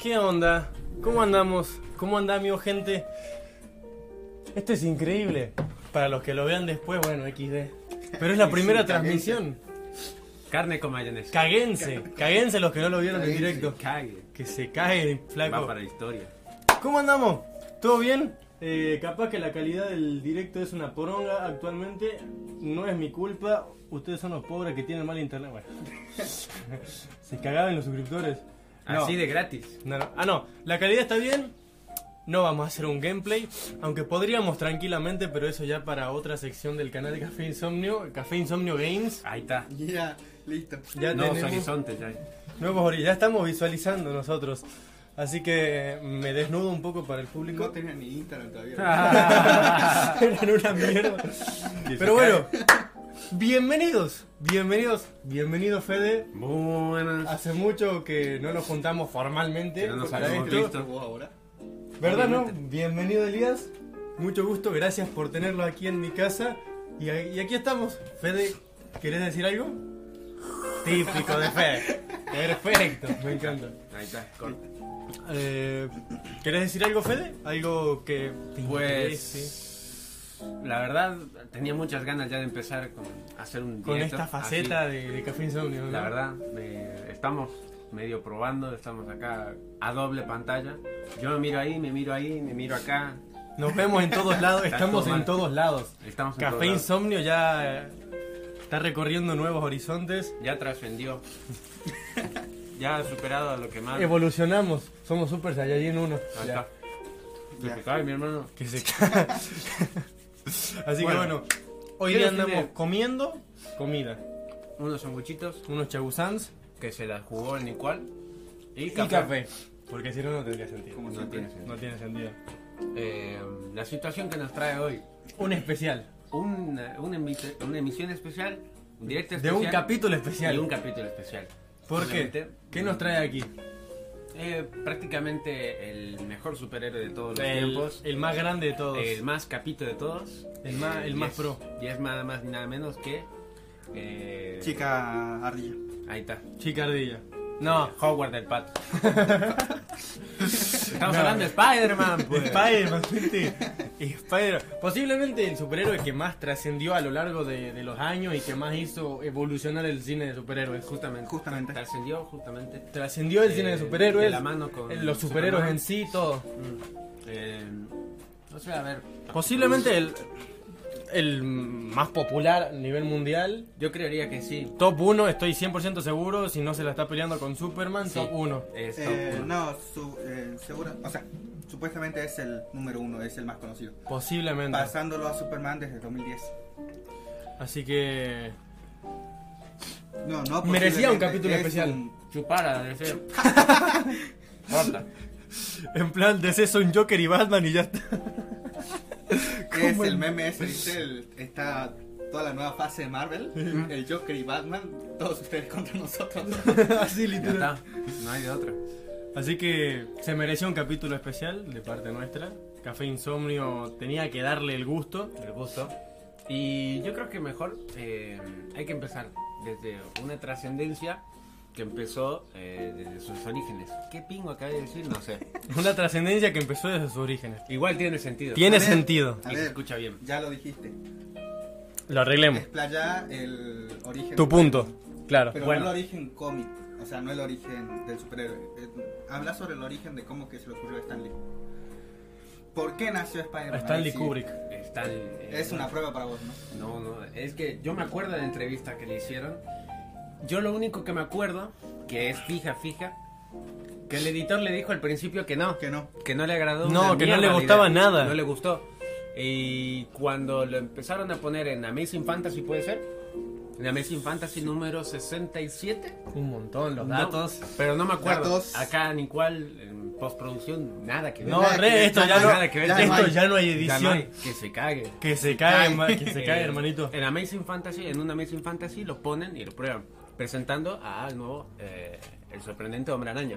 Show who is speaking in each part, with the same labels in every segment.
Speaker 1: ¿Qué onda? ¿Cómo andamos? ¿Cómo anda, amigo gente? Esto es increíble. Para los que lo vean después, bueno, XD. Pero es la primera transmisión.
Speaker 2: Carne con mayonesa.
Speaker 1: Caguense. Caguense los que no lo vieron en
Speaker 3: Caguense.
Speaker 1: directo.
Speaker 2: Cague.
Speaker 1: Que se cae,
Speaker 2: Va
Speaker 1: flaco.
Speaker 2: para la historia.
Speaker 1: ¿Cómo andamos? ¿Todo bien? Eh, capaz que la calidad del directo es una poronga actualmente. No es mi culpa. Ustedes son los pobres que tienen mal internet. Bueno. se cagaban los suscriptores. No.
Speaker 2: Así de gratis.
Speaker 1: No, no. Ah, no. La calidad está bien. No vamos a hacer un gameplay, aunque podríamos tranquilamente, pero eso ya para otra sección del canal de Café Insomnio, Café Insomnio Games.
Speaker 2: Ahí está.
Speaker 3: Ya, listo.
Speaker 1: Ya
Speaker 2: Nuevos
Speaker 1: tenemos
Speaker 2: horizontes. Ya.
Speaker 1: nuevos hori- ya estamos visualizando nosotros. Así que eh, me desnudo un poco para el
Speaker 3: No
Speaker 1: público.
Speaker 3: tenía ni Instagram todavía.
Speaker 1: Ah, Eran una mierda. Pero bueno, bienvenidos, bienvenidos, bienvenido Fede.
Speaker 2: Buenas.
Speaker 1: Hace mucho que no nos juntamos formalmente
Speaker 2: Que no nos
Speaker 1: para
Speaker 2: habíamos
Speaker 1: esto.
Speaker 2: visto.
Speaker 3: ¿Listo vos ahora?
Speaker 1: ¿Verdad, no?
Speaker 2: Obviamente.
Speaker 1: Bienvenido, Elías. Mucho gusto, gracias por tenerlo aquí en mi casa. Y, a- y aquí estamos. Fede, ¿querés decir algo? Típico de Fede. Perfecto, me encanta.
Speaker 2: Ahí está. corta.
Speaker 1: Eh, ¿Querés decir algo, Fede? Algo que te interese.
Speaker 2: Pues. La verdad, tenía muchas ganas ya de empezar con hacer un
Speaker 1: Con
Speaker 2: directo,
Speaker 1: esta faceta de, de Café Insomnio,
Speaker 2: así.
Speaker 1: ¿no?
Speaker 2: La verdad, me- estamos medio probando. Estamos acá a doble pantalla. Yo me miro ahí, me miro ahí, me miro acá.
Speaker 1: Nos vemos en todos lados,
Speaker 2: Está
Speaker 1: estamos
Speaker 2: todo
Speaker 1: en
Speaker 2: mal.
Speaker 1: todos lados.
Speaker 2: Estamos en
Speaker 1: Café
Speaker 2: todos lados.
Speaker 1: Insomnio ya eh, está recorriendo nuevos horizontes.
Speaker 2: Ya trascendió. ya ha superado a lo que más.
Speaker 1: Evolucionamos, somos Super Saiyajin 1.
Speaker 2: Ahí
Speaker 1: Ya.
Speaker 2: está. Se cae, Pues, mi hermano.
Speaker 1: Que se ca- Así
Speaker 2: Bueno.
Speaker 1: que bueno, hoy
Speaker 2: ¿Qué
Speaker 1: día
Speaker 2: define?
Speaker 1: andamos comiendo comida.
Speaker 2: Unos sanguchitos
Speaker 1: Unos chagusans
Speaker 2: que se las jugó el Nicual. Y
Speaker 1: y
Speaker 2: café.
Speaker 1: café. Porque si no, no tendría sentido.
Speaker 3: Como
Speaker 2: No
Speaker 3: siempre.
Speaker 2: tiene sentido.
Speaker 1: No tiene sentido.
Speaker 2: Eh, la situación que nos trae hoy.
Speaker 1: Un especial.
Speaker 2: Una, una, emite- una emisión especial. Un directo
Speaker 1: De
Speaker 2: especial.
Speaker 1: un capítulo
Speaker 2: Y
Speaker 1: especial.
Speaker 2: un capítulo especial.
Speaker 1: ¿Por qué?
Speaker 2: Obviamente,
Speaker 1: ¿Qué nos trae aquí?
Speaker 2: eh, prácticamente el mejor superhéroe de todos los
Speaker 1: El,
Speaker 2: tiempos.
Speaker 1: el más grande de todos.
Speaker 2: El más capito de todos.
Speaker 1: El más- el
Speaker 2: y
Speaker 1: más
Speaker 2: es-
Speaker 1: pro.
Speaker 2: Y es nada más ni nada menos que. eh,
Speaker 3: Chica ardilla.
Speaker 2: Ahí está.
Speaker 1: Chicardilla. No.
Speaker 2: Howard del Pato. Estamos
Speaker 1: No.
Speaker 2: hablando de Spider-Man, pues.
Speaker 1: Spider-Man, gente. Spider- Posiblemente el superhéroe que más trascendió a lo largo de, de los años y que más hizo evolucionar el cine de superhéroes.
Speaker 2: Justamente.
Speaker 3: Justamente. Eh,
Speaker 2: Trascendió, justamente.
Speaker 1: Trascendió el
Speaker 2: Eh,
Speaker 1: cine de superhéroes. eh,
Speaker 2: de la mano con
Speaker 1: los superhéroes
Speaker 2: Superman.
Speaker 1: en sí, todo.
Speaker 2: Mm. Eh, no sé, a ver.
Speaker 1: Posiblemente el, el más popular a nivel mundial.
Speaker 2: Yo creería que sí.
Speaker 1: Top 1, estoy 100% seguro. Si no se la está peleando con Superman,
Speaker 2: Sí.
Speaker 1: top 1.
Speaker 2: Es top
Speaker 3: Eh,
Speaker 2: uno.
Speaker 3: no, su- eh, seguro. O sea, supuestamente es el número uno, es el más conocido.
Speaker 1: Posiblemente.
Speaker 3: Pasándolo a Superman desde 2010.
Speaker 1: Así que.
Speaker 3: No, no.
Speaker 1: Merecía un
Speaker 3: posiblemente,
Speaker 1: capítulo
Speaker 3: es
Speaker 1: especial.
Speaker 3: un-
Speaker 2: Chupara, de ser. Corta.
Speaker 1: En plan, DC son Joker y Batman y ya está.
Speaker 3: es
Speaker 1: ¿Cómo
Speaker 3: el
Speaker 1: el-
Speaker 3: meme ese, ¿viste? El- está toda la nueva fase de Marvel. el Joker y Batman, todos ustedes contra nosotros.
Speaker 1: Así
Speaker 2: Ya
Speaker 1: literal.
Speaker 2: está. No hay de otra.
Speaker 1: Así que se merecía un capítulo especial de parte nuestra. Café Insomnio tenía que darle el gusto.
Speaker 2: El gusto. Y yo creo que mejor eh, hay que empezar desde una trascendencia que empezó eh, desde sus orígenes. ¿Qué pingo acaba de decir? No sé.
Speaker 1: Una trascendencia que empezó desde sus orígenes.
Speaker 2: Igual tiene sentido.
Speaker 1: Tiene
Speaker 3: ver.
Speaker 1: sentido.
Speaker 2: Y se escucha bien.
Speaker 3: Ya lo dijiste.
Speaker 1: Lo arreglemos.
Speaker 3: Desplaya el origen.
Speaker 1: Tu punto, claro.
Speaker 3: Pero
Speaker 2: Bueno.
Speaker 3: no el origen cómic, o sea, no el origen del superhéroe. Eh, Habla sobre el origen de cómo que se le ocurrió a Stanley. ¿Por qué nació Spider-Man?
Speaker 1: Stanley
Speaker 3: Ahí sí,
Speaker 1: Kubrick.
Speaker 2: Está el- eh,
Speaker 3: Es una prueba para vos, ¿no?
Speaker 2: No, no, es que yo me acuerdo de la entrevista que le hicieron. Yo lo único que me acuerdo, que es fija, fija, que el editor le dijo al principio que no, que,
Speaker 3: Que no.
Speaker 2: no le agradó.
Speaker 1: No,
Speaker 2: una
Speaker 1: que no
Speaker 2: mierda
Speaker 1: le
Speaker 2: la
Speaker 1: gustaba
Speaker 2: idea,
Speaker 1: nada.
Speaker 2: No le gustó. Y cuando lo empezaron a poner en Amazing Fantasy, ¿puede ser? En Amazing Fantasy número 67.
Speaker 1: Un montón los
Speaker 2: No,
Speaker 1: datos.
Speaker 2: pero no me acuerdo.
Speaker 3: Datos.
Speaker 2: Acá ni cuál, en postproducción, nada que ver.
Speaker 1: No,
Speaker 3: Nada que
Speaker 1: re,
Speaker 3: ver,
Speaker 1: esto
Speaker 3: nada,
Speaker 1: ya no,
Speaker 2: nada que ver. Ya no
Speaker 1: esto
Speaker 3: hay.
Speaker 1: ya no hay
Speaker 2: Ya no hay,
Speaker 1: edición.
Speaker 2: que se cague.
Speaker 1: Que se cae,
Speaker 3: cae.
Speaker 1: ma- que se cae,
Speaker 2: Eh,
Speaker 1: hermanito.
Speaker 2: En Amazing Fantasy, en un Amazing Fantasy lo ponen y lo prueban, presentando al nuevo, eh, el sorprendente Hombre Araña.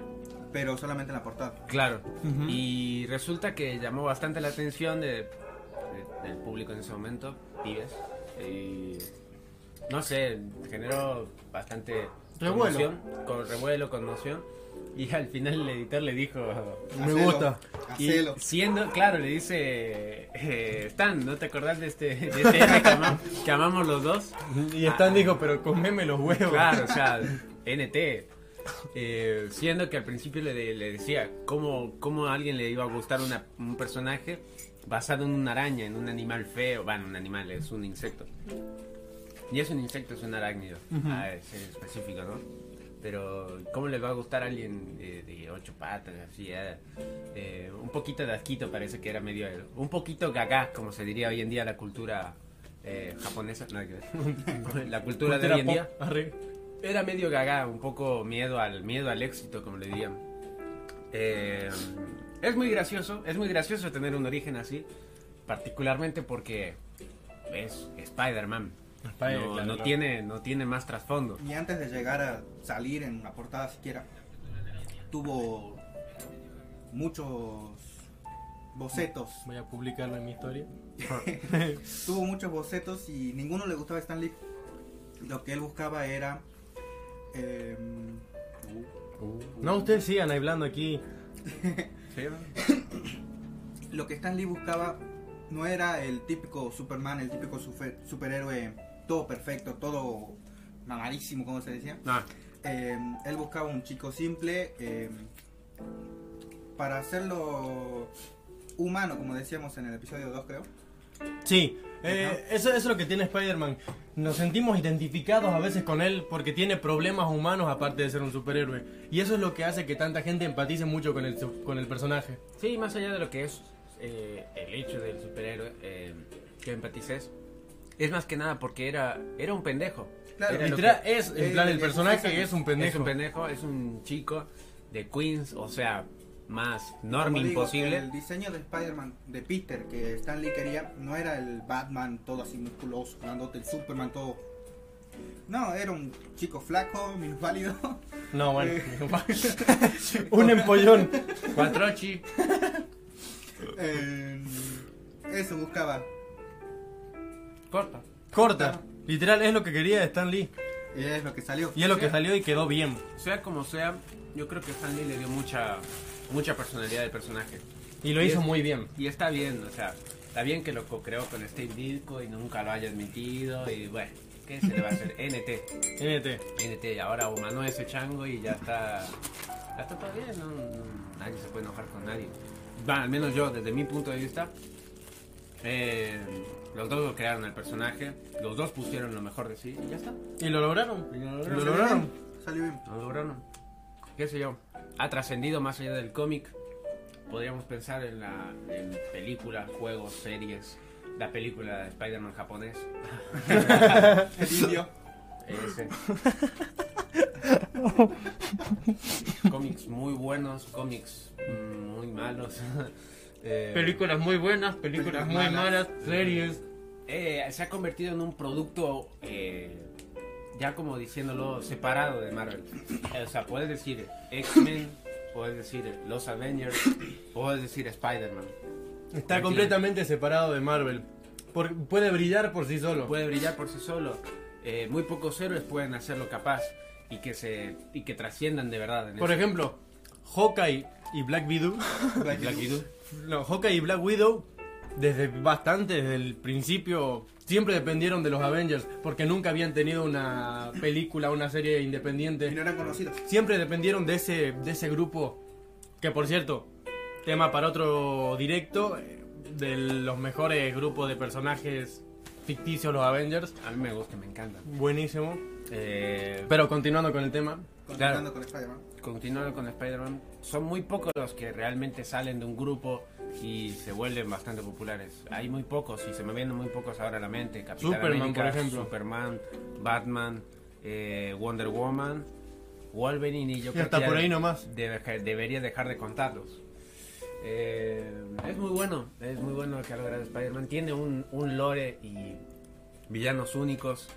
Speaker 3: Pero solamente en la portada.
Speaker 2: Claro. Y resulta que llamó bastante la atención de- de- del público en ese momento, pibes. Y no sé, generó bastante
Speaker 1: Revuelo.
Speaker 2: conmoción, con revuelo, conmoción. Y al final el editor le dijo.
Speaker 1: Me
Speaker 3: Hacelo,
Speaker 1: gusta.
Speaker 2: Y
Speaker 3: Hacelo.
Speaker 2: siendo, claro, le dice eh, Stan, ¿no te acordás de este, de este N que, ama- que amamos los dos?
Speaker 1: Y Stan dijo, pero comeme los huevos.
Speaker 2: ah, Claro, o sea, NT. Eh, siendo que al principio le, de- le decía cómo, cómo a alguien le iba a gustar una- un personaje basado en una araña, en un animal feo. Bueno, un animal, es un insecto. Y es un insecto, es un arácnido, a ese específico, ¿no? Pero, ¿cómo le va a gustar a alguien eh, de ocho patas, así? eh? Eh, un poquito de asquito parece que era medio... Un poquito gaga, como se diría hoy en día la cultura eh, japonesa. nada que ver. la cultura de
Speaker 1: Era
Speaker 2: hoy en
Speaker 1: pop.
Speaker 2: día.
Speaker 1: Arre.
Speaker 2: Era medio gaga, un poco miedo al miedo al éxito, como le dirían. Eh, es muy gracioso, es muy gracioso tener un origen así, particularmente porque es Spider-Man.
Speaker 1: Spider,
Speaker 2: no,
Speaker 1: claro,
Speaker 2: no
Speaker 1: claro.
Speaker 2: tiene no tiene más trasfondo.
Speaker 3: Y antes de llegar a salir en una portada siquiera, tuvo muchos bocetos.
Speaker 1: Voy a publicarlo en mi historia.
Speaker 3: Tuvo muchos bocetos y ninguno le gustaba a Stan Lee. Lo que él buscaba era... eh,
Speaker 1: No, ustedes sigan hablando aquí.
Speaker 3: lo que Stan Lee buscaba no era el típico Superman, el típico super- superhéroe todo perfecto, todo mamadísimo, como se decía.
Speaker 2: No,
Speaker 3: Eh, él buscaba un chico simple eh, para hacerlo humano, como decíamos en el episodio 2, creo.
Speaker 1: Sí, eh, eso, eso es lo que tiene Spider-Man. Nos sentimos identificados a veces con él porque tiene problemas humanos aparte de ser un superhéroe. Y eso es lo que hace que tanta gente empatice mucho con el, su- con el personaje.
Speaker 2: Sí, más allá de lo que es eh, el hecho del superhéroe eh, que empatices, es más que nada porque era, era un pendejo.
Speaker 3: Claro.
Speaker 2: Era lo
Speaker 1: Literal,
Speaker 2: que-
Speaker 1: es, en
Speaker 3: eh,
Speaker 1: plan, el
Speaker 3: eh,
Speaker 1: personaje
Speaker 3: sí,
Speaker 1: es un pendejo.
Speaker 2: Es un pendejo, es un chico de Queens, o sea, más
Speaker 3: Como
Speaker 2: normal
Speaker 3: digo,
Speaker 2: imposible.
Speaker 3: El diseño de Spider-Man, de Peter, que Stan Lee quería, no era el Batman todo así musculoso, grandote, el Superman todo. No, era un chico flaco, minusválido.
Speaker 1: No, bueno.
Speaker 3: Eh.
Speaker 1: un empollón.
Speaker 2: Cuatrochi.
Speaker 3: Eh, eso buscaba.
Speaker 2: Corta.
Speaker 1: Corta. Literal, es lo que quería Stan Lee.
Speaker 3: Y es lo que salió.
Speaker 1: Y es lo que salió y quedó bien.
Speaker 2: Sea como sea, yo creo que Stan Lee le dio mucha, mucha personalidad al personaje.
Speaker 1: Y lo
Speaker 2: Y
Speaker 1: hizo
Speaker 2: es-
Speaker 1: muy bien.
Speaker 2: Y está bien, o sea, está bien que lo co-creó con Steve Ditko y nunca lo haya admitido. Y bueno, ¿qué se le va a hacer? NT.
Speaker 1: NT.
Speaker 2: NT, y ahora humano ese chango y ya está. Ya está todo bien, no, no- nadie se puede enojar con nadie. Va, al menos yo, desde mi punto de vista. eh, los dos crearon el personaje, los dos pusieron lo mejor de sí y ya está.
Speaker 1: Y lo lograron.
Speaker 2: Y lo
Speaker 1: Lo
Speaker 2: lograron.
Speaker 1: lograron.
Speaker 3: Salió bien.
Speaker 2: Lo lograron. ¿Qué sé yo? Ha trascendido más allá del cómic. Podríamos pensar en, la, en películas, juegos, series. La película de Spider-Man japonés.
Speaker 3: El indio.
Speaker 2: Ese. cómics muy buenos, cómics mm, muy malos. Eh,
Speaker 1: Películas muy buenas, películas muy malas, series.
Speaker 2: eh, se ha convertido en un producto, eh, ya como diciéndolo, separado de Marvel. Eh, O sea, puedes decir X-Men, puedes decir Los Avengers, puedes decir Spider-Man.
Speaker 1: Está
Speaker 2: Tranquila.
Speaker 1: completamente separado de Marvel. Por- puede brillar por sí solo.
Speaker 2: Puede brillar por sí solo. Eh, muy pocos héroes pueden hacerlo capaz y que se y que trasciendan de verdad. En
Speaker 1: Por
Speaker 2: eso.
Speaker 1: ejemplo, Hawkeye y Black Widow.
Speaker 3: Black
Speaker 2: Black
Speaker 3: Widow.
Speaker 2: Widow.
Speaker 1: No, Hawkeye y Black Widow, desde bastante, desde el principio, siempre dependieron de los Avengers. Porque nunca habían tenido una película, una serie
Speaker 3: Y no
Speaker 1: independiente.
Speaker 3: eran conocidos.
Speaker 1: Siempre dependieron de ese, de ese grupo. Que por cierto, tema para otro directo. eh, De los mejores grupos de personajes ficticios, los Avengers.
Speaker 2: A mí me gusta, me encanta.
Speaker 1: Buenísimo.
Speaker 2: Eh,
Speaker 1: Pero continuando con el tema.
Speaker 3: Contactando con Spider-Man.
Speaker 2: continuando con Spider-Man, son muy pocos los que realmente salen de un grupo y se vuelven bastante populares. Hay muy pocos y se me vienen muy pocos ahora a la mente. Capitán
Speaker 1: Superman,
Speaker 2: América,
Speaker 1: por ejemplo.
Speaker 2: Superman, Batman, eh, Wonder Woman, Wolverine y yo
Speaker 1: Y
Speaker 2: creo
Speaker 1: hasta
Speaker 2: que ya
Speaker 1: por ahí nomás.
Speaker 2: debe- debería dejar de contarlos. Eh, es muy bueno, es muy bueno lo que ha logrado Spider-Man. Tiene un, un lore y villanos únicos.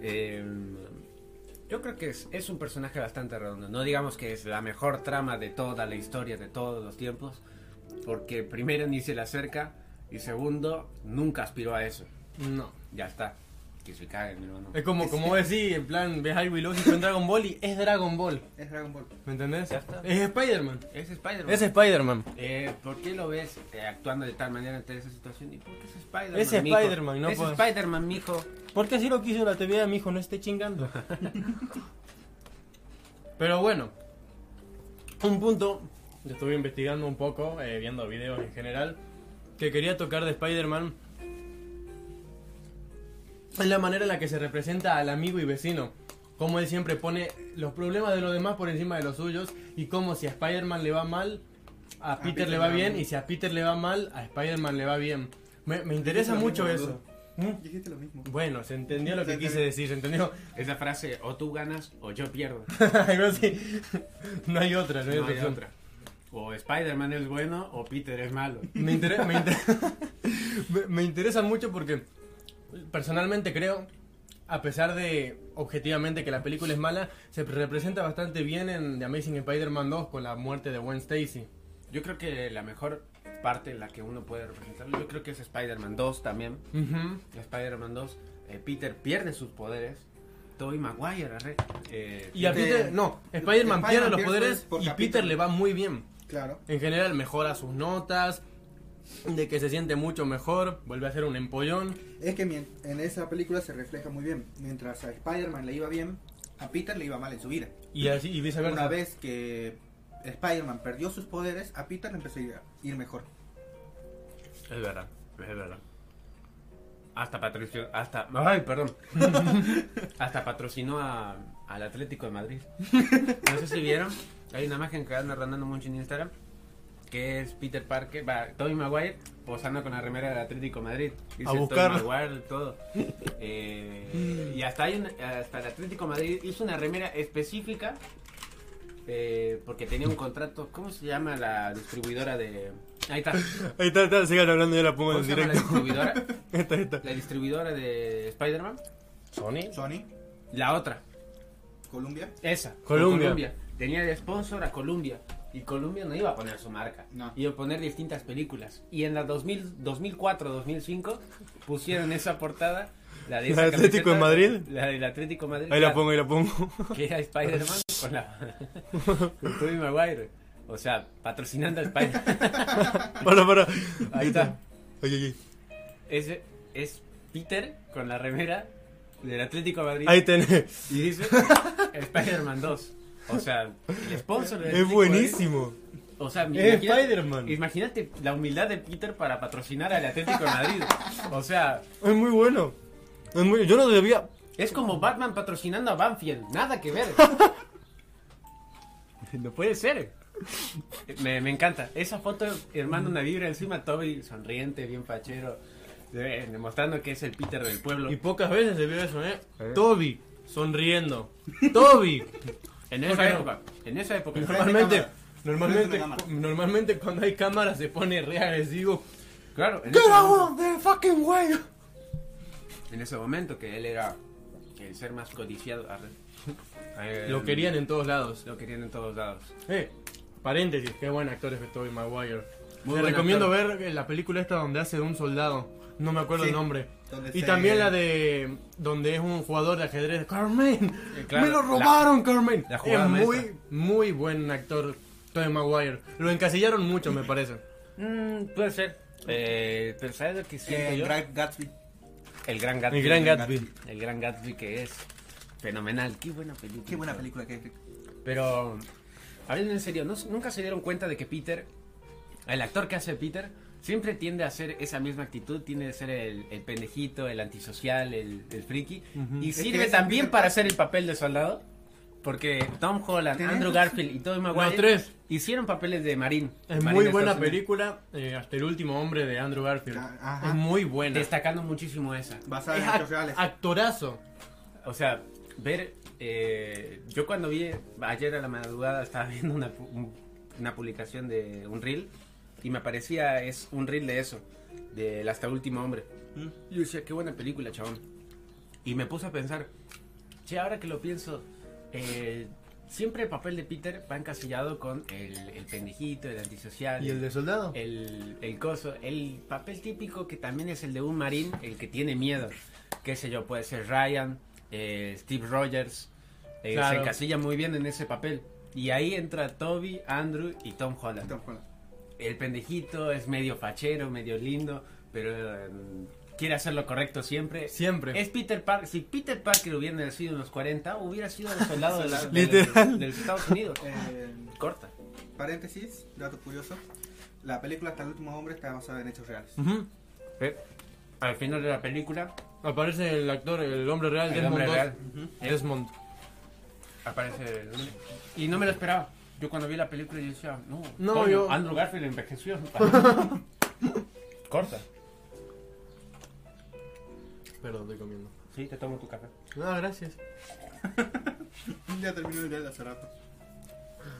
Speaker 2: Eh, yo creo que es, es un personaje bastante redondo. No digamos que es la mejor trama de toda la historia, de todos los tiempos, porque primero ni se le acerca y segundo, nunca aspiró a eso.
Speaker 1: No.
Speaker 2: Ya está. Que se cague, mi hermano.
Speaker 1: Es como, como vos decís, en plan, ves algo ilógico en Dragon Ball y es Dragon Ball.
Speaker 3: Es Dragon Ball.
Speaker 1: ¿Me entendés?
Speaker 2: Ya está.
Speaker 1: Es Spider-Man.
Speaker 2: Es Spider-Man.
Speaker 1: Es Spider-Man.
Speaker 2: Eh, ¿Por qué lo ves eh, actuando de tal manera ante esa situación? ¿Y por qué es Spider-Man?
Speaker 1: Es
Speaker 2: mijo?
Speaker 1: Spider-Man, no Pues.
Speaker 2: Es
Speaker 1: puedo-
Speaker 2: Spider-Man, mijo.
Speaker 1: Porque así lo quiso la TVA, mi hijo, no esté chingando. Pero bueno, un punto, yo estuve investigando un poco, eh, viendo videos en general, que quería tocar de Spider-Man. Es la manera en la que se representa al amigo y vecino. Cómo él siempre pone los problemas de los demás por encima de los suyos. Y cómo si a Spider-Man le va mal, a, Peter, le va bien. Y si a Peter le va mal, a Spider-Man le va bien. Me, me interesa
Speaker 3: Dijiste
Speaker 1: mucho
Speaker 3: lo mismo,
Speaker 1: eso. ¿Mm?
Speaker 3: Dijiste lo mismo.
Speaker 1: Bueno, se entendió lo
Speaker 3: Se
Speaker 1: que
Speaker 3: entendió.
Speaker 1: quise decir, se entendió.
Speaker 2: Esa frase, o tú ganas o yo pierdo.
Speaker 1: Algo así. No hay otra, no hay,
Speaker 2: No hay
Speaker 1: opción.
Speaker 2: otra. O Spider-Man es bueno o Peter es malo.
Speaker 1: Me, intere- me, inter- me- me interesa mucho porque personalmente creo, a pesar de objetivamente que la película es mala, se representa bastante bien en The Amazing Spider-Man 2 con la muerte de Gwen Stacy.
Speaker 2: Yo creo que la mejor parte en la que uno puede representarlo, yo creo que es Spider-Man 2 también.
Speaker 1: Ujú.
Speaker 2: Spider-Man 2, eh, Peter pierde sus poderes. Tobey Maguire, arre. Eh,
Speaker 1: Y a
Speaker 3: Peter-
Speaker 1: Peter, no, Spider-Man
Speaker 3: Este, Spider-Man
Speaker 1: pierde los
Speaker 3: pierde
Speaker 1: poderes
Speaker 3: por
Speaker 1: y Peter
Speaker 3: capítulo.
Speaker 1: le va muy bien.
Speaker 3: Claro.
Speaker 1: En general mejora sus notas, de que se siente mucho mejor, vuelve a ser un empollón.
Speaker 3: Es que mien- en esa película se refleja muy bien. Mientras a Spider-Man le iba bien, a Peter le iba mal en su vida.
Speaker 1: Y así, y viceversa.
Speaker 3: Una vez que Spider-Man perdió sus poderes, a Peter le empezó a ir- ir mejor.
Speaker 2: Es verdad, es verdad. Hasta patrocinó, hasta, ay, perdón. hasta patrocinó a- al Atlético de Madrid. No sé si vieron, hay una imagen que anda rondando mucho en Instagram, que es Peter Parker, va, Tobey Maguire posando con la remera del Atlético de Madrid.
Speaker 1: A buscarla.
Speaker 2: Tobey Maguire, todo. Eh, y hasta, hay un- hasta el Atlético de Madrid hizo una remera específica, eh, porque tenía un contrato, ¿cómo se llama la distribuidora de...? Ahí está.
Speaker 1: Ahí está, está, sigan hablando, yo la pongo
Speaker 2: ¿Cómo
Speaker 1: en
Speaker 2: se llama la
Speaker 1: directo.
Speaker 2: distribuidora?
Speaker 1: Esta, esta.
Speaker 2: La distribuidora de Spider-Man.
Speaker 1: ¿Sony?
Speaker 3: Sony,
Speaker 2: La otra.
Speaker 3: Columbia,
Speaker 2: Esa.
Speaker 1: Columbia.
Speaker 2: Tenía de sponsor a Columbia. Y Columbia no iba a poner su marca.
Speaker 3: No.
Speaker 2: Iba a poner distintas películas. Y en la 2000, 2004, 2005 pusieron esa portada. La de
Speaker 1: ¿La
Speaker 2: esa
Speaker 1: del Atlético
Speaker 2: camiseta,
Speaker 1: de Madrid?
Speaker 2: La del Atlético de Madrid.
Speaker 1: Ahí la
Speaker 2: que-
Speaker 1: pongo, ahí la pongo.
Speaker 2: Que era Spider-Man con la. con Tobey Maguire. O sea, patrocinando a Spider-Man.
Speaker 1: Para, para.
Speaker 2: Ahí está.
Speaker 1: Ay, ay,
Speaker 2: Ese es Peter con la remera del Atlético de Madrid.
Speaker 1: ay. Ahí tenés.
Speaker 2: Y dice Spider-Man 2. O sea, el sponsor del
Speaker 1: Es
Speaker 2: Atlético
Speaker 1: buenísimo.
Speaker 2: de Madrid. O sea,
Speaker 1: Es
Speaker 2: imagínate-
Speaker 1: Spider-Man. Es
Speaker 2: Imagínate la humildad de Peter para patrocinar al Atlético de Madrid. O sea,
Speaker 1: muy bueno. Es muy- Yo no debía.
Speaker 2: es como Batman patrocinando a Banfield. Nada que ver. No puede ser. Me, me encanta. Esa foto, hermano, una vibra encima. Toby sonriente, bien fachero. eh, Demostrando que es el Peter del pueblo.
Speaker 1: Y pocas veces se vio eso, ¿eh? Toby, sonriendo. Toby.
Speaker 2: En
Speaker 1: ¿Por
Speaker 2: esa
Speaker 1: qué no?
Speaker 2: época. En esa época.
Speaker 1: Normalmente,
Speaker 3: cámara. Frente
Speaker 1: normalmente,
Speaker 3: de cámara.
Speaker 1: normalmente cuando hay cámara se pone re agresivo.
Speaker 2: Claro. en
Speaker 1: Get
Speaker 2: ese momento-
Speaker 1: out of the fucking way.
Speaker 2: en ese momento que él era el ser más codiciado. arre. Eh,
Speaker 1: Lo querían en todos lados.
Speaker 2: lo querían en todos lados.
Speaker 1: Eh, paréntesis, qué buen actor es Tobey Maguire.
Speaker 2: Muy
Speaker 1: Te
Speaker 2: buen
Speaker 1: recomiendo
Speaker 2: actor.
Speaker 1: ver eh, la película esta donde hace de un soldado. No me acuerdo
Speaker 3: Sí.
Speaker 1: el nombre.
Speaker 3: Donde
Speaker 1: Y
Speaker 3: se-
Speaker 1: también la de donde es un jugador de ajedrez. Carmen,
Speaker 2: Eh, claro,
Speaker 1: me lo
Speaker 2: la-
Speaker 1: robaron, Carmen.
Speaker 2: la
Speaker 1: es
Speaker 2: jugada
Speaker 1: muy,
Speaker 2: maestra.
Speaker 1: muy buen actor Tobey Maguire. Lo encasillaron mucho, me parece.
Speaker 2: Mm, puede ser. pero ¿sabes lo que siento
Speaker 3: eh,
Speaker 2: yo?
Speaker 3: Great Gatsby.
Speaker 2: El gran Gatsby.
Speaker 1: El gran Gatsby.
Speaker 2: El gran Gatsby que es fenomenal. Qué buena película.
Speaker 3: Qué buena película que es.
Speaker 2: Pero, hablando en serio, ¿no- ¿nunca se dieron cuenta de que Peter, el actor que hace Peter, siempre tiende a hacer esa misma actitud? Tiende a ser el, el pendejito, el antisocial, el, el friki. Y
Speaker 3: Es que
Speaker 2: sirve
Speaker 3: es
Speaker 2: también
Speaker 3: Peter
Speaker 2: para hacer el papel de soldado. Porque Tom Holland,
Speaker 3: Tenés
Speaker 2: Andrew
Speaker 3: razón.
Speaker 2: Garfield y Tobey Maguire
Speaker 1: tres.
Speaker 2: hicieron papeles de marín.
Speaker 1: Es
Speaker 2: Marín
Speaker 1: muy
Speaker 2: de
Speaker 1: buena
Speaker 2: Estados Unidos.
Speaker 1: película, eh, hasta el último hombre de Andrew Garfield.
Speaker 3: Ah, ajá.
Speaker 1: Es muy buena.
Speaker 2: Destacando muchísimo esa.
Speaker 3: Basada en
Speaker 1: Es
Speaker 3: hechos
Speaker 1: ac-
Speaker 3: reales.
Speaker 1: actorazo.
Speaker 2: O sea, ver. eh, yo cuando vi. Ayer a la madrugada estaba viendo una, pu- un- una publicación de un reel. Y me aparecía es un reel de eso. Del hasta último hombre.
Speaker 3: Mm.
Speaker 2: Y yo decía, qué buena película, chabón. Y me puse a pensar. Che, ahora que lo pienso. eh, siempre el papel de Peter va encasillado con el, el pendejito, el antisocial.
Speaker 1: ¿Y el de soldado?
Speaker 2: Eh, El, el coso, el papel típico que también es el de un marín, el que tiene miedo. qué sé yo, puede ser Ryan, eh, Steve Rogers, eh, se
Speaker 4: Claro.
Speaker 2: encasilla muy bien en ese papel. Y ahí entra Toby, Andrew y Tom Holland.
Speaker 3: Tom Holland.
Speaker 2: El pendejito es medio fachero, medio lindo, pero eh, quiere hacer lo correcto siempre.
Speaker 1: Siempre.
Speaker 2: Es Peter Parker. Si Peter Parker hubiera nacido en los 40, hubiera sido el soldado de la- de-
Speaker 1: Literal.
Speaker 2: de los Estados Unidos.
Speaker 3: Eh,
Speaker 2: Corta.
Speaker 3: paréntesis, dato curioso. La película Hasta el último hombre está basada en hechos reales.
Speaker 1: Ujú.
Speaker 2: Eh, Al final de la película
Speaker 1: Aparece el actor, el hombre real,
Speaker 2: El
Speaker 1: Desmond.
Speaker 2: hombre
Speaker 1: Doss.
Speaker 2: real.
Speaker 1: Desmond.
Speaker 2: aparece el nombre. Y no me lo esperaba. Yo cuando vi la película yo decía, no,
Speaker 1: No,
Speaker 2: coño,
Speaker 1: yo-
Speaker 2: Andrew Garfield envejeció. Corta.
Speaker 1: Perdón, estoy comiendo.
Speaker 2: Sí, te tomo tu café.
Speaker 1: No, gracias.
Speaker 3: Ya terminó el día de hace rato.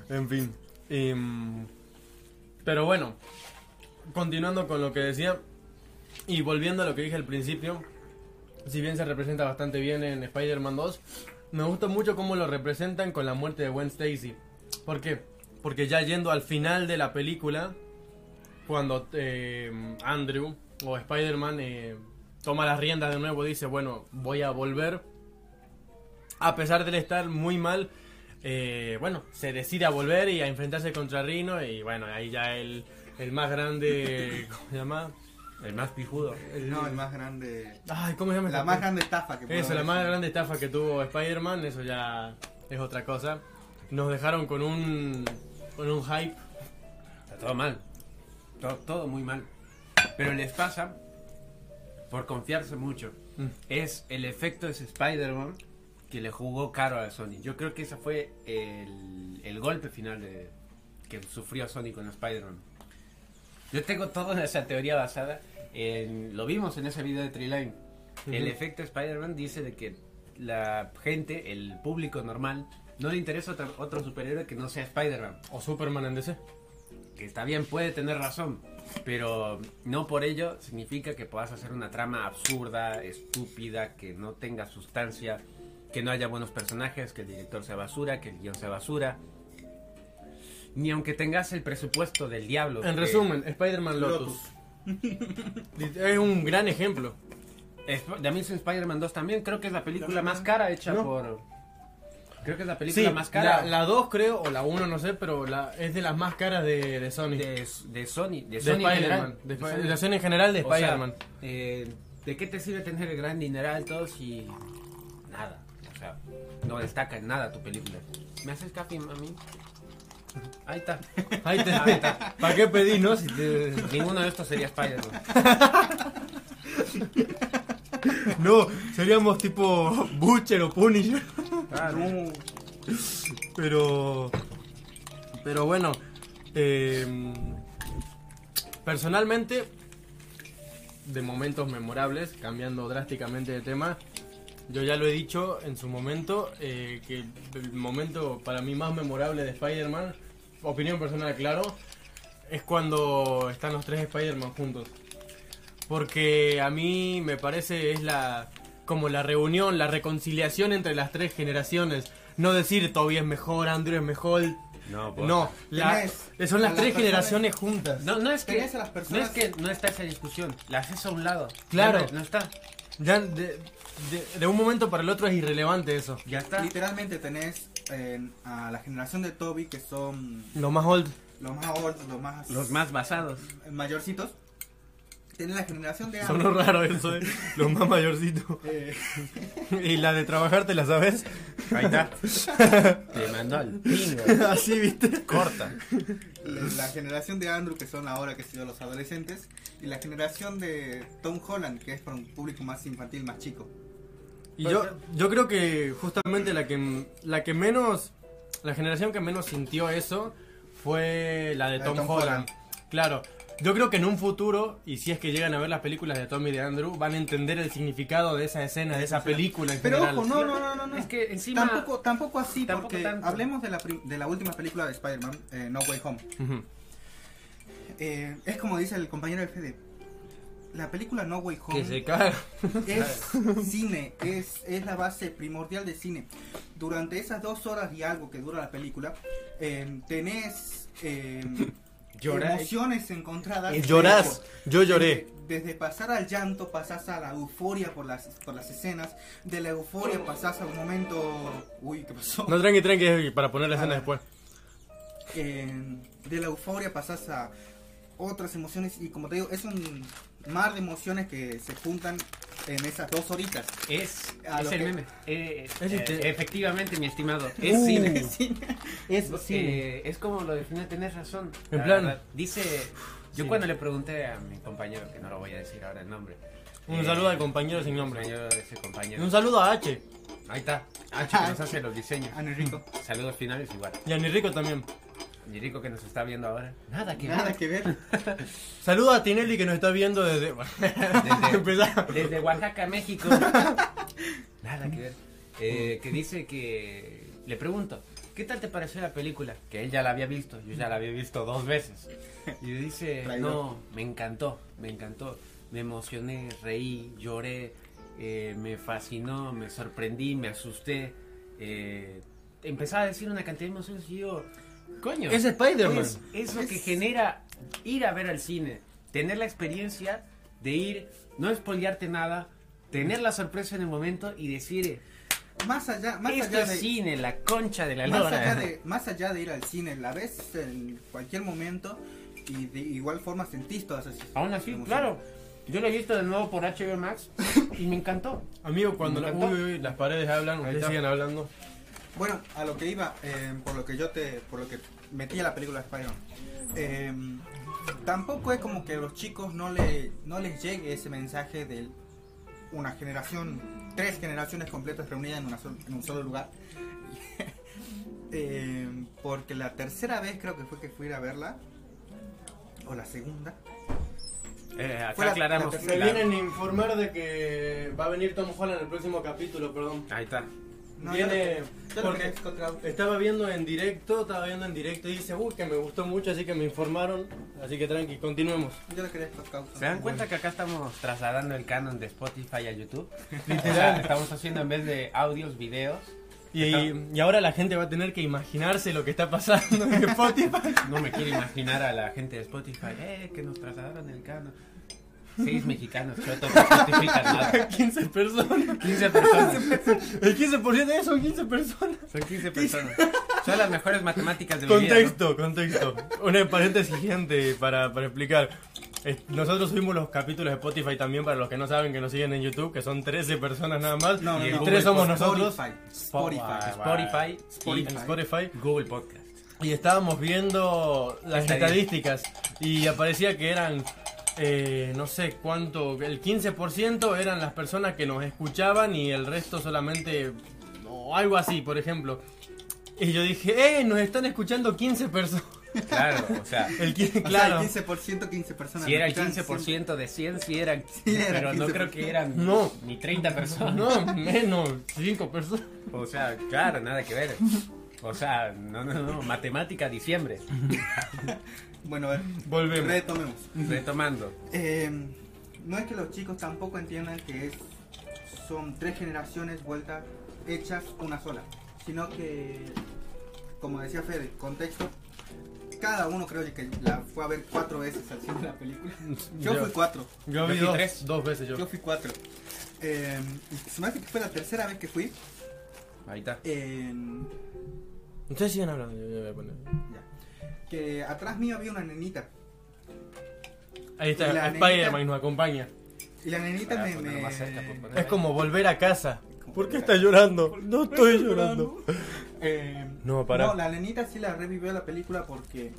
Speaker 1: En fin. em, pero bueno, continuando con lo que decía y volviendo a lo que dije al principio, si bien se representa bastante bien en Spider-Man 2, me gusta mucho cómo lo representan con la muerte de Gwen Stacy. ¿Por qué? Porque ya yendo al final de la película, cuando em, Andrew o Spider-Man eh, toma las riendas de nuevo, dice, bueno, voy a volver. A pesar de él estar muy mal, eh, bueno, se decide a volver y a enfrentarse contra Rino y bueno, ahí ya el, el más grande, ¿cómo se llama?
Speaker 2: El más pijudo.
Speaker 1: El-
Speaker 3: No, el más grande.
Speaker 1: Ay, ¿cómo se llama? este
Speaker 3: La
Speaker 1: esta
Speaker 3: más
Speaker 1: cosa?
Speaker 3: grande estafa que puede
Speaker 1: Eso, la
Speaker 3: haber
Speaker 1: más
Speaker 3: sido.
Speaker 1: grande estafa que tuvo Spider-Man, eso ya es otra cosa. Nos dejaron con un, con un hype.
Speaker 2: Está todo mal. Todo, todo muy mal. Pero les pasa por confiarse mucho.
Speaker 1: Mm.
Speaker 2: Es el efecto de ese Spider-Man que le jugó caro a Sony. Yo creo que ese fue el, el golpe final de- que sufrió Sony con Spider-Man. Yo tengo toda esa teoría basada en... Lo vimos en ese video de Treeline. El
Speaker 1: Ujú.
Speaker 2: efecto Spider-Man dice de que la gente, el público normal, no le interesa otro, otro superhéroe que no sea Spider-Man
Speaker 1: O Superman en DC.
Speaker 2: que está bien, puede tener razón, pero no por ello significa que puedas hacer una trama absurda, estúpida, que no tenga sustancia, que no haya buenos personajes, que el director sea basura, que el guión sea basura. Ni aunque tengas el presupuesto del diablo.
Speaker 1: En
Speaker 2: que
Speaker 1: resumen, Spider-Man Lotus. es un gran ejemplo.
Speaker 2: es- The Amazing Spider-Man 2 también creo que es la película más cara hecha
Speaker 1: No.
Speaker 2: por... Creo que es
Speaker 1: Sí,
Speaker 2: la película más cara
Speaker 1: la, la 2 creo, o la 1 no sé, pero la, es de las más caras de, de Sony. De,
Speaker 2: de, de Sony. De, Sony en
Speaker 1: Spider-Man.
Speaker 2: general.
Speaker 1: De,
Speaker 2: De
Speaker 1: Sp-
Speaker 2: Sony.
Speaker 1: de Sony en general de
Speaker 2: O sea,
Speaker 1: Spider-Man.
Speaker 2: eh, ¿De qué te sirve tener el gran dineral todo si nada? O sea, no destaca en nada tu película. ¿Me haces café, mami? Ahí está.
Speaker 1: Ahí te-
Speaker 2: Ahí está.
Speaker 1: ¿Para qué pedí, no? Si te-
Speaker 2: Ninguno de estos sería Spider-Man.
Speaker 1: No, seríamos tipo Butcher o Punisher.
Speaker 3: Ah, No,
Speaker 1: Pero. Pero bueno. eh, personalmente. De momentos memorables, cambiando drásticamente de tema. Yo ya lo he dicho en su momento. eh, que el momento para mí más memorable de Spider-Man. Opinión personal, claro. Es cuando están los tres Spider-Man juntos. Porque a mí me parece es la como la reunión, la reconciliación entre las tres generaciones. No decir Toby es mejor, Andrew es mejor.
Speaker 2: No,
Speaker 1: No, la-
Speaker 3: Tenés
Speaker 1: son las
Speaker 3: a las
Speaker 1: tres
Speaker 3: personas-
Speaker 1: generaciones juntas.
Speaker 2: No, no es que
Speaker 3: Tenías a las
Speaker 2: no
Speaker 3: personas-
Speaker 2: es que no está esa discusión. La haces a un lado.
Speaker 1: Claro.
Speaker 2: No, no está.
Speaker 1: Ya de, de- de un momento para el otro es irrelevante eso.
Speaker 2: Ya está.
Speaker 3: Literalmente tenés eh, a la generación de Toby que son
Speaker 1: Lo más old.
Speaker 3: los más old, los más,
Speaker 2: Los más basados.
Speaker 3: mayorcitos. Tenés la generación de
Speaker 1: Sonó raro eso, eh. Lo más mayorcito.
Speaker 3: Eh,
Speaker 1: Y la de trabajarte, ¿la sabes?
Speaker 2: Ahí está. Te mandó al pingo.
Speaker 1: Así, viste.
Speaker 2: Corta.
Speaker 3: la generación de Andrew que son ahora que sido los adolescentes y la generación de Tom Holland que es para un público más infantil, más chico.
Speaker 1: Y yo, yo creo que justamente la que, la que menos, la generación que menos sintió eso fue la de
Speaker 3: La de
Speaker 1: Tom,
Speaker 3: Tom
Speaker 1: Holland.
Speaker 3: Holland.
Speaker 1: Claro, yo creo que en un futuro, y si es que llegan a ver las películas de Tom y de Andrew, van a entender el significado de esa escena, de esa película en
Speaker 3: Pero
Speaker 1: general.
Speaker 3: ojo, no, no, no, no, no.
Speaker 2: Es que encima
Speaker 3: tampoco, tampoco así,
Speaker 2: Tampoco
Speaker 3: porque
Speaker 2: tanto.
Speaker 3: hablemos de la, prim- de la última película de Spider-Man, eh, No Way Home.
Speaker 1: Ujú.
Speaker 3: Eh, es como dice el compañero de Fede, la película No Way Home
Speaker 1: Que se caga.
Speaker 3: es cine, es, es la base primordial de cine. em, Durante esas dos horas y algo que dura la película, eh, tenés eh,
Speaker 2: Llorar.
Speaker 3: emociones encontradas.
Speaker 4: Eh, llorás. Yo lloré.
Speaker 3: Desde, desde pasar al llanto, pasás a la euforia por las, por las escenas. De la
Speaker 4: Oh.
Speaker 3: euforia pasás a un momento. Uy, ¿qué pasó?
Speaker 1: No, tranqui, tranqui, para poner la escena
Speaker 3: Ah.
Speaker 1: después.
Speaker 3: Eh, de la euforia pasás a otras emociones. Y como te digo, es un mar de emociones que se juntan en esas dos horitas.
Speaker 2: Es,
Speaker 3: A
Speaker 2: es
Speaker 3: lo
Speaker 2: el
Speaker 3: que-
Speaker 2: meme. Eh,
Speaker 1: Es
Speaker 2: eh,
Speaker 1: inte-
Speaker 2: efectivamente, mi estimado. Es
Speaker 1: Uh.
Speaker 2: cine.
Speaker 3: Es,
Speaker 2: Eh, es como lo define, tenés razón.
Speaker 1: En
Speaker 2: la
Speaker 1: plan-
Speaker 2: verdad. dice. Yo
Speaker 1: Sí.
Speaker 2: cuando le pregunté a mi compañero, que no lo voy a decir ahora el nombre.
Speaker 1: Un
Speaker 2: eh,
Speaker 1: saludo al compañero sin
Speaker 2: compañero
Speaker 1: nombre.
Speaker 2: de ese compañero.
Speaker 1: Un saludo a H.
Speaker 2: Ahí está. Ah, chico, nos hace los diseños.
Speaker 3: Ana Rico.
Speaker 2: Saludos finales igual.
Speaker 1: Y a Nirrico también.
Speaker 2: Y Rico que nos está viendo ahora. Nada que
Speaker 3: Nada que ver.
Speaker 1: Saludo a Tinelli que nos está viendo desde. Empezá.
Speaker 2: Desde Oaxaca, México. Nada que ver. Eh, que dice que. Le pregunto, ¿qué tal te pareció la película? Que él ya la había visto, yo ya la había visto dos veces. Y dice,
Speaker 3: Traidor.
Speaker 2: no, me encantó, me encantó. Me emocioné, reí, lloré, eh, me fascinó, me sorprendí, me asusté. eh, empezaba a decir una cantidad de emociones y yo, coño.
Speaker 1: Es Spider-Man.
Speaker 2: Es, es lo que
Speaker 3: Es-
Speaker 2: genera ir a ver al cine, tener la experiencia de ir, no espolearte nada, tener la sorpresa en el momento y decir,
Speaker 3: Más allá, más
Speaker 2: esto
Speaker 3: allá
Speaker 2: es
Speaker 3: de.
Speaker 2: cine, la concha de la
Speaker 3: más,
Speaker 2: lora.
Speaker 3: allá de, más allá de ir al cine, la ves en cualquier momento y de igual forma sentís todas esas
Speaker 2: Aún así,
Speaker 3: emociones.
Speaker 2: claro, yo lo he visto de nuevo por HBO Max y me encantó.
Speaker 1: Amigo, cuando
Speaker 2: Me
Speaker 1: la-
Speaker 2: encantó.
Speaker 1: uy, uy, las paredes hablan, ustedes
Speaker 2: está.
Speaker 1: siguen hablando.
Speaker 3: Bueno, a lo que iba, eh, por lo que yo te. por lo que metí a la película Spider-Man. eh, tampoco es como que a los chicos no, le, no les llegue ese mensaje de una generación, tres generaciones completas reunidas en, una sol- en un solo lugar. Eh, porque la tercera vez creo que fue que fui a verla, o la segunda,
Speaker 2: Eh, acá
Speaker 3: Fue la-
Speaker 2: aclaramos.
Speaker 3: la
Speaker 1: Me
Speaker 3: tercera-
Speaker 2: la-
Speaker 1: vienen a informar de que va a venir Tom Holland en el próximo capítulo, perdón.
Speaker 2: Ahí está.
Speaker 3: No,
Speaker 1: Viene.
Speaker 3: Yo lo
Speaker 1: Porque
Speaker 3: quería encontrar.
Speaker 1: estaba viendo en directo, estaba viendo en directo y dice, uy, que me gustó mucho, así que me informaron. Así que tranqui, continuemos.
Speaker 3: Yo lo quería encontrar.
Speaker 2: ¿Se dan cuenta que acá estamos trasladando el canon de Spotify a YouTube? O sea, estamos haciendo en vez de audios, videos.
Speaker 1: Y, y ahora la gente va a tener que imaginarse lo que está pasando en Spotify.
Speaker 2: No me quiero imaginar a la gente de Spotify, eh, que nos trasladaron el cano. Seis mexicanos, chotos, no justifican nada.
Speaker 1: 15 personas.
Speaker 2: 15 personas.
Speaker 1: El 15% de eso son 15 personas.
Speaker 2: Son 15 personas. Son las mejores matemáticas de mi vida. ¿no?
Speaker 1: Contexto, contexto. Una paréntesis gigante para, para explicar. Eh, Nosotros subimos los capítulos de Spotify también para los que no saben que nos siguen en YouTube, que son 13 personas nada más.
Speaker 3: No, no,
Speaker 1: y
Speaker 3: no.
Speaker 1: tres somos
Speaker 3: Spotify,
Speaker 1: nosotros.
Speaker 3: Spotify.
Speaker 2: Spotify,
Speaker 1: Spotify. Spotify.
Speaker 2: y Google Podcast.
Speaker 1: Y estábamos viendo las
Speaker 2: Estadísticas.
Speaker 1: estadísticas y aparecía que eran, eh, no sé cuánto, el 15% eran las personas que nos escuchaban y el resto solamente, o algo así, por ejemplo. Y yo dije, ¡eh! Nos están escuchando 15 personas.
Speaker 2: Claro, o sea,
Speaker 1: El 15,
Speaker 3: O
Speaker 1: claro.
Speaker 3: sea, el 15%, 15 personas.
Speaker 2: si era el
Speaker 3: Están
Speaker 2: 15% de 100, si eran.
Speaker 3: Sí, era
Speaker 2: Pero no
Speaker 3: 15%.
Speaker 2: creo que eran
Speaker 1: No.
Speaker 2: ni 30 personas.
Speaker 1: No, menos, 5 personas.
Speaker 2: O sea, claro, nada que ver. O sea, no, no, no. Matemática, diciembre.
Speaker 3: siempre- Bueno, a ver,
Speaker 1: Volvemos.
Speaker 3: retomemos.
Speaker 2: Retomando.
Speaker 3: Eh, no es que los chicos tampoco entiendan que es, son tres generaciones vueltas hechas una sola, sino que, como decía Fede, contexto, cada uno creo que la fue a ver cuatro veces al cine la película. Yo
Speaker 1: Yo-
Speaker 3: fui cuatro.
Speaker 1: Yo vi
Speaker 2: Yo fui
Speaker 1: dos,
Speaker 2: tres.
Speaker 1: dos veces yo.
Speaker 3: Yo fui cuatro. Eh, y se me hace que fue la tercera vez que fui.
Speaker 2: Ahí está.
Speaker 3: en-
Speaker 1: Ustedes siguen hablando, yo- yo voy a poner.
Speaker 3: ya, Que atrás mío había una nenita.
Speaker 1: Ahí
Speaker 3: Y
Speaker 1: está,
Speaker 3: la nenita-
Speaker 1: Spider-Man nos acompaña.
Speaker 3: Y la nenita
Speaker 2: Para
Speaker 3: me.
Speaker 2: ponerlo
Speaker 3: me-
Speaker 2: pues, más cerca, por poner-
Speaker 1: Es como volver a casa.
Speaker 3: Como
Speaker 1: ¿Por qué
Speaker 3: volver
Speaker 1: está
Speaker 3: a
Speaker 1: llorando? No estoy llorando.
Speaker 3: Eh,
Speaker 1: No, pará.
Speaker 3: No, la nenita sí la revivió la película porque.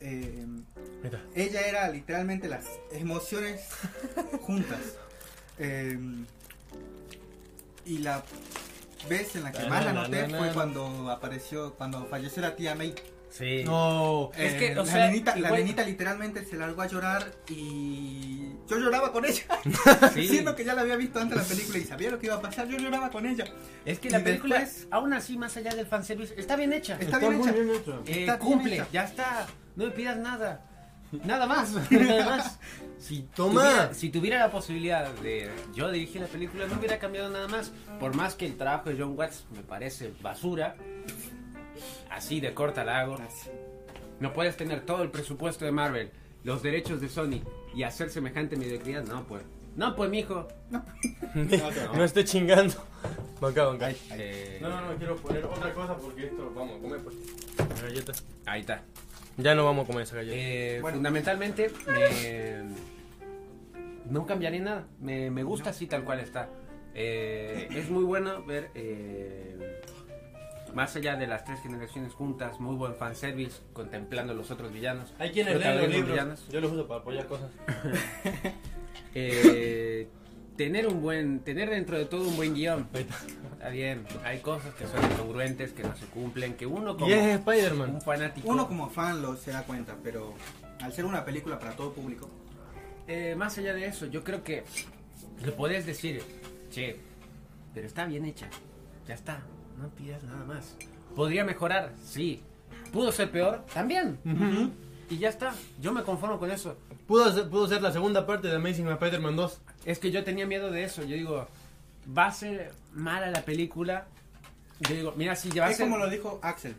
Speaker 3: eh,
Speaker 1: Ahí está.
Speaker 3: ella era literalmente las emociones juntas. Eh, y la vez en la que más la noté fue cuando apareció, cuando falleció la tía May.
Speaker 2: Sí.
Speaker 1: No.
Speaker 2: Es que,
Speaker 3: Eh,
Speaker 2: o
Speaker 3: la,
Speaker 2: sea,
Speaker 3: nenita, la
Speaker 2: igual-
Speaker 3: nenita literalmente se largó a llorar y yo lloraba con ella.
Speaker 2: Sí.
Speaker 3: Siendo que ya la había visto antes la película y sabía lo que iba a pasar, yo lloraba con ella.
Speaker 2: Es que
Speaker 3: Y
Speaker 2: la película,
Speaker 3: después-
Speaker 2: aún así, más allá del fanservice, está bien hecha.
Speaker 3: Está bien
Speaker 1: muy
Speaker 3: hecha.
Speaker 1: bien hecho.
Speaker 2: Eh,
Speaker 3: está bien
Speaker 2: cumple,
Speaker 3: hecha.
Speaker 2: ya está. No me pidas nada. Nada más. Nada más. Si tuviera, si tuviera la posibilidad de yo dirigir la película, no hubiera cambiado nada más. Por más que el trabajo de John Watts me parece basura, así de corta la hago. No puedes tener todo el presupuesto de Marvel, los derechos de Sony y hacer semejante mediocridad. No, pues. No, pues, mijo.
Speaker 4: No, esté chingando. Banca, banca.
Speaker 2: Eh,
Speaker 4: No, no, no, quiero poner otra cosa porque esto vamos a comer pues. Galleta.
Speaker 2: Ahí está.
Speaker 4: Ya no vamos a comer esa galleta.
Speaker 2: Eh,
Speaker 3: Bueno.
Speaker 2: Fundamentalmente, me- no cambiaré nada. Me, me gusta así tal cual está. Eh, es muy bueno ver, eh, más allá de las tres generaciones juntas, muy buen fanservice, contemplando los otros villanos.
Speaker 4: Hay quienes
Speaker 2: Pero
Speaker 4: leen los
Speaker 2: también
Speaker 4: libros.
Speaker 2: villanos.
Speaker 4: Yo los uso para apoyar cosas.
Speaker 2: Eh, tener un buen, tener dentro de todo un buen guión. Está bien, hay cosas que son incongruentes, que no se cumplen, que uno como
Speaker 1: Y es
Speaker 2: un
Speaker 1: Spider-Man.
Speaker 2: fanático...
Speaker 3: Uno como fan lo se da cuenta, pero al ser una película para todo público,
Speaker 2: Eh, más allá de eso, yo creo que le podés decir, che, pero está bien hecha, ya está, no pidas nada más. Podría mejorar, sí. Pudo ser peor, también. Y ya está, yo me conformo con eso.
Speaker 1: Pudo ser, pudo ser la segunda parte de Amazing Spider-Man 2.
Speaker 2: Es que yo tenía miedo de eso, yo digo, va a ser mala la película. Yo digo, mira, si ya va a
Speaker 3: es
Speaker 2: ser...
Speaker 3: como lo dijo Axel.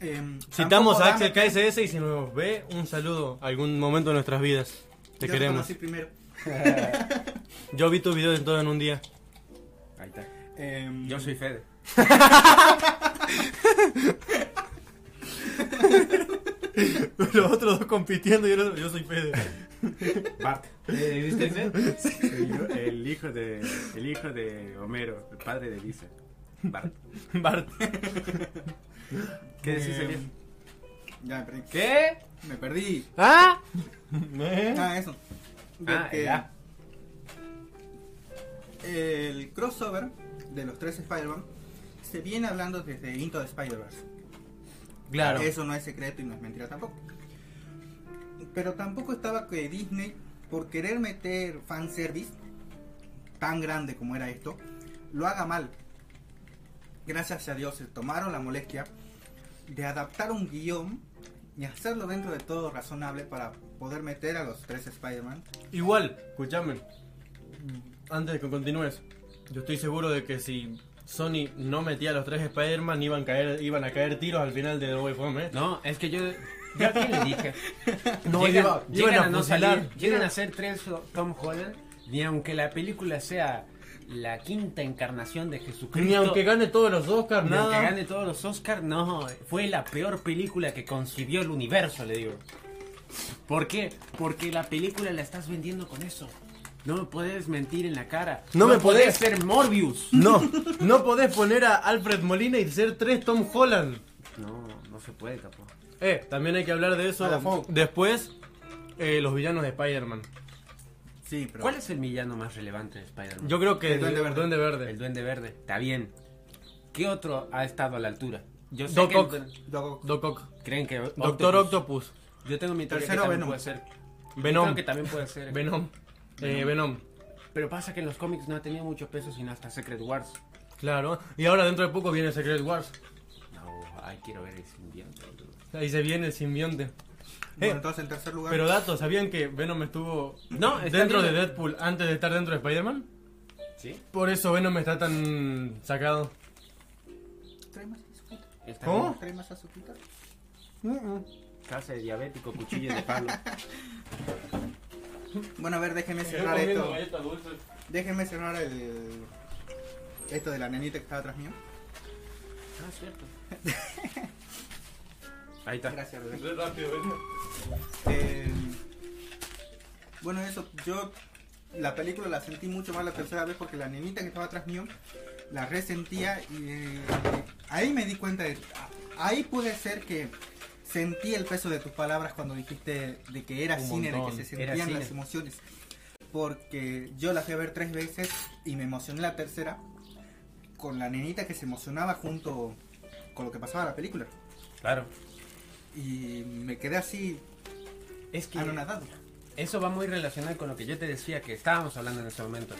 Speaker 3: Em,
Speaker 1: Citamos
Speaker 3: tampoco
Speaker 1: a
Speaker 3: dame-
Speaker 1: Axel KSS y si nos ve, un saludo. Algún momento de nuestras vidas. Te
Speaker 3: Yo
Speaker 1: queremos.
Speaker 3: conocí primero.
Speaker 1: Yo vi tus videos en todo en un día.
Speaker 2: Ahí está.
Speaker 3: Em,
Speaker 2: Yo soy Fede.
Speaker 1: Los otros dos compitiendo y yo, yo soy Fede.
Speaker 2: Bart. ¿Viste el, hijo de, el hijo de Homero, el padre de Lisa. Bart. Eh,
Speaker 1: Bart.
Speaker 2: ¿Qué decís,
Speaker 3: em,
Speaker 2: Elias?
Speaker 3: Ya me perdí.
Speaker 2: ¿Qué?
Speaker 3: Me perdí.
Speaker 2: ¿Ah?
Speaker 1: ¿Eh?
Speaker 3: Ah, eso. De
Speaker 2: Ah,
Speaker 3: que
Speaker 2: ya.
Speaker 3: El crossover de los tres Spider-Man se viene hablando desde Into the Spider-Verse.
Speaker 1: Claro.
Speaker 3: Eso no es secreto y no es mentira tampoco. Pero tampoco estaba que Disney, por querer meter fanservice tan grande como era esto, lo haga mal. Gracias a Dios se tomaron la molestia de adaptar un guión y hacerlo dentro de todo razonable para poder meter a los tres Spider-Man.
Speaker 1: Igual, escúchame. Antes de que continúes, yo estoy seguro de que si Sony no metía a los tres Spider-Man iban, a caer- iban a caer tiros al final de The Way Home, ¿eh?
Speaker 2: No, es que yo. Yo a quién le dije.
Speaker 1: No,
Speaker 2: llegan,
Speaker 1: iba-
Speaker 2: llegan
Speaker 1: iban a
Speaker 2: a, no
Speaker 1: fusilar.
Speaker 2: salir. Llegan a ser tres o- Tom Holland. Ni aunque la película sea la quinta encarnación de Jesucristo.
Speaker 1: Ni aunque gane todos los Oscars,
Speaker 2: ni
Speaker 1: nada.
Speaker 2: aunque gane todos los Oscars, no. Fue la peor película que concibió el universo, le digo. ¿Por qué? Porque la película la estás vendiendo con eso. No me puedes mentir en la cara.
Speaker 1: No me podés.
Speaker 2: ser Morbius.
Speaker 1: No, no podés poner a Alfred Molina y ser tres Tom Holland.
Speaker 2: No, no se puede, capo.
Speaker 1: Eh, también hay que hablar de eso
Speaker 3: A la fo-
Speaker 1: después. eh, los villanos de Spider-Man.
Speaker 3: Sí, pero
Speaker 2: ¿Cuál es el villano más relevante de Spider-Man?
Speaker 1: Yo creo que
Speaker 3: El Duende Verde.
Speaker 1: Duende
Speaker 2: El
Speaker 1: Verde.
Speaker 2: Duende Verde, está bien. ¿Qué otro ha estado a la altura? Yo sé
Speaker 1: Doc
Speaker 2: que el
Speaker 1: Ock.
Speaker 2: duen-
Speaker 3: Doc Ock.
Speaker 1: Doc Ock.
Speaker 2: creen que Octopus-
Speaker 1: Doctor Octopus.
Speaker 2: Yo tengo mi teoría que
Speaker 3: Tercero,
Speaker 2: también
Speaker 3: Venom.
Speaker 2: puede ser. Yo
Speaker 1: Venom.
Speaker 2: Creo que también puede ser.
Speaker 1: Venom. Eh, Venom.
Speaker 2: Pero pasa que en los cómics no ha tenido mucho peso sino hasta Secret Wars.
Speaker 1: Claro. Y ahora dentro de poco viene Secret Wars.
Speaker 2: No, ay, quiero ver el simbionte. boludo.
Speaker 1: Ahí se viene el simbionte.
Speaker 3: Bueno,
Speaker 1: Eh,
Speaker 3: entonces en tercer lugar.
Speaker 1: Pero datos, ¿sabían que Venom estuvo
Speaker 2: No, está
Speaker 1: dentro
Speaker 2: bien.
Speaker 1: de Deadpool antes de estar dentro de Spider-Man?
Speaker 2: ¿Sí?
Speaker 1: Por eso Venom está tan sacado.
Speaker 3: Trae más azúcar.
Speaker 2: Está
Speaker 1: ¿Cómo?
Speaker 3: Trae más azúcar.
Speaker 2: bien. Casa de diabético, cuchillo de palo.
Speaker 3: Bueno, a ver,
Speaker 1: Eh,
Speaker 3: déjenme cerrar esto. Déjenme cerrar el. Esto de la nenita que estaba atrás mío.
Speaker 2: ah, cierto. Ahí está.
Speaker 3: Gracias, bebé. Eh, bueno, eso, yo la película la sentí mucho más la tercera vez porque la nenita que estaba atrás mío la resentía y eh, ahí me di cuenta de... Ahí puede ser que sentí el peso de tus palabras cuando dijiste de que era
Speaker 1: Un
Speaker 3: cine,
Speaker 1: montón,
Speaker 3: de que se
Speaker 2: era
Speaker 3: sentían las
Speaker 2: cine.
Speaker 3: emociones. Porque yo la fui a ver tres veces y me emocioné la tercera con la nenita que se emocionaba junto con lo que pasaba en la película.
Speaker 2: Claro.
Speaker 3: Y me quedé así
Speaker 2: Es
Speaker 1: Ah,
Speaker 2: que.
Speaker 3: anonadado.
Speaker 2: Eso va muy relacionado con lo que yo te decía que estábamos hablando en ese momento,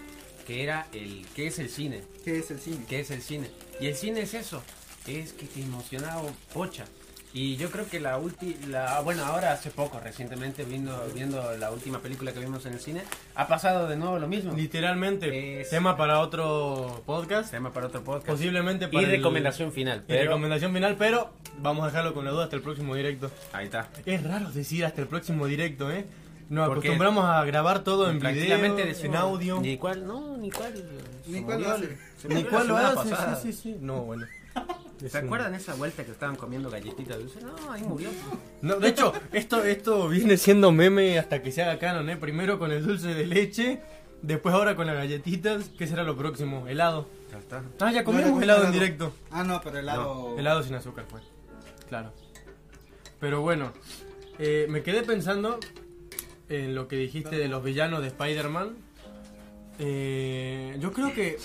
Speaker 2: que era el qué es el cine,
Speaker 3: ¿Qué es el cine?
Speaker 2: qué es el cine. Y el cine es eso, es que te emocionaba oh, pocha. Y yo creo que la última, bueno, ahora hace poco, recientemente, viendo, viendo la última película que vimos en el cine, ha pasado de nuevo lo mismo.
Speaker 1: Literalmente,
Speaker 2: Es-
Speaker 1: tema para otro podcast.
Speaker 2: Tema para otro podcast.
Speaker 1: Posiblemente para
Speaker 2: y
Speaker 1: el-
Speaker 2: recomendación final.
Speaker 1: y
Speaker 2: pero-
Speaker 1: recomendación final, pero vamos a dejarlo con la duda hasta el próximo directo.
Speaker 2: Ahí está.
Speaker 1: Es raro decir hasta el próximo directo, ¿eh? Nos
Speaker 2: Porque-
Speaker 1: acostumbramos a grabar todo en video,
Speaker 2: Tranquilamente
Speaker 1: en
Speaker 2: decimos,
Speaker 1: audio.
Speaker 2: Ni cuál, no, ni cuál. se
Speaker 3: Ni cuál
Speaker 2: murió,
Speaker 3: lo hace.
Speaker 2: se
Speaker 1: Ni
Speaker 2: murió la
Speaker 1: cuál lo
Speaker 2: semana
Speaker 1: hace,
Speaker 2: pasada.
Speaker 1: sí, sí, sí. No, bueno.
Speaker 2: ¿Se acuerdan esa vuelta que estaban comiendo galletitas dulces? No, ahí murió.
Speaker 1: No, de hecho, esto, esto viene siendo meme hasta que se haga canon, ¿eh? Primero con el dulce de leche, después ahora con las galletitas. ¿Qué será lo próximo? Helado.
Speaker 2: Ya está.
Speaker 1: Ah, ya
Speaker 3: No,
Speaker 1: comimos
Speaker 3: no,
Speaker 1: helado en
Speaker 3: helado.
Speaker 1: directo.
Speaker 3: Ah, no, pero helado.
Speaker 1: Helado sin azúcar fue. Claro. Pero bueno, eh, me quedé pensando en lo que dijiste de los villanos de Spider-Man. Eh, yo creo que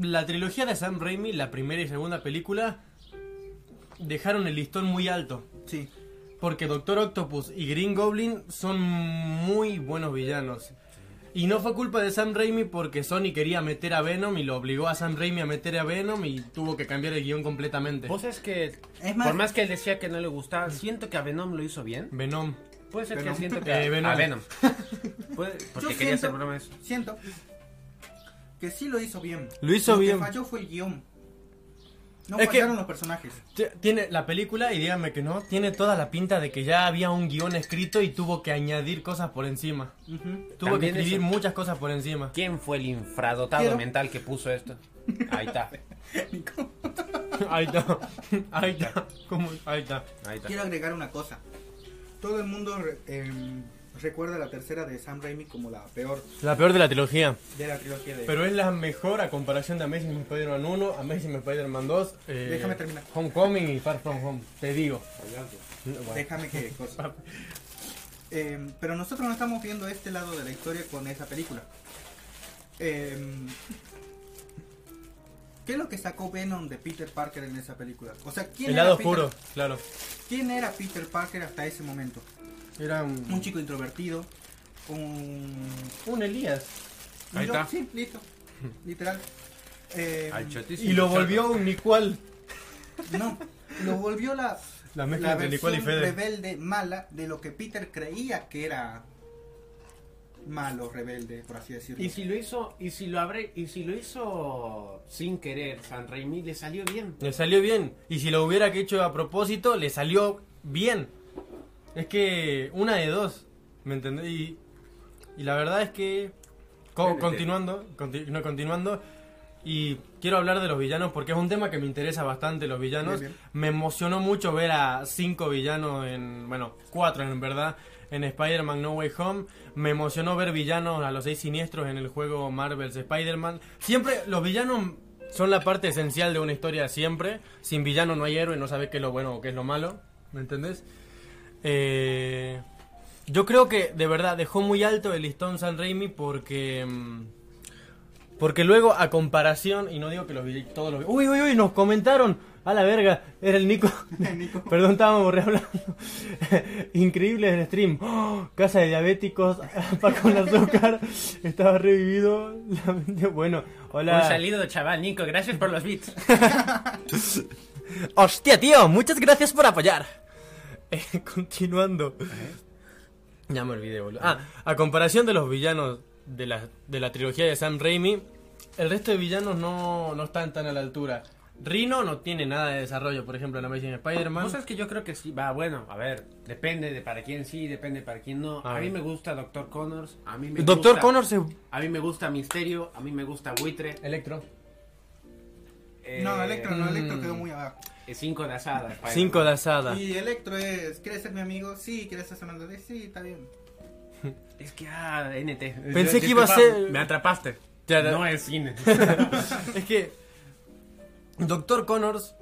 Speaker 1: la trilogía de Sam Raimi, la primera y segunda película, dejaron el listón muy alto.
Speaker 3: Sí.
Speaker 1: Porque Doctor Octopus y Green Goblin son muy buenos villanos. Y no fue culpa de Sam Raimi porque Sony quería meter a Venom y lo obligó a Sam Raimi a meter a Venom y tuvo que cambiar el guión completamente.
Speaker 2: Vos es que,
Speaker 3: Es más-
Speaker 2: por más que él decía que no le gustaba, siento que a Venom lo hizo bien.
Speaker 1: Venom.
Speaker 2: Puede ser
Speaker 3: Venom.
Speaker 2: que siento que
Speaker 1: Eh, Venom.
Speaker 2: a Venom. Puede- porque quería
Speaker 3: Yo siento-
Speaker 2: hacer broma de eso.
Speaker 3: Siento que sí lo hizo bien.
Speaker 1: Lo hizo bien.
Speaker 3: que falló fue el guión. No
Speaker 1: Es que-
Speaker 3: fallaron los personajes.
Speaker 1: T- Tiene la película, y díganme que no, tiene toda la pinta de que ya había un guión escrito y tuvo que añadir cosas por encima.
Speaker 3: Ujú.
Speaker 1: Tuvo
Speaker 2: También
Speaker 1: que escribir
Speaker 2: eso.
Speaker 1: muchas cosas por encima.
Speaker 2: ¿Quién fue el infradotado
Speaker 3: Quiero-
Speaker 2: mental que puso esto? Ahí está,
Speaker 1: Ahí está. Ahí está. ¿Cómo? Ahí está.
Speaker 2: ahí está.
Speaker 3: Quiero agregar una cosa. Todo el mundo re- em, recuerda la tercera de Sam Raimi como la peor
Speaker 1: La peor de la trilogía.
Speaker 3: de la trilogía de.
Speaker 1: Pero es la mejor a comparación de Amazing Spider-Man 1, Amazing Spider-Man 2, eh,
Speaker 3: Déjame terminar.
Speaker 1: Homecoming y Far From Home, te digo. No, bueno.
Speaker 3: Déjame que. cosa. Em, pero nosotros no estamos viendo este lado de la historia con esa película. Em, ¿Qué es lo que sacó Venom de Peter Parker en esa película? O sea, ¿quién
Speaker 1: El lado
Speaker 3: Peter-
Speaker 1: oscuro, claro.
Speaker 3: ¿Quién era Peter Parker hasta ese momento?
Speaker 1: Era
Speaker 3: Un
Speaker 1: un,
Speaker 3: chico introvertido, un...
Speaker 1: un Elías.
Speaker 2: Ahí
Speaker 3: Yo-
Speaker 2: está.
Speaker 3: Sí, listo. Literal. Eh,
Speaker 2: Al chotísimo
Speaker 1: Y lo
Speaker 2: cerdo.
Speaker 1: volvió un Nicual.
Speaker 3: no, lo volvió la,
Speaker 1: La mezcla entre
Speaker 3: versión
Speaker 1: Nicole y Fede.
Speaker 3: rebelde mala de lo que Peter creía que era malo, rebelde, por así decirlo.
Speaker 2: Y si lo hizo, y si lo abre, y si lo hizo sin querer, San Raimi le salió bien.
Speaker 1: Le salió bien. Y si lo hubiera hecho a propósito, le salió bien. Es que una de dos, ¿me entendés? Y, y la verdad es que... co-
Speaker 2: Espérate.
Speaker 1: continuando, conti- no continuando. Y quiero hablar de los villanos porque es un tema que me interesa bastante, los villanos.
Speaker 3: Muy bien.
Speaker 1: Me emocionó mucho ver a cinco villanos en... Bueno, cuatro en verdad. En Spider-Man No Way Home. Me emocionó ver villanos a los seis siniestros en el juego Marvel's Spider-Man. Siempre los villanos son la parte esencial de una historia siempre. Sin villano no hay héroe, no sabes qué es lo bueno o qué es lo malo. ¿Me entendés? Eh, yo creo que de verdad dejó muy alto el listón San Raimi porque... mm, Porque luego a comparación, y no digo que los vi- todos los... Uy, uy, uy, nos comentaron. A la verga, era el Nico. Perdón, estábamos rehablando. Increíble el stream. ¡Oh! casa de diabéticos, pan con azúcar. Estaba revivido. Bueno, hola.
Speaker 2: Un salido, chaval, Nico, gracias por los beats.
Speaker 1: Hostia, tío, muchas gracias por apoyar. Eh, continuando.
Speaker 2: ¿Eh?
Speaker 1: Ya me olvidé, boludo. Ah, a comparación de los villanos de la, de la trilogía de Sam Raimi, el resto de villanos no, no están tan a la altura. Rino no tiene nada de desarrollo, por ejemplo, en Amazing Spider-Man.
Speaker 2: Vos sabés que yo creo que sí, va, bueno, a ver, depende de para quién sí, depende para quién no.
Speaker 1: A
Speaker 2: A, mí
Speaker 1: ver.
Speaker 2: me gusta Doctor Connors, a mí me
Speaker 1: Doctor
Speaker 2: gusta-
Speaker 1: Connors es
Speaker 2: a mí me gusta Misterio, a mí me gusta Buitre.
Speaker 1: Electro.
Speaker 2: eh,
Speaker 3: No, Electro, no, Electro
Speaker 1: mm.
Speaker 3: quedó muy abajo.
Speaker 2: eh, Cinco de asada. Spider-Man.
Speaker 1: Cinco de asada.
Speaker 3: Y Electro es, ¿quieres ser mi amigo? Sí, ¿quieres ser mi amigo? Sí, está bien.
Speaker 2: Es que, ah, NT.
Speaker 1: Pensé
Speaker 2: Yo-
Speaker 1: que
Speaker 2: yo
Speaker 1: iba a
Speaker 2: te-
Speaker 1: ser-
Speaker 2: Me atrapaste.
Speaker 1: Ya, ya.
Speaker 2: No es cine.
Speaker 1: Es que Doctor Connors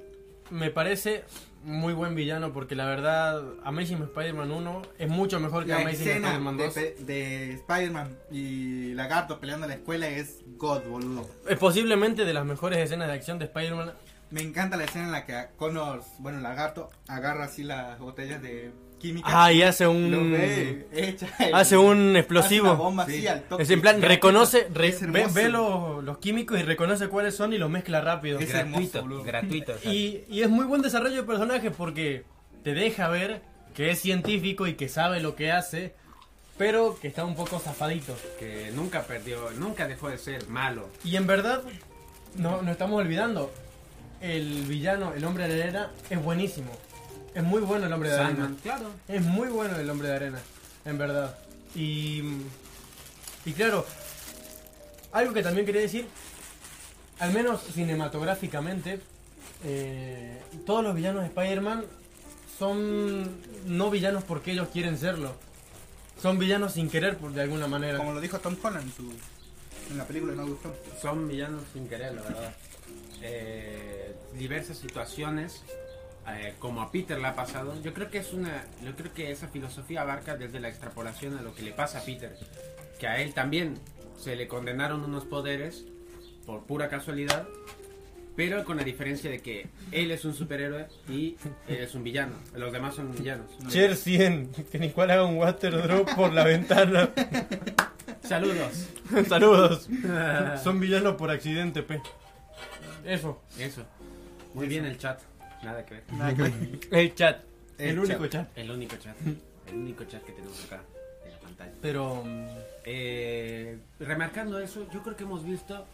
Speaker 1: me parece muy buen villano porque la verdad Amazing Spider-Man 1 es mucho mejor que
Speaker 3: La
Speaker 1: Amazing
Speaker 3: escena
Speaker 1: Spider-Man
Speaker 3: de,
Speaker 1: 2.
Speaker 3: pe- de Spider-Man y Lagarto peleando en la escuela es God, boludo.
Speaker 1: Es posiblemente de las mejores escenas de acción de Spider-Man
Speaker 3: Me encanta la escena en la que a Connors, bueno, el lagarto, agarra así las botellas de química.
Speaker 1: Ah, y hace
Speaker 3: lo
Speaker 1: un.
Speaker 3: ve, echa el-
Speaker 1: mm. Hace un
Speaker 3: hace una
Speaker 1: explosivo.
Speaker 3: bomba así
Speaker 2: Sí.
Speaker 3: al toque.
Speaker 1: Es en plan, reconoce, re-
Speaker 3: Es
Speaker 1: ve,
Speaker 3: hermoso.
Speaker 1: ve los, los químicos y reconoce cuáles son y los mezcla rápido.
Speaker 3: Es hermoso, boludo.
Speaker 2: gratuito. o sea,
Speaker 1: Y, y es muy buen desarrollo de personaje porque te deja ver que es científico y que sabe lo que hace, pero que está un poco zafadito.
Speaker 2: Que nunca perdió, nunca dejó de ser malo.
Speaker 1: Y en verdad, no, no estamos olvidando, el villano, el hombre de arena, es buenísimo. Es muy bueno el hombre de
Speaker 2: Sandman,
Speaker 1: arena.
Speaker 2: claro.
Speaker 1: Es muy bueno el hombre de arena, en verdad. Y, y claro, algo que también quería decir, al menos cinematográficamente, eh, todos los villanos de Spider-Man son no villanos porque ellos quieren serlo. Son villanos sin querer, por de alguna manera.
Speaker 3: Como lo dijo Tom Holland en, su- en la película No gustó.
Speaker 2: Son villanos sin querer, la verdad. Eh, diversas situaciones, eh, como a Peter le ha pasado. Yo creo que es una, yo creo que esa filosofía abarca desde la extrapolación a lo que le pasa a Peter, que a él también se le condenaron unos poderes por pura casualidad, pero con la diferencia de que él es un superhéroe y él es un villano. Los demás son villanos.
Speaker 1: Cher 100, que ni cual haga un water drop por la ventana.
Speaker 2: Saludos.
Speaker 1: Saludos. Son villanos por accidente, pe. Ah. Eso.
Speaker 2: Eso. Muy bien el chat. Nada que ver.
Speaker 1: El chat. El,
Speaker 2: El
Speaker 1: único chat.
Speaker 2: El único chat. El único chat que tenemos acá en la pantalla.
Speaker 1: Pero. mm,
Speaker 2: Eh, remarcando eso, yo creo que hemos visto,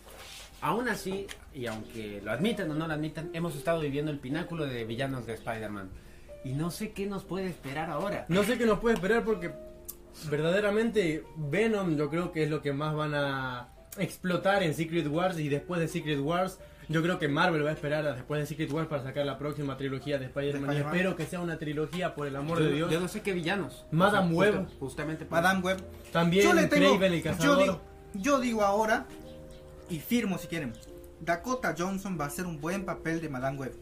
Speaker 2: aún así, y aunque lo admitan o no lo admitan, hemos estado viviendo el pináculo de villanos de Spider-Man. Y no sé qué nos puede esperar ahora.
Speaker 1: No sé qué nos puede esperar porque. Verdaderamente, Venom yo creo que es lo que más van a explotar en Secret Wars y después de Secret Wars. Yo creo que Marvel va a esperar a después de Secret Wars para sacar la próxima trilogía de Spider-Man. y
Speaker 3: Spider-Man.
Speaker 1: espero que sea una trilogía, por el amor
Speaker 2: yo,
Speaker 1: de Dios.
Speaker 2: yo no sé qué villanos.
Speaker 1: Madame
Speaker 2: O sea,
Speaker 1: Web.
Speaker 2: justa- justamente por-
Speaker 3: Madame Web.
Speaker 1: También
Speaker 3: Yo le tengo.
Speaker 1: Kraven el
Speaker 3: Yo
Speaker 1: cazador.
Speaker 3: digo, yo digo ahora, y firmo si quieren. Dakota Johnson va a hacer un buen papel de Madame Web.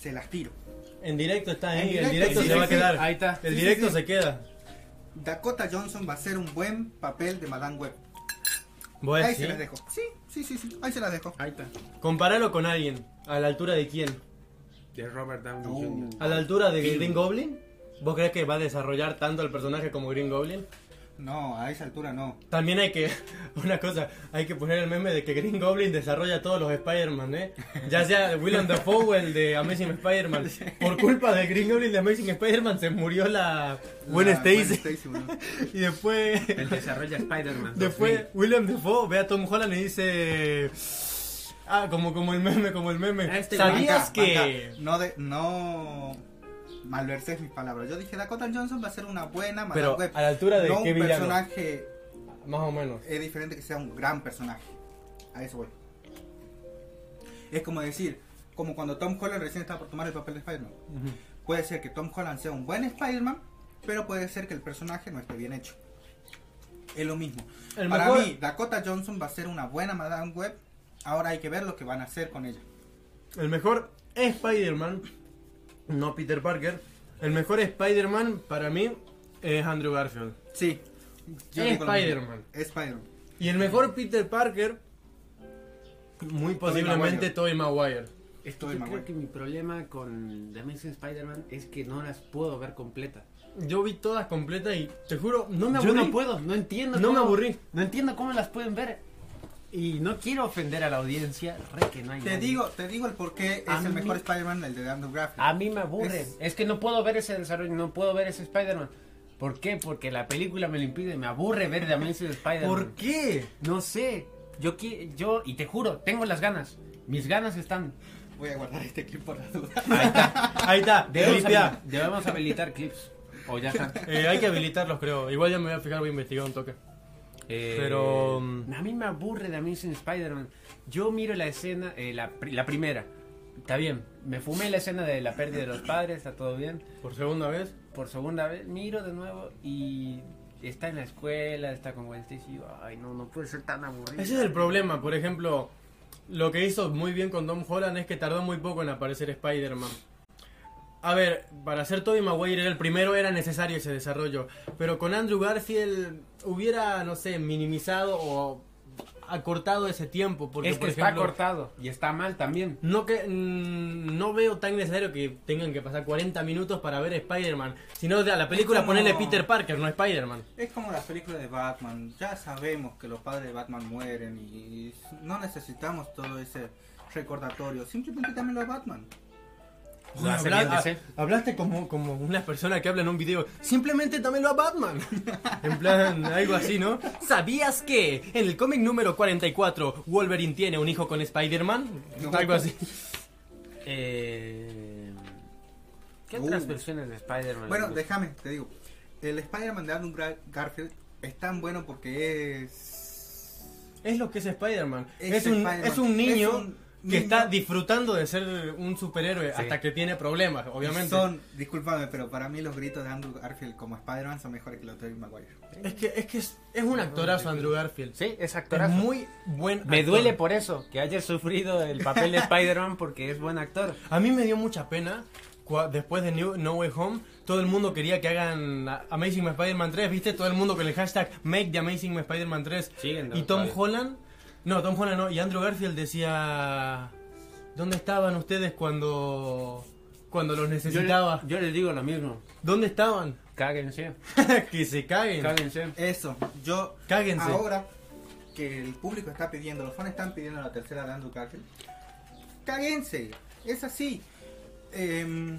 Speaker 3: Se las tiro.
Speaker 1: En directo está
Speaker 3: En
Speaker 1: ahí, el
Speaker 3: directo,
Speaker 1: directo
Speaker 3: sí,
Speaker 1: se
Speaker 3: sí,
Speaker 1: va a
Speaker 3: sí,
Speaker 1: quedar.
Speaker 2: ahí está.
Speaker 1: El
Speaker 3: Sí, sí,
Speaker 1: directo
Speaker 3: sí.
Speaker 1: se queda.
Speaker 3: Dakota Johnson va a hacer un buen papel de Madame Web.
Speaker 1: Voy a
Speaker 3: ahí se
Speaker 1: decir.
Speaker 3: las dejo. Sí, sí, sí, sí. Ahí se las dejo.
Speaker 2: Ahí está.
Speaker 1: Comparalo con alguien. ¿A la altura de quién?
Speaker 2: De Robert Downey
Speaker 3: Uh.
Speaker 2: Jr.
Speaker 1: ¿A la altura de Green Goblin? ¿Vos crees que va a desarrollar tanto el personaje como Green Goblin?
Speaker 3: No, a esa altura no.
Speaker 1: También hay que, una cosa, hay que poner el meme de que Green Goblin desarrolla todos los Spider-Man, ¿eh? Ya sea Willem Dafoe o el de Amazing Spider-Man. Por culpa de Green Goblin de Amazing Spider-Man se murió la Gwen
Speaker 3: La-
Speaker 1: Stacy.
Speaker 3: Gwen Stacy, boludo.
Speaker 1: Y después,
Speaker 2: El desarrolla Spider-Man.
Speaker 1: después Willem Dafoe ve a Tom Holland y dice... Ah, como, como el meme, como el meme.
Speaker 2: Este
Speaker 1: ¿Sabías
Speaker 3: Banca,
Speaker 1: que...?
Speaker 3: banca. no de, no malverses mis palabras. Yo dije Dakota Johnson va a ser una buena Madame
Speaker 1: Pero,
Speaker 3: Web.
Speaker 1: ¿a la altura de
Speaker 3: no
Speaker 1: qué
Speaker 3: un
Speaker 1: villano?
Speaker 3: personaje
Speaker 1: Más o menos.
Speaker 3: es diferente que sea un gran personaje. A eso voy. Es como decir, como cuando Tom Holland recién estaba por tomar el papel de Spider-Man. Puede ser que Tom Holland sea un buen Spider-Man, pero puede ser que el personaje no esté bien hecho. Es lo mismo.
Speaker 1: El
Speaker 3: Para
Speaker 1: mejor-
Speaker 3: mí, Dakota Johnson va a ser una buena Madame Web. Ahora hay que ver lo que van a hacer con ella.
Speaker 1: El mejor Spider-Man, no Peter Parker. El mejor Spider-Man para mí es Andrew Garfield.
Speaker 3: Sí.
Speaker 1: Es
Speaker 3: digo lo mismo.
Speaker 1: Spider-Man.
Speaker 3: Es Spider-Man.
Speaker 1: Y el mejor Peter Parker, muy posiblemente
Speaker 3: Maguire.
Speaker 1: Tobey Maguire.
Speaker 3: Estoy
Speaker 2: Yo
Speaker 3: mal,
Speaker 2: creo
Speaker 3: güey.
Speaker 2: que mi problema con The Amazing Spider-Man es que no las puedo ver completas.
Speaker 1: Yo vi todas completas y te juro, no me
Speaker 2: Yo
Speaker 1: aburrí.
Speaker 2: no puedo, no entiendo.
Speaker 1: No me
Speaker 2: cómo-
Speaker 1: aburrí.
Speaker 2: No entiendo cómo las pueden ver. Y no quiero ofender a la audiencia, re que no hay
Speaker 3: Te
Speaker 2: nadie.
Speaker 3: digo, te digo el por qué es
Speaker 2: A
Speaker 3: el
Speaker 2: mí-
Speaker 3: mejor Spider-Man, el de Andrew Garfield.
Speaker 1: Ah.
Speaker 2: A mí me aburre.
Speaker 3: Es-
Speaker 2: Es... que no puedo ver ese desarrollo, no puedo ver ese Spider-Man. ¿Por qué? Porque la película me lo impide, me aburre ver The Amazing Spider-Man.
Speaker 1: ¿Por qué?
Speaker 2: No sé. Yo, qui- yo, y te juro, tengo las ganas. Mis ganas están.
Speaker 3: Voy a guardar este clip por la duda.
Speaker 1: Ahí está,
Speaker 2: Debemos,
Speaker 1: limpia.
Speaker 2: habili- debemos habilitar clips. O ya están.
Speaker 1: Eh, hay que habilitarlos, creo. Igual ya me voy a fijar, voy a investigar un toque.
Speaker 2: Eh,
Speaker 1: Pero, mm,
Speaker 2: A mí me aburre de Amazing Spider-Man. Yo miro la escena, eh, la, pri- la primera. Está bien. Me fumé la escena de la pérdida de los padres, está todo bien.
Speaker 1: Por segunda vez.
Speaker 2: Por segunda vez, miro de nuevo y está en la escuela, está con Gwen Stacy. y yo, Ay, no, no puede ser tan aburrido.
Speaker 1: Ese es el problema, por ejemplo, lo que hizo muy bien con Tom Holland es que tardó muy poco en aparecer Spider-Man. A ver, para ser Tobey Maguire era el primero, era necesario ese desarrollo, pero con Andrew Garfield hubiera, no sé, minimizado o acortado ese tiempo. Porque,
Speaker 2: es que
Speaker 1: por
Speaker 2: pues, está
Speaker 1: ejemplo,
Speaker 2: cortado y está mal también.
Speaker 1: No, que, mm, no veo tan necesario que tengan que pasar 40 minutos para ver Spider-Man. Sino de a la película
Speaker 3: como-
Speaker 1: ponerle Peter Parker, no Spider-Man.
Speaker 3: Es como las películas de Batman, ya sabemos que los padres de Batman mueren y no necesitamos todo ese recordatorio, simplemente dámelo a Batman.
Speaker 2: Lo hace
Speaker 1: Habla-
Speaker 2: bien
Speaker 1: ah,
Speaker 2: DC.
Speaker 1: hablaste como, como una persona que habla en un video. Simplemente dámelo a Batman. en plan, algo así, ¿no? ¿Sabías que en el cómic número 44 Wolverine tiene un hijo con Spider-Man?
Speaker 3: No.
Speaker 1: Algo así.
Speaker 2: Eh, ¿Qué
Speaker 3: Uh.
Speaker 2: otras versiones de Spider-Man?
Speaker 3: Bueno, déjame, te digo, el Spider-Man de Andrew Gar- Garfield es tan bueno porque es...
Speaker 1: Es lo que es Spider-Man.
Speaker 3: Es
Speaker 1: Es, un,
Speaker 3: Spider-Man.
Speaker 1: es un niño
Speaker 3: Es un
Speaker 1: que
Speaker 3: niño.
Speaker 1: está disfrutando de ser un superhéroe
Speaker 2: Sí.
Speaker 1: hasta que tiene problemas, obviamente.
Speaker 3: Son, discúlpame, pero para mí los gritos de Andrew Garfield como Spider-Man son mejores que los de Tobey Maguire.
Speaker 1: Es que es, que es, es un actorazo Andrew Garfield.
Speaker 2: Sí, es
Speaker 1: Es
Speaker 2: actorazo.
Speaker 1: muy buen
Speaker 2: Me
Speaker 1: actor.
Speaker 2: duele por eso, que haya sufrido el papel de Spider-Man porque es buen actor.
Speaker 1: A mí me dio mucha pena cua- después de New- No Way Home. Todo el mundo quería que hagan a- Amazing Spider-Man 3, ¿viste? Todo el mundo con el hashtag Make the Amazing Spider-Man 3.
Speaker 2: Siguen, ¿no?
Speaker 1: y Tom
Speaker 2: Todavía.
Speaker 1: Holland. No, Tom Holland no. Y Andrew Garfield decía. ¿Dónde estaban ustedes cuando. cuando los
Speaker 2: Yo, le-
Speaker 1: necesitaba?
Speaker 2: yo les digo lo mismo.
Speaker 1: ¿Dónde estaban?
Speaker 2: Cáguense.
Speaker 1: que se caguen.
Speaker 2: Cáguense.
Speaker 3: Eso, yo...
Speaker 1: Cáguense.
Speaker 3: Ahora que el público está pidiendo, los fans están pidiendo la tercera de Andrew Garfield, cáguense, es así. Em,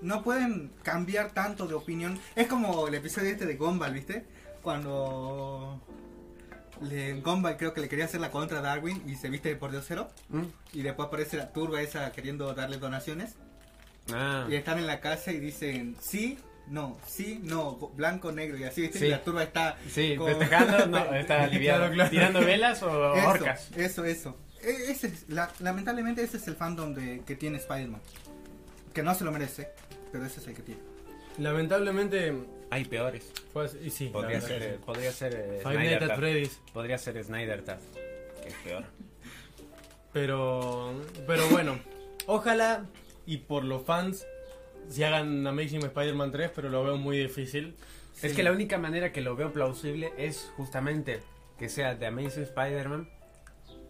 Speaker 3: no pueden cambiar tanto de opinión. Es como el episodio este de Gumball, ¿viste? Cuando le, Gumball creo que le quería hacer la contra a Darwin y se viste de por diosero
Speaker 2: ¿Mm?
Speaker 3: y después aparece la turba esa queriendo darle donaciones
Speaker 2: Ah.
Speaker 3: y están en la casa y dicen sí, no, sí, no, blanco, negro y así, ¿viste?
Speaker 2: Sí.
Speaker 3: Y la turba está
Speaker 2: Sí,
Speaker 3: con-
Speaker 2: festejando, no, está aliviado.
Speaker 1: Claro, claro.
Speaker 2: Tirando velas o
Speaker 3: Eso,
Speaker 2: orcas.
Speaker 3: Eso, eso. E- ese es- la- lamentablemente ese es el fandom de, que tiene Spider-Man. Que no se lo merece, pero ese es el que tiene.
Speaker 1: Lamentablemente.
Speaker 2: Uh, Hay peores.
Speaker 1: Fue así. y sí,
Speaker 2: Podría
Speaker 1: la
Speaker 2: ser,
Speaker 1: verdad.
Speaker 2: eh, podría ser eh,
Speaker 1: Five Nights
Speaker 2: Snyder
Speaker 1: at
Speaker 2: Cut.
Speaker 1: Freddy's.
Speaker 2: Podría ser Snyder Cut, que es peor.
Speaker 1: Pero, pero bueno, ojalá y por los fans se hagan Amazing Spider-Man 3, pero lo veo muy difícil.
Speaker 2: Es que la única manera que lo veo plausible es justamente que sea The Amazing Spider-Man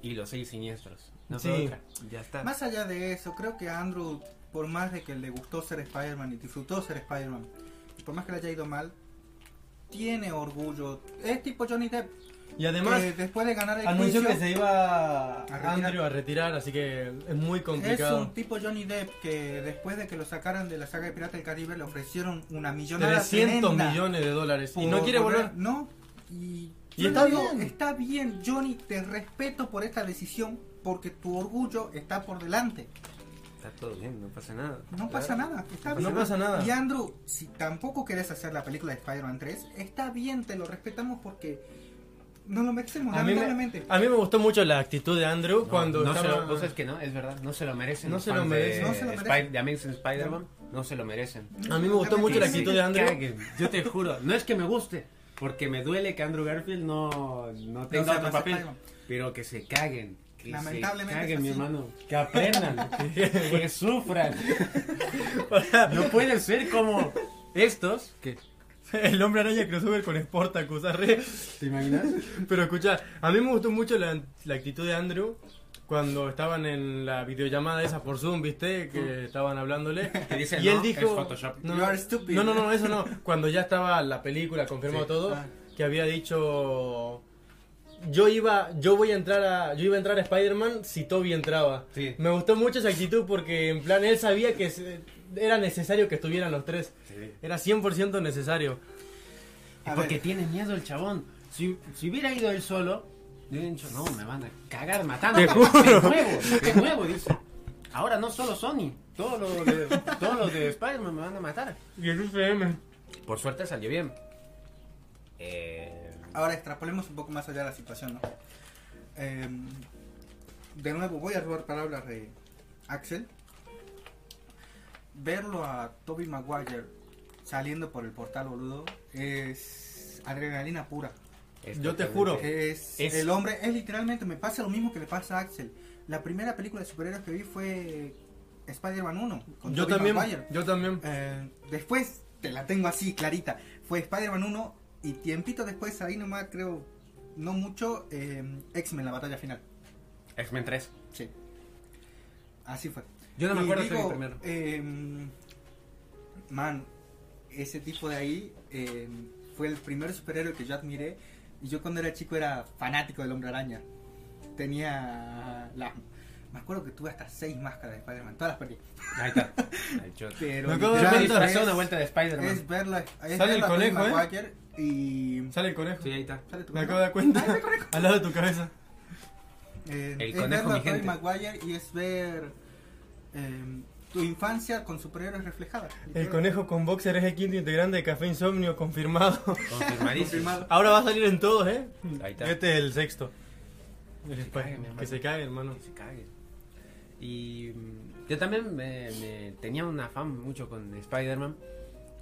Speaker 2: y los seis siniestros. No sé
Speaker 1: Sí.
Speaker 2: otra. Ya
Speaker 1: Ah.
Speaker 2: está.
Speaker 3: Más allá de eso, creo que a Andrew, por más de que le gustó ser Spider-Man y disfrutó ser Spider-Man, y por más que le haya ido mal, tiene orgullo. Es tipo Johnny Depp.
Speaker 1: Y además
Speaker 3: que después de ganar el
Speaker 1: anunció que
Speaker 3: Eh, juicio,
Speaker 1: se iba
Speaker 3: retirar.
Speaker 1: Andrew a retirar, así que es muy
Speaker 3: Es
Speaker 1: complicado.
Speaker 3: un tipo Johnny Depp que después de que lo sacaran de la saga de Pirata del Caribe le ofrecieron una millonada
Speaker 1: 300
Speaker 3: tremenda.
Speaker 1: millones de dólares y
Speaker 3: por
Speaker 1: no quiere volver.
Speaker 3: No. Y,
Speaker 1: Y
Speaker 3: yo
Speaker 1: está
Speaker 3: le digo,
Speaker 1: bien.
Speaker 3: Está bien, Johnny, te respeto por esta decisión porque tu orgullo está por delante.
Speaker 2: Está todo bien, no pasa nada.
Speaker 3: No pasa nada, está
Speaker 1: No
Speaker 3: bien.
Speaker 1: pasa nada.
Speaker 3: Y Andrew, si tampoco querés hacer la película de Spider-Man 3, está bien, te lo respetamos porque no lo merecemos,
Speaker 1: A mí,
Speaker 3: lamentablemente.
Speaker 1: me, a mí me gustó mucho la actitud de Andrew
Speaker 2: No,
Speaker 1: cuando
Speaker 2: no
Speaker 1: estaba...
Speaker 2: se lo, vos es que no, es verdad, no se lo merecen.
Speaker 1: No
Speaker 2: los
Speaker 1: se lo
Speaker 2: fans
Speaker 1: merecen.
Speaker 2: de
Speaker 3: No se lo
Speaker 2: Spi-
Speaker 3: merecen.
Speaker 2: de Amazing Spider-Man no se lo merecen.
Speaker 1: A mí me gustó mucho la
Speaker 2: Que se
Speaker 1: actitud de Andrew.
Speaker 2: caguen, Yo te juro, no es que me guste, porque me duele que Andrew Garfield no, no
Speaker 3: sea
Speaker 2: tenga otro
Speaker 3: más
Speaker 2: papel,
Speaker 3: Spider-Man.
Speaker 2: pero que se caguen. Que
Speaker 3: Lamentablemente
Speaker 2: se
Speaker 3: es
Speaker 2: caguen, mi
Speaker 3: así.
Speaker 2: hermano. Que aprendan, que sufran. No pueden ser como estos. Que,
Speaker 1: El hombre araña crossover con Sportacus, arre.
Speaker 2: ¿Te imaginas?
Speaker 1: Pero escucha, a mí me gustó mucho la, la actitud de Andrew cuando estaban en la videollamada esa por Zoom, ¿viste? Que estaban hablándole.
Speaker 2: Mm. Que dice,
Speaker 1: y
Speaker 2: "No,
Speaker 1: él dijo...
Speaker 2: es Photoshop".
Speaker 1: No,
Speaker 3: You are stupid.
Speaker 1: no, no, no, eso no. Cuando ya estaba la película, confirmado
Speaker 2: Sí.
Speaker 1: todo,
Speaker 3: Ah.
Speaker 1: que había dicho... Yo iba, yo voy a entrar a, yo iba a entrar a Spider-Man si Toby entraba.
Speaker 2: Sí.
Speaker 1: Me gustó mucho esa actitud porque en plan él sabía que se- era necesario que estuvieran los tres. Era 100% necesario.
Speaker 3: A
Speaker 2: porque
Speaker 3: ver.
Speaker 2: tiene miedo el chabón. Si, si hubiera ido él solo, le hubiera dicho, no, me van a cagar matando. De nuevo, de nuevo, dice. Ahora no solo Sony, todos los de, todos los de Spider-Man me van a matar.
Speaker 1: Y el UCM.
Speaker 2: Por suerte salió bien. Eh,
Speaker 3: Ahora extrapolemos un poco más allá de la situación, ¿no? Em, de nuevo, voy a robar palabras de Axel. Verlo a Toby Maguire saliendo por el portal boludo es adrenalina pura.
Speaker 2: es
Speaker 1: Yo te
Speaker 2: totalmente-
Speaker 3: Eh,
Speaker 1: juro.
Speaker 3: Es,
Speaker 2: Es-
Speaker 3: el hombre, es literalmente, me pasa lo mismo que le pasa a Axel. La primera película de superhéroes que vi fue Spider-Man 1 con
Speaker 1: Yo
Speaker 3: Tobey
Speaker 1: también,
Speaker 3: Maguire.
Speaker 1: yo también.
Speaker 3: Eh, después, te la tengo así, clarita. Fue Spider-Man 1 y tiempito después, ahí nomás creo, no mucho, eh, X-Men, la batalla final.
Speaker 2: X-Men 3.
Speaker 3: Sí. Así fue.
Speaker 2: Yo no me
Speaker 3: Y
Speaker 2: acuerdo
Speaker 3: digo,
Speaker 2: que vi primero.
Speaker 3: em, man, ese tipo de ahí em, fue el primer superhéroe que yo admiré. Y yo cuando era chico era fanático del hombre araña. Tenía la... Me acuerdo que tuve hasta seis máscaras de Spider-Man, todas las perdí.
Speaker 2: Ahí está. Ahí, yo-
Speaker 3: Pero
Speaker 1: Me acuerdo
Speaker 2: Yo
Speaker 1: de
Speaker 2: me
Speaker 1: ver
Speaker 3: literalmente
Speaker 2: disfrazé
Speaker 3: es-
Speaker 2: una vuelta de
Speaker 3: Es
Speaker 2: Spider-Man.
Speaker 3: verla. Es
Speaker 1: Sale el
Speaker 3: verla con
Speaker 1: conejo,
Speaker 3: Maguire Y.
Speaker 1: Sale el conejo.
Speaker 2: Sí, ahí está.
Speaker 3: sale tu
Speaker 1: Me
Speaker 3: conejo.
Speaker 1: acabo de dar cuenta.
Speaker 3: Ay, el conejo.
Speaker 1: Al lado de tu cabeza.
Speaker 3: Eh,
Speaker 2: El
Speaker 3: es
Speaker 2: conejo,
Speaker 3: verlo a
Speaker 2: mi gente.
Speaker 3: Tobey Maguire y es ver eh, tu infancia con superhéroes reflejada.
Speaker 1: El conejo con boxer es el quinto integrante de Café Insomnio confirmado.
Speaker 2: Confirmadísimo.
Speaker 3: Confirmado.
Speaker 1: Ahora va a salir en todos, ¿eh?
Speaker 2: Ahí está.
Speaker 1: Este es el sexto. El
Speaker 2: se cague, mi
Speaker 1: Spider-Man.
Speaker 2: hermano.
Speaker 1: Que se cae, hermano.
Speaker 2: Que se cague. Y mm, yo también me, me- tenía un afán mucho con Spider-Man.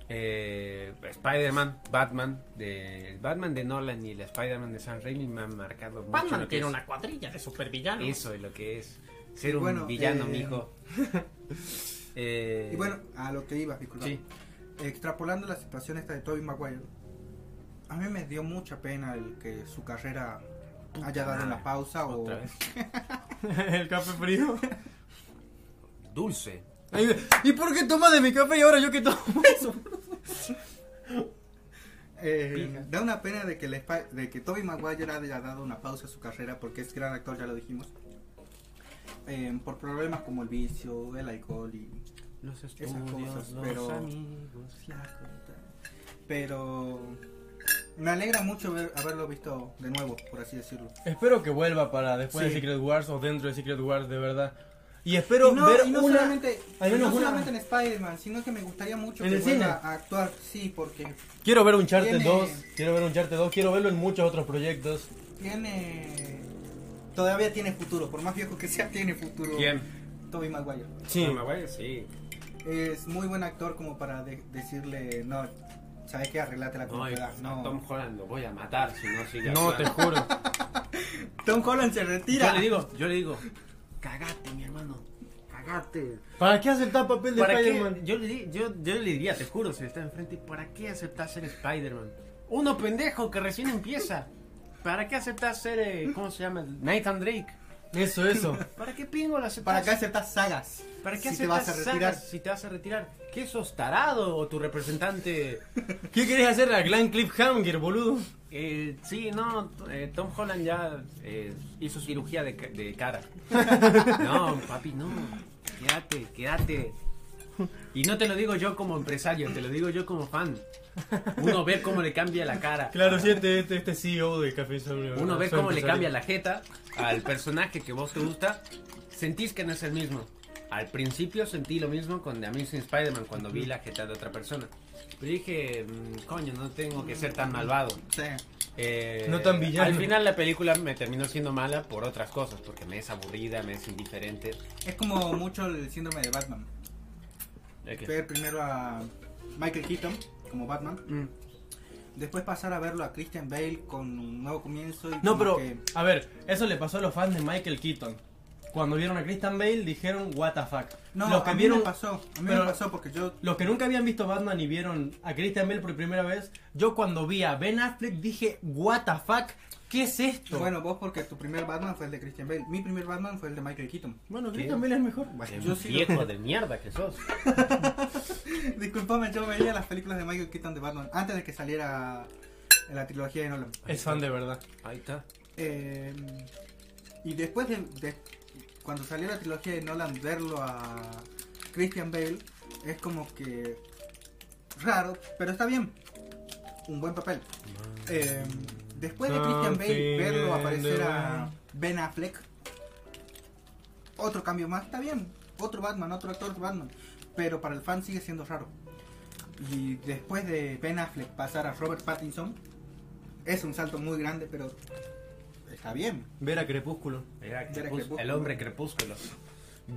Speaker 2: Eh, Spider-Man, Batman, de, el Batman de Nolan y el Spider-Man de Sam Raimi me han marcado mucho. lo
Speaker 5: Batman
Speaker 2: que
Speaker 5: tiene
Speaker 2: es
Speaker 5: una cuadrilla de supervillanos.
Speaker 2: Eso es lo que es. Ser
Speaker 3: Y
Speaker 2: un
Speaker 3: bueno,
Speaker 2: villano,
Speaker 3: eh,
Speaker 2: mijo. Eh,
Speaker 3: Y bueno, a lo que iba, disculpa.
Speaker 2: Sí.
Speaker 3: Extrapolando la situación esta de Tobey Maguire, a mí me dio mucha pena el que su carrera haya dado
Speaker 2: madre.
Speaker 3: una pausa o.
Speaker 2: Otra vez.
Speaker 1: el café frío.
Speaker 2: Dulce.
Speaker 1: Ahí ve- ¿Y por qué toma de mi café y ahora yo que tomo eso?
Speaker 3: Eh,
Speaker 2: Pija.
Speaker 3: da una pena de que, el Spi- de que Toby Maguire haya dado una pausa a su carrera porque es gran actor, ya lo dijimos. Eh, por problemas como el vicio, el alcohol y
Speaker 2: Los estudios,
Speaker 3: Esas cosas,
Speaker 2: los
Speaker 3: pero-
Speaker 2: amigos.
Speaker 3: las cositas. Pero me alegra mucho ver- haberlo visto de nuevo, por así decirlo.
Speaker 1: Espero que vuelva para después
Speaker 3: Sí.
Speaker 1: de Secret Wars o dentro de Secret Wars, de verdad. Y espero
Speaker 3: y no,
Speaker 1: ver
Speaker 3: y no
Speaker 1: una...
Speaker 3: solamente,
Speaker 1: al
Speaker 3: y
Speaker 1: menos
Speaker 3: no
Speaker 1: una-
Speaker 3: solamente en Spider-Man, sino que me gustaría mucho
Speaker 1: ¿En
Speaker 3: que
Speaker 1: el
Speaker 3: vuelva
Speaker 1: cine?
Speaker 3: a actuar, sí, porque
Speaker 1: Quiero ver un Charter
Speaker 3: Tiene-
Speaker 1: 2, quiero ver un Charter 2, quiero verlo en muchos otros proyectos.
Speaker 3: tiene todavía tiene futuro, por más viejo que sea, tiene futuro. Toby Maguire.
Speaker 1: Sí.
Speaker 2: Tom Maguire, sí.
Speaker 3: Es muy buen actor como para de- decirle, no, sabes que arreglate la
Speaker 2: No, y
Speaker 3: puedas. No,
Speaker 2: a Tom Holland lo voy a matar si no sigue
Speaker 1: No, te
Speaker 2: actuando.
Speaker 1: juro.
Speaker 3: Tom Holland se retira.
Speaker 2: Yo le digo, yo le digo, cagate, mi hermano, cagate.
Speaker 1: ¿Para qué aceptar papel de
Speaker 2: ¿Para qué?
Speaker 1: Spider-Man?
Speaker 2: Yo, le di- yo, yo le diría, te juro, si está enfrente, ¿para qué aceptás ser Spider-Man? Uno pendejo que recién empieza. ¿Para qué aceptás ser, eh, cómo se llama? Nathan Drake.
Speaker 1: Eso, eso.
Speaker 2: ¿Para qué pingo lo aceptás?
Speaker 3: Para acá aceptas sagas.
Speaker 2: ¿Para qué
Speaker 3: si te
Speaker 2: aceptás
Speaker 3: vas a
Speaker 2: sagas
Speaker 3: retirar?
Speaker 2: si te vas a retirar? ¿Qué sos tarado o tu representante?
Speaker 1: ¿Qué querés hacer a Glenn Cliffhanger, boludo?
Speaker 2: Eh, sí, no, t- eh, Tom Holland ya eh, hizo cirugía de, ca- de cara. No, papi, no. Quédate, quédate. Y no te lo digo yo como empresario, te lo digo yo como fan. Uno ve cómo le cambia la cara.
Speaker 1: Claro, sí, este, este, este CEO de Café Insomnio.
Speaker 2: Uno ve
Speaker 1: Soy
Speaker 2: cómo le
Speaker 1: empresario.
Speaker 2: cambia la jeta al personaje que vos te gusta. Sentís que no es el mismo. Al principio sentí lo mismo con The Amazing Spider-Man cuando vi la jeta de otra persona. Pero dije, mm, coño, no tengo que ser tan malvado.
Speaker 3: Sí.
Speaker 2: Eh,
Speaker 1: No tan villano.
Speaker 2: Al final la película me terminó siendo mala por otras cosas, porque me es aburrida, me es indiferente.
Speaker 3: Es como mucho el síndrome de Batman.
Speaker 2: Es que-
Speaker 3: Ver primero a Michael Keaton como Batman.
Speaker 2: Mm.
Speaker 3: Después pasar a verlo a Christian Bale con un nuevo comienzo. Y
Speaker 1: No,
Speaker 3: como
Speaker 1: pero,
Speaker 3: que-
Speaker 1: a ver, eso le pasó a los fans de Michael Keaton. Cuando vieron a Christian Bale dijeron, what the fuck.
Speaker 3: No,
Speaker 1: los
Speaker 3: a
Speaker 1: que
Speaker 3: mí
Speaker 1: vieron,
Speaker 3: me pasó. A mí
Speaker 1: pero-
Speaker 3: me pasó porque yo...
Speaker 1: los que nunca habían visto Batman y vieron a Christian Bale por primera vez, yo cuando vi a Ben Affleck dije, what the fuck, ¿qué es
Speaker 2: Oh.
Speaker 1: esto?
Speaker 3: Bueno, vos porque tu primer Batman fue el de Christian Bale. Mi primer Batman fue el de Michael Keaton.
Speaker 1: Bueno,
Speaker 2: Sí.
Speaker 1: Christian Bale es mejor.
Speaker 2: Qué
Speaker 3: yo sí lo-
Speaker 2: viejo de mierda que sos.
Speaker 3: Disculpame, yo veía las películas de Michael Keaton de Batman antes de que saliera la trilogía de Nolan.
Speaker 1: Es fan de verdad.
Speaker 2: Ahí está.
Speaker 3: Eh, y después de, de- cuando salió la trilogía de Nolan, verlo a Christian Bale es como que raro, pero está bien. Un buen papel. Eh, después de Christian Bale,
Speaker 1: Something
Speaker 3: verlo
Speaker 1: in
Speaker 3: aparecer
Speaker 1: the
Speaker 3: a
Speaker 1: way.
Speaker 3: Ben Affleck, otro cambio más, está bien. Otro Batman, otro actor Batman. Pero para el fan sigue siendo raro. Y después de Ben Affleck pasar a Robert Pattinson, es un salto muy grande, pero está bien.
Speaker 1: Ver a Crepúsculo.
Speaker 2: Era crepús-
Speaker 3: crepúsculo.
Speaker 2: el hombre crepúsculo.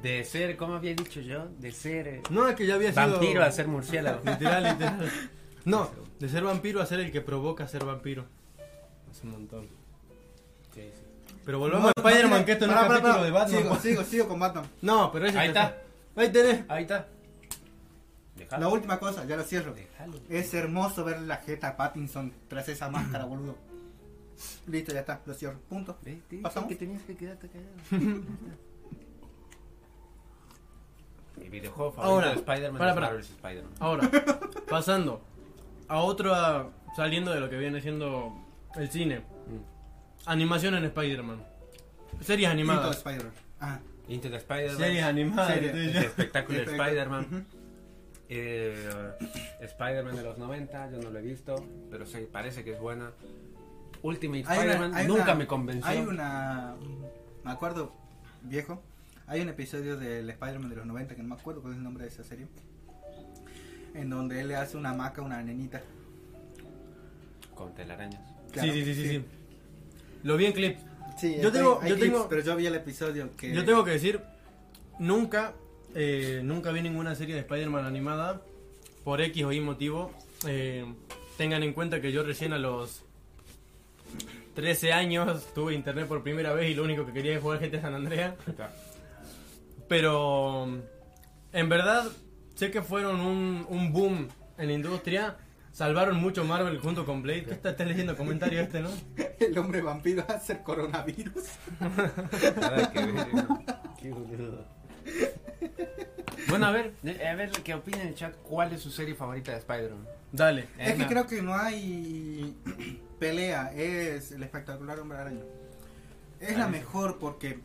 Speaker 2: De ser, ¿cómo había dicho yo? De ser eh,
Speaker 1: No, es que ya había sido...
Speaker 2: vampiro a ser murciélago.
Speaker 1: Literal, literal. No, de ser vampiro a ser el que provoca ser vampiro. Es un montón. Pero volvamos a Spider-Man, que esto no es
Speaker 3: Pará, pará,
Speaker 1: capítulo
Speaker 3: pará.
Speaker 1: de Batman.
Speaker 3: Sigo, sigo, sigo con Batman.
Speaker 1: No, pero ese
Speaker 2: Ahí
Speaker 1: ya
Speaker 2: está.
Speaker 1: Ahí tenés.
Speaker 2: Ahí está.
Speaker 1: Ah.
Speaker 3: La
Speaker 2: Dejalo.
Speaker 3: última cosa, ya lo cierro.
Speaker 1: Eh,
Speaker 2: Dejalo.
Speaker 3: Es hermoso ver la jeta a Pattinson tras esa máscara, boludo. Listo, ya está, lo cierro. Punto.
Speaker 2: ¿Ves? Te dije
Speaker 3: ¿Pasamos?
Speaker 2: que tenías que quedarte callado. Mi videojuego favorito
Speaker 1: Ahora,
Speaker 2: de Spider-Man
Speaker 1: para,
Speaker 2: es
Speaker 1: para.
Speaker 2: Marvel's Spider-Man.
Speaker 1: Ahora, pasando a otra, saliendo de lo que viene siendo el cine. Animación en Spider-Man. Series
Speaker 3: Listo,
Speaker 1: animadas.
Speaker 3: Spider-Man. Ah. Ajá.
Speaker 2: Into the
Speaker 1: Series
Speaker 2: Spider-Man.
Speaker 1: animadas.
Speaker 3: Series.
Speaker 1: estoy
Speaker 2: El
Speaker 1: yo.
Speaker 2: espectáculo de
Speaker 3: Perfecto.
Speaker 2: Spider-Man. Eh, Spider-Man de los 90, yo no lo he visto, pero sé- parece que es buena. Ultimate
Speaker 3: Hay una- hay
Speaker 2: Spider-Man
Speaker 3: una-
Speaker 2: nunca me convenció.
Speaker 3: Hay una. Me acuerdo, viejo. Hay un episodio del Spider-Man de los 90 que no me acuerdo cuál es el nombre de esa serie. En donde él le hace una maca a una nenita.
Speaker 2: Con telarañas.
Speaker 3: Claro,
Speaker 1: sí, sí, sí, sí, sí. Lo vi en clip.
Speaker 3: Sí,
Speaker 1: Yo
Speaker 3: hay-
Speaker 1: tengo-
Speaker 3: hay
Speaker 1: yo
Speaker 3: clips,
Speaker 1: tengo-
Speaker 3: pero yo vi el episodio que.
Speaker 1: Yo tengo que decir, nunca, eh, nunca vi ninguna serie de Spider-Man animada. Por X o Y motivo. Eh, tengan en cuenta que yo recién a los 13 años tuve internet por primera vez y lo único que quería es jugar GTA San Andreas. Pero en verdad sé que fueron un, un boom en la industria. Salvaron mucho Marvel junto con Blade. Tú estás, estás leyendo comentario este, ¿no?
Speaker 3: El hombre vampiro va a ser coronavirus.
Speaker 2: Nada que ver, ¿no? Bueno, a ver, eh, a ver que opinen en el chat cuál es su serie favorita de Spider-Man.
Speaker 1: Dale.
Speaker 3: Es que
Speaker 2: Emma.
Speaker 3: creo que no hay pelea, es el espectacular hombre araña. Es la mejor porque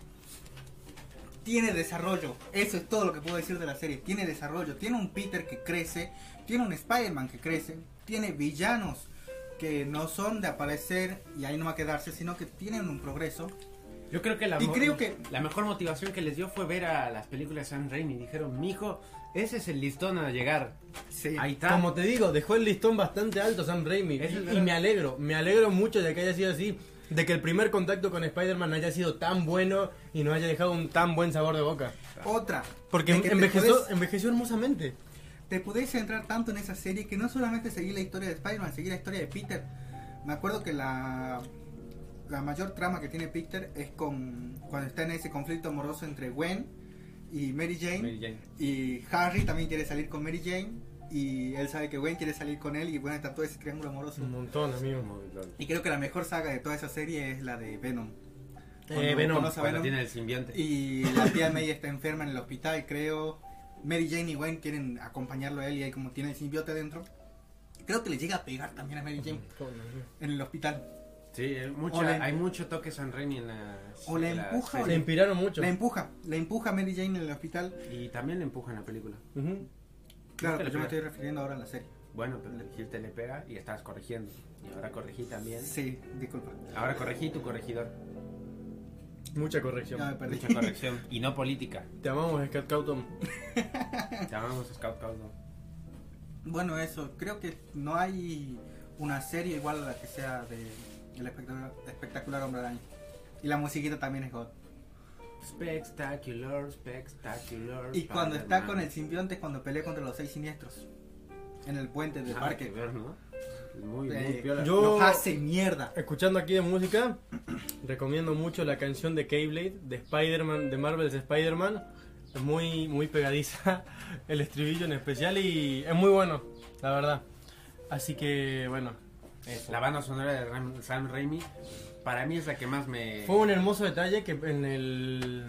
Speaker 3: tiene desarrollo, eso es todo lo que puedo decir de la serie, tiene desarrollo, tiene un Peter que crece, tiene un Spider-Man que crece, tiene villanos que no son de aparecer y ahí no va a quedarse, sino que tienen un progreso.
Speaker 2: Yo creo que la,
Speaker 3: Y
Speaker 2: mo-
Speaker 3: creo que-
Speaker 2: la mejor motivación que les dio fue ver a las películas de Sam Raimi. Dijeron, mijo, ese es el listón a llegar.
Speaker 3: Sí.
Speaker 2: Ahí está.
Speaker 1: Como te digo, dejó el listón bastante alto Sam Raimi. Y,
Speaker 2: Eso es
Speaker 1: y
Speaker 2: verdad.
Speaker 1: me alegro, me alegro mucho de que haya sido así. De que el primer contacto con Spider-Man haya sido tan bueno y nos haya dejado un tan buen sabor de boca.
Speaker 3: Otra.
Speaker 1: Porque
Speaker 3: de que te
Speaker 1: envejeció,
Speaker 3: podés-
Speaker 1: envejeció hermosamente.
Speaker 3: te podéis centrar tanto en esa serie que no solamente seguí la historia de Spider-Man, seguí la historia de Peter. Me acuerdo que la, la mayor trama que tiene Peter es con cuando está en ese conflicto amoroso entre Gwen y Mary Jane,
Speaker 2: Mary Jane.
Speaker 3: Y Harry también quiere salir con Mary Jane. Y él sabe que Gwen quiere salir con él. Y bueno, está todo ese triángulo amoroso.
Speaker 1: Un montón, amigo.
Speaker 3: Y creo que la mejor saga de toda esa serie es la de Venom.
Speaker 1: Eh,
Speaker 3: Cuando
Speaker 1: Venom.
Speaker 3: conoce a
Speaker 2: Cuando
Speaker 3: Venom.
Speaker 2: tiene el
Speaker 3: Este.
Speaker 2: simbionte.
Speaker 3: Y la tía May está enferma en el hospital, creo. Mary Jane y Gwen quieren acompañarlo a él y ahí como tiene el simbiote adentro. Creo que le llega a pegar también a Mary Jane en el hospital.
Speaker 2: Sí, hay mucho,
Speaker 3: O la-
Speaker 2: hay mucho toque San Raimi en la.
Speaker 3: O la
Speaker 2: en la
Speaker 3: empuja
Speaker 2: serie.
Speaker 1: Se inspiraron mucho.
Speaker 3: La empuja, la empuja a Mary Jane en el hospital.
Speaker 2: Y también le empuja en la película.
Speaker 1: Ujú.
Speaker 3: Claro,
Speaker 2: Nunca le
Speaker 3: pero yo me
Speaker 2: pega.
Speaker 3: estoy refiriendo ahora a la serie.
Speaker 2: Bueno, pero dijiste le pega y estabas corrigiendo. Y ahora corregí también.
Speaker 3: Sí, disculpa.
Speaker 2: Ahora corregí tu corregidor.
Speaker 1: Mucha
Speaker 3: Ya me
Speaker 1: corrección.
Speaker 3: perdí.
Speaker 2: Mucha corrección. Y no política.
Speaker 1: Te amamos, Scott Cawthon.
Speaker 2: Llamamos Scout Cowdo.
Speaker 3: Bueno, eso, creo que no hay una serie igual a la que sea de El espectacular, espectacular Hombre Araña. Y la musiquita también es God.
Speaker 2: Spectacular, spectacular.
Speaker 3: Y cuando está con el simbionte es cuando pelea contra los seis siniestros. En el puente del
Speaker 2: parque.
Speaker 3: parque.
Speaker 2: ver, ¿no? Muy, muy
Speaker 3: Eh,
Speaker 2: piola.
Speaker 1: Yo-
Speaker 3: Nos hace mierda.
Speaker 1: Escuchando aquí de música, recomiendo mucho la canción de Keyblade, de Spider-Man, de Marvel's Spider-Man. Es muy, muy pegadiza, el estribillo en especial y es muy bueno, la verdad. Así que, bueno,
Speaker 2: Eso. La banda sonora de Ram- Sam Raimi para mí es la que más me.
Speaker 1: fue un hermoso detalle que en, el,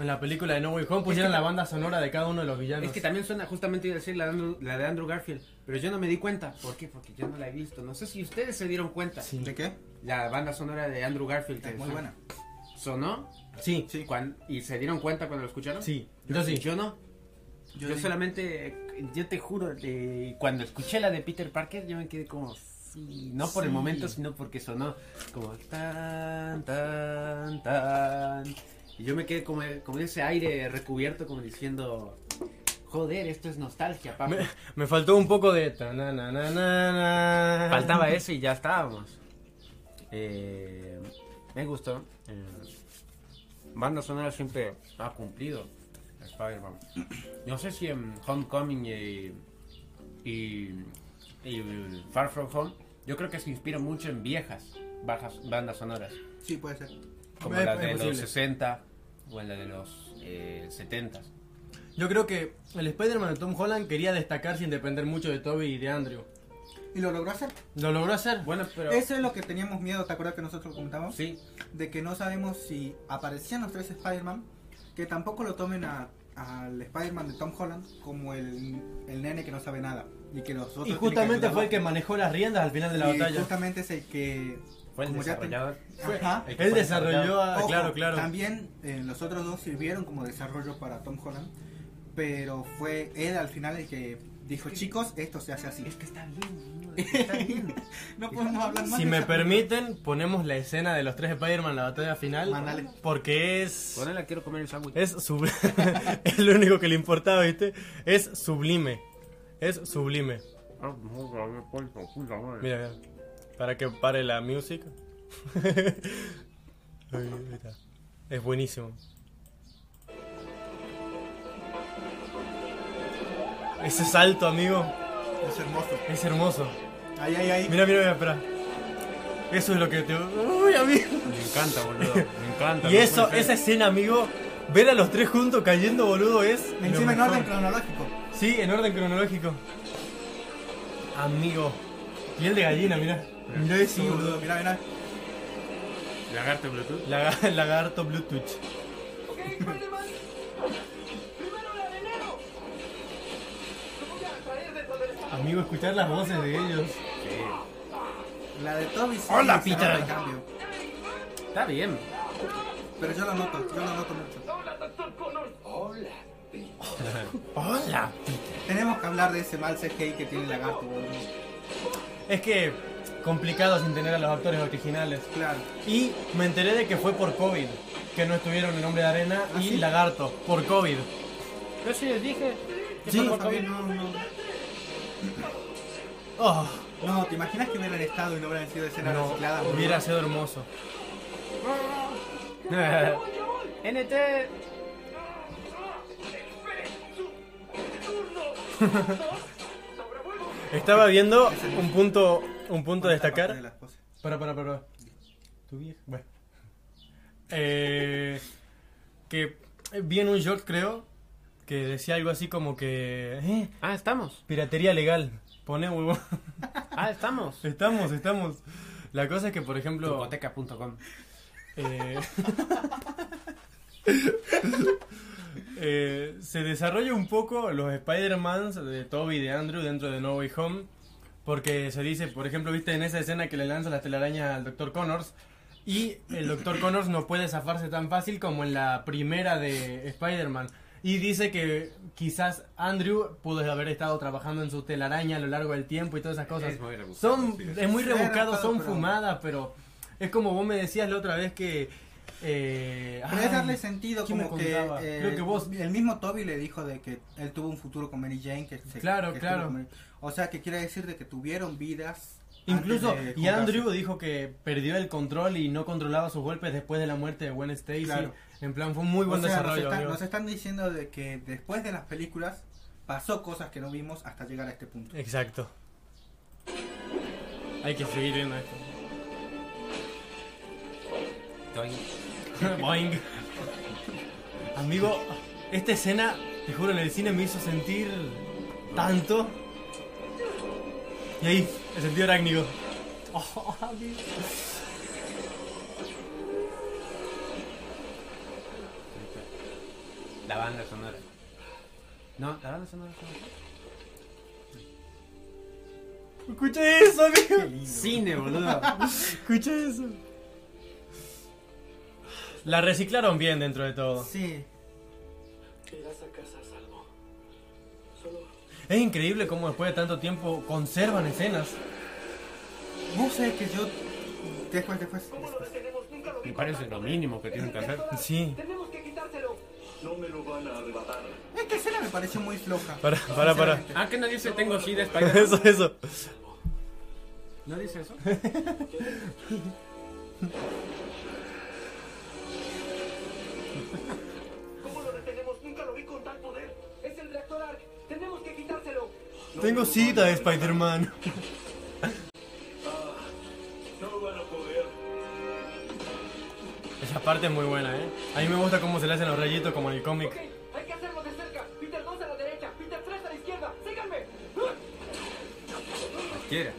Speaker 1: en la película de No Way Home pusieron
Speaker 2: Es que-
Speaker 1: la banda sonora de cada uno de los villanos.
Speaker 2: Es que también suena, justamente iba a decir la de, Andrew, la de Andrew Garfield, pero yo no me di cuenta. ¿Por qué? Porque yo no la he visto. No sé si ustedes se dieron cuenta.
Speaker 1: Sí.
Speaker 3: ¿De qué?
Speaker 2: La banda sonora de Andrew Garfield. que
Speaker 3: Es muy
Speaker 2: son-
Speaker 3: buena.
Speaker 2: ¿Sonó?
Speaker 1: Sí,
Speaker 3: Sí.
Speaker 2: Cuan- ¿Y se dieron cuenta cuando lo escucharon?
Speaker 1: sí, yo sí.
Speaker 2: Yo no. Yo,
Speaker 3: sí.
Speaker 2: solamente, eh, yo te juro, eh, cuando escuché la de Peter Parker, yo me quedé como, sí, no por el
Speaker 1: Sí.
Speaker 2: momento, sino porque sonó como tan, tan, tan. Y yo me quedé como, como ese aire recubierto, como diciendo, joder, esto es nostalgia, papá.
Speaker 1: Me, me faltó un poco de... tananana.
Speaker 2: Faltaba ¿eh? eso y ya estábamos. Eh, me gustó. Eh, banda sonora siempre ha cumplido. Spider-Man. No sé si en Homecoming y, y, y Far From Home, yo creo que se inspira mucho en viejas bajas bandas sonoras.
Speaker 3: Sí, puede ser.
Speaker 2: Como
Speaker 1: Es-
Speaker 2: la
Speaker 1: es
Speaker 2: de los
Speaker 1: posible.
Speaker 2: 60 o en la de los eh, 70.
Speaker 1: Yo creo que el Spider-Man de Tom Holland quería destacarse sin depender mucho de Toby y de Andrew.
Speaker 3: y lo logró hacer.
Speaker 1: Lo logró hacer.
Speaker 2: Bueno, pero.
Speaker 3: Eso es lo que teníamos miedo, ¿te acuerdas que nosotros comentamos?
Speaker 2: Sí,
Speaker 3: De que no sabemos si aparecían los tres Spider-Man, que tampoco lo tomen a- al Spider-Man de Tom Holland como el, el nene que no sabe nada. Y que los otros
Speaker 4: Y
Speaker 3: tienen que
Speaker 4: justamente
Speaker 3: ayudarlo.
Speaker 4: fue el que manejó las riendas al final de la
Speaker 3: Y
Speaker 4: batalla.
Speaker 3: justamente es el que...
Speaker 5: Fue el
Speaker 3: como ya te-
Speaker 5: desarrollador.
Speaker 1: Fue-
Speaker 3: Ajá.
Speaker 5: El que
Speaker 1: Él
Speaker 5: fue
Speaker 1: desarrolló. a-
Speaker 3: Ojo,
Speaker 1: claro, claro.
Speaker 3: También eh, los otros dos sirvieron como desarrollo para Tom Holland, pero fue él al final el que dijo, chicos, esto se hace así.
Speaker 2: que está bien,
Speaker 3: No podemos hablar más.
Speaker 1: Si
Speaker 3: de
Speaker 1: me
Speaker 3: esa
Speaker 1: permiten, ponemos la escena de los tres Spider-Man, la batalla final.
Speaker 3: Mandale.
Speaker 1: Porque es.
Speaker 2: Ponela, quiero comer el sándwich.
Speaker 1: Es sub- es lo único que le importaba, ¿viste? Es sublime. Es sublime. Mira, mira. Para que pare la música. Ahí está. es buenísimo. Ese salto, amigo,
Speaker 3: película. Es hermoso.
Speaker 1: es hermoso.
Speaker 3: Ahí, ahí, ahí.
Speaker 1: Mira, mira, mira, espera. Eso es lo que te. Uy, amigo.
Speaker 2: Me encanta, boludo. Me encanta.
Speaker 1: Y
Speaker 2: no
Speaker 1: eso,
Speaker 2: puede
Speaker 1: esa
Speaker 2: ser.
Speaker 1: escena, amigo, ver a los tres juntos cayendo, boludo, es. lo
Speaker 3: Encima en
Speaker 1: mejor.
Speaker 3: orden cronológico.
Speaker 1: Sí, en orden cronológico. Amigo. Piel de gallina, mirá. Mirá eso,
Speaker 3: Sí,
Speaker 1: boludo.
Speaker 3: boludo, mira, mira.
Speaker 2: Lagarto Bluetooth.
Speaker 1: Laga- lagarto Bluetooth. Amigo, escuchar las voces de ellos.
Speaker 3: La de Toby. sí
Speaker 1: Hola,
Speaker 3: se
Speaker 1: Peter.
Speaker 3: nota el cambio,
Speaker 2: Está bien.
Speaker 3: Pero yo lo noto, yo lo noto mucho.
Speaker 1: ¡Hola!
Speaker 3: Tenemos que hablar de ese mal CGI que tiene el lagarto, boludo.
Speaker 1: Es que complicado sin tener a los actores originales.
Speaker 3: Claro.
Speaker 1: Y me enteré de que fue por COVID. Que no estuvieron en Hombre de Arena
Speaker 3: ¿Ah,
Speaker 1: y
Speaker 3: sí?
Speaker 1: Lagarto. Por COVID.
Speaker 2: Yo sí les dije.
Speaker 3: Sí,
Speaker 2: fue por
Speaker 3: Fabián,
Speaker 2: COVID. Ah.
Speaker 3: no, no.
Speaker 1: Oh,
Speaker 3: No, ¿te imaginas que hubieran estado y no hubieran sido escenas
Speaker 1: no,
Speaker 3: recicladas? boludo?
Speaker 1: hubiera sido hermoso.
Speaker 2: NT.
Speaker 1: Estaba viendo un punto, un punto a
Speaker 3: Aparte de
Speaker 1: destacar.
Speaker 3: las cosas.
Speaker 1: Para, para, para. Tu vieja. Bueno. Eh, que eh, vi en un short, creo, que decía algo así como que. eh,
Speaker 2: Ah, estamos.
Speaker 1: piratería legal. Pone huevo.
Speaker 2: Ah, estamos.
Speaker 1: Estamos, estamos. La cosa es que, por ejemplo.
Speaker 2: Hipoteca.com.
Speaker 1: eh, eh, se desarrolla un poco los Spider-Mans de Toby y de Andrew dentro de No Way Home. Porque se dice, por ejemplo, viste en esa escena que le lanza las telarañas al Dr. Connors. Y el Dr. Connors no puede zafarse tan fácil como en la primera de Spider-Man. Y dice que quizás Andrew pudo haber estado trabajando en su telaraña a lo largo del tiempo y todas esas cosas.
Speaker 2: Es muy rebuscado,
Speaker 1: son,
Speaker 2: sí.
Speaker 1: es muy
Speaker 3: Sí,
Speaker 1: rebuscado,
Speaker 3: rebuscado,
Speaker 1: son
Speaker 3: pero-
Speaker 1: fumadas, pero es como vos me decías la otra vez que... Eh,
Speaker 3: Pero
Speaker 1: ay,
Speaker 3: es darle sentido
Speaker 1: ¿quién me
Speaker 3: como que,
Speaker 1: contaba?
Speaker 3: eh,
Speaker 1: Creo que vos-
Speaker 3: el mismo Toby le dijo de que él tuvo un futuro con Mary Jane que se-
Speaker 1: Claro,
Speaker 3: que estuvo
Speaker 1: claro.
Speaker 3: con Mary- o sea que quiere decir de que tuvieron vidas
Speaker 1: Incluso,
Speaker 3: antes de
Speaker 1: y
Speaker 3: juntarse.
Speaker 1: Andrew dijo que perdió el control y no controlaba sus golpes después de la muerte de Gwen Stacy.
Speaker 3: Claro.
Speaker 1: En plan, fue un muy
Speaker 3: O
Speaker 1: buen
Speaker 3: sea, nos,
Speaker 1: desarrollo.
Speaker 3: están,
Speaker 1: amigo.
Speaker 3: nos están diciendo de que después de las películas pasó cosas que no vimos hasta llegar a este punto
Speaker 1: Exacto. Hay que seguir viendo esto. Boing. Amigo, esta escena, te juro, en el cine me hizo sentir tanto. Y ahí, el sentido arácnido. Oh, amigo.
Speaker 2: La banda sonora. No, la banda sonora.
Speaker 1: Escuché eso, amigo.
Speaker 2: Cine, boludo.
Speaker 1: Escuché eso. La reciclaron bien dentro de todo.
Speaker 3: sí
Speaker 1: Es increíble cómo después de tanto tiempo conservan escenas.
Speaker 3: no sé que yo después después, después.
Speaker 2: Me parece lo mínimo que tienen que hacer.
Speaker 1: Sí.
Speaker 6: Tenemos que quitárselo. No me lo van a arrebatar.
Speaker 3: es que escena me pareció muy floja
Speaker 1: Para, para, para.
Speaker 3: sinceramente.
Speaker 2: Ah, que no dice tengo sí de Spider-Man.
Speaker 1: Eso, eso.
Speaker 2: ¿No dice eso?
Speaker 6: ¿Cómo lo detenemos? Nunca lo vi con tal poder. Es el reactor ARC. Tenemos que quitárselo.
Speaker 1: Tengo cita, Spider-Man.
Speaker 6: No van a poder.
Speaker 1: Esa parte es muy buena, ¿eh? A mí me gusta cómo se le hacen los rayitos como en el cómic.
Speaker 6: Ok, hay que hacerlo de cerca. Peter 2 a la derecha. Peter 3 a la izquierda. Síganme. ¡Ah!
Speaker 2: quiera.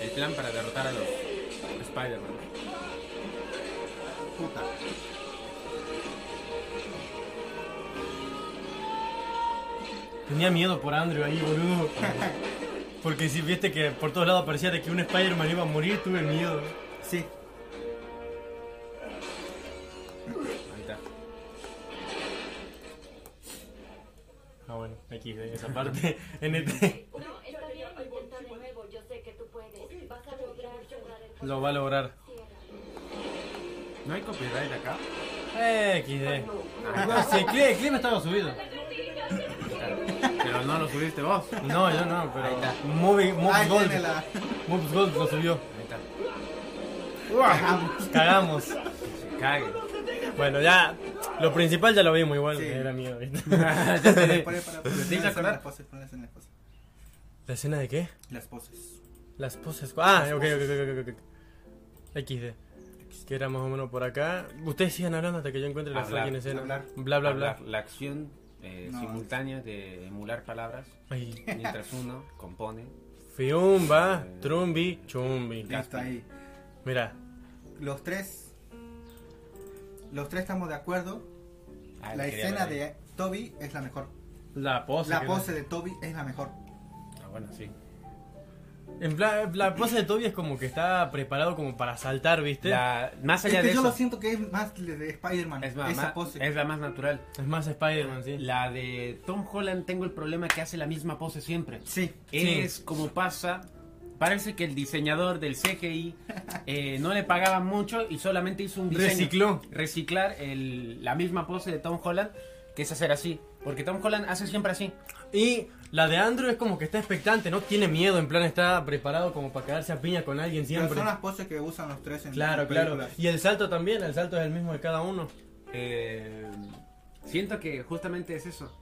Speaker 2: El plan para derrotar a los Spider-Man.
Speaker 3: Puta.
Speaker 1: Tenía miedo por Andrew ahí, boludo. Porque si viste que por todos lados parecía de que un Spider-Man iba a morir, tuve miedo.
Speaker 3: Sí.
Speaker 2: Ahí está.
Speaker 1: Ah, bueno, aquí, en esa parte, NT
Speaker 5: No, está bien intentar de nuevo. Yo sé que tú puedes. Vas a lograr cerrar el
Speaker 1: lo va a lograr.
Speaker 2: ¿No hay copyright acá?
Speaker 1: Eh, XD. No sé, Cle, Cle no estaba subido.
Speaker 2: Pero no lo subiste vos.
Speaker 1: No, yo no,
Speaker 2: Ahí está.
Speaker 1: pero. Moby, Mob
Speaker 3: Ahí viene
Speaker 1: Gold.
Speaker 3: la.
Speaker 1: Mob Gold lo subió.
Speaker 2: Ahí está.
Speaker 1: Cagamos.
Speaker 2: Se cague.
Speaker 1: Bueno, ya. Lo principal ya lo vimos igual,
Speaker 3: Sí.
Speaker 1: era miedo, ¿viste?
Speaker 2: Ya te di.
Speaker 3: Para, para, para.
Speaker 2: ¿Lo tienes que
Speaker 3: Ponle
Speaker 2: acordar?
Speaker 3: las poses, ponle las poses.
Speaker 1: ¿La escena de qué?
Speaker 3: Las poses.
Speaker 1: Las poses. Ah, ok, ok, ok, ok, ok. XD. Que era más o menos por acá. Ustedes sigan hablando hasta que yo encuentre la
Speaker 2: Hablar,
Speaker 1: fucking escena.
Speaker 3: hablar.
Speaker 1: Bla, bla, bla.
Speaker 2: Hablar, La acción eh,
Speaker 3: No.
Speaker 2: simultánea de emular palabras
Speaker 1: Ay.
Speaker 2: mientras uno compone.
Speaker 1: Fiumba, trumbi, chumbi.
Speaker 3: Listo, ahí.
Speaker 1: Mira,
Speaker 3: Los tres. Los tres estamos de acuerdo.
Speaker 2: Ah,
Speaker 3: la
Speaker 2: quería
Speaker 3: escena
Speaker 2: ver ahí.
Speaker 3: de Toby es la mejor.
Speaker 1: la pose.
Speaker 3: La
Speaker 1: que-
Speaker 3: pose de Toby es la mejor.
Speaker 2: Ah, bueno, sí.
Speaker 1: En pla- la pose de Toby es como que está preparado como para saltar, ¿viste?
Speaker 2: La- más
Speaker 3: Es
Speaker 2: allá
Speaker 3: que
Speaker 2: de
Speaker 3: yo
Speaker 2: eso,
Speaker 3: lo siento que es más le- de Spider-Man.
Speaker 2: es, más-
Speaker 3: esa
Speaker 2: más-
Speaker 3: pose.
Speaker 2: es la más natural.
Speaker 1: Es más Spider-Man, sí.
Speaker 2: La de Tom Holland tengo el problema que hace la misma pose siempre.
Speaker 3: Sí.
Speaker 2: Es como pasa. Parece que el diseñador del CGI eh, no le pagaban mucho y solamente hizo un diseño.
Speaker 1: Recicló.
Speaker 2: Reciclar el- la misma pose de Tom Holland, que es hacer así. Porque Tom Holland hace siempre así.
Speaker 1: Y la de Andrew es como que está expectante, no tiene miedo, en plan está preparado como para quedarse a piña con alguien
Speaker 3: Pero
Speaker 1: siempre.
Speaker 3: son las poses que usan los tres en
Speaker 1: Claro,
Speaker 3: las
Speaker 1: claro.
Speaker 3: películas.
Speaker 1: Y el salto también, el salto es el mismo de cada uno.
Speaker 2: Eh, siento que justamente es eso.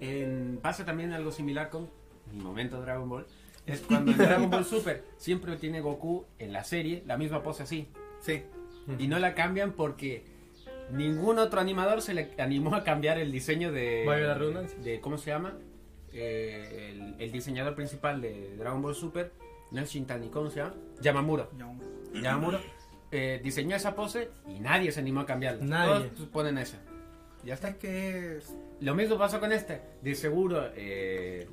Speaker 2: En- pasa también algo similar con mi momento Dragon Ball. Es cuando en Dragon Ball Super siempre tiene Goku en la serie la misma pose así.
Speaker 3: Sí.
Speaker 2: Y no la cambian porque ningún otro animador se le animó a cambiar el diseño de.
Speaker 1: Valga la redundancia.
Speaker 2: de- ¿Cómo se llama? Eh, el, el diseñador principal de Dragon Ball Super. No es Shintani, ¿cómo se llama? Yamamuro.
Speaker 3: Ya, hombre.
Speaker 2: Yamamuro eh, diseñó esa pose y nadie se animó a cambiarla.
Speaker 1: Nadie.
Speaker 2: Todos pues, ponen esa. Ya está.
Speaker 3: Es que es-
Speaker 2: Lo mismo pasó con este. De seguro, eh,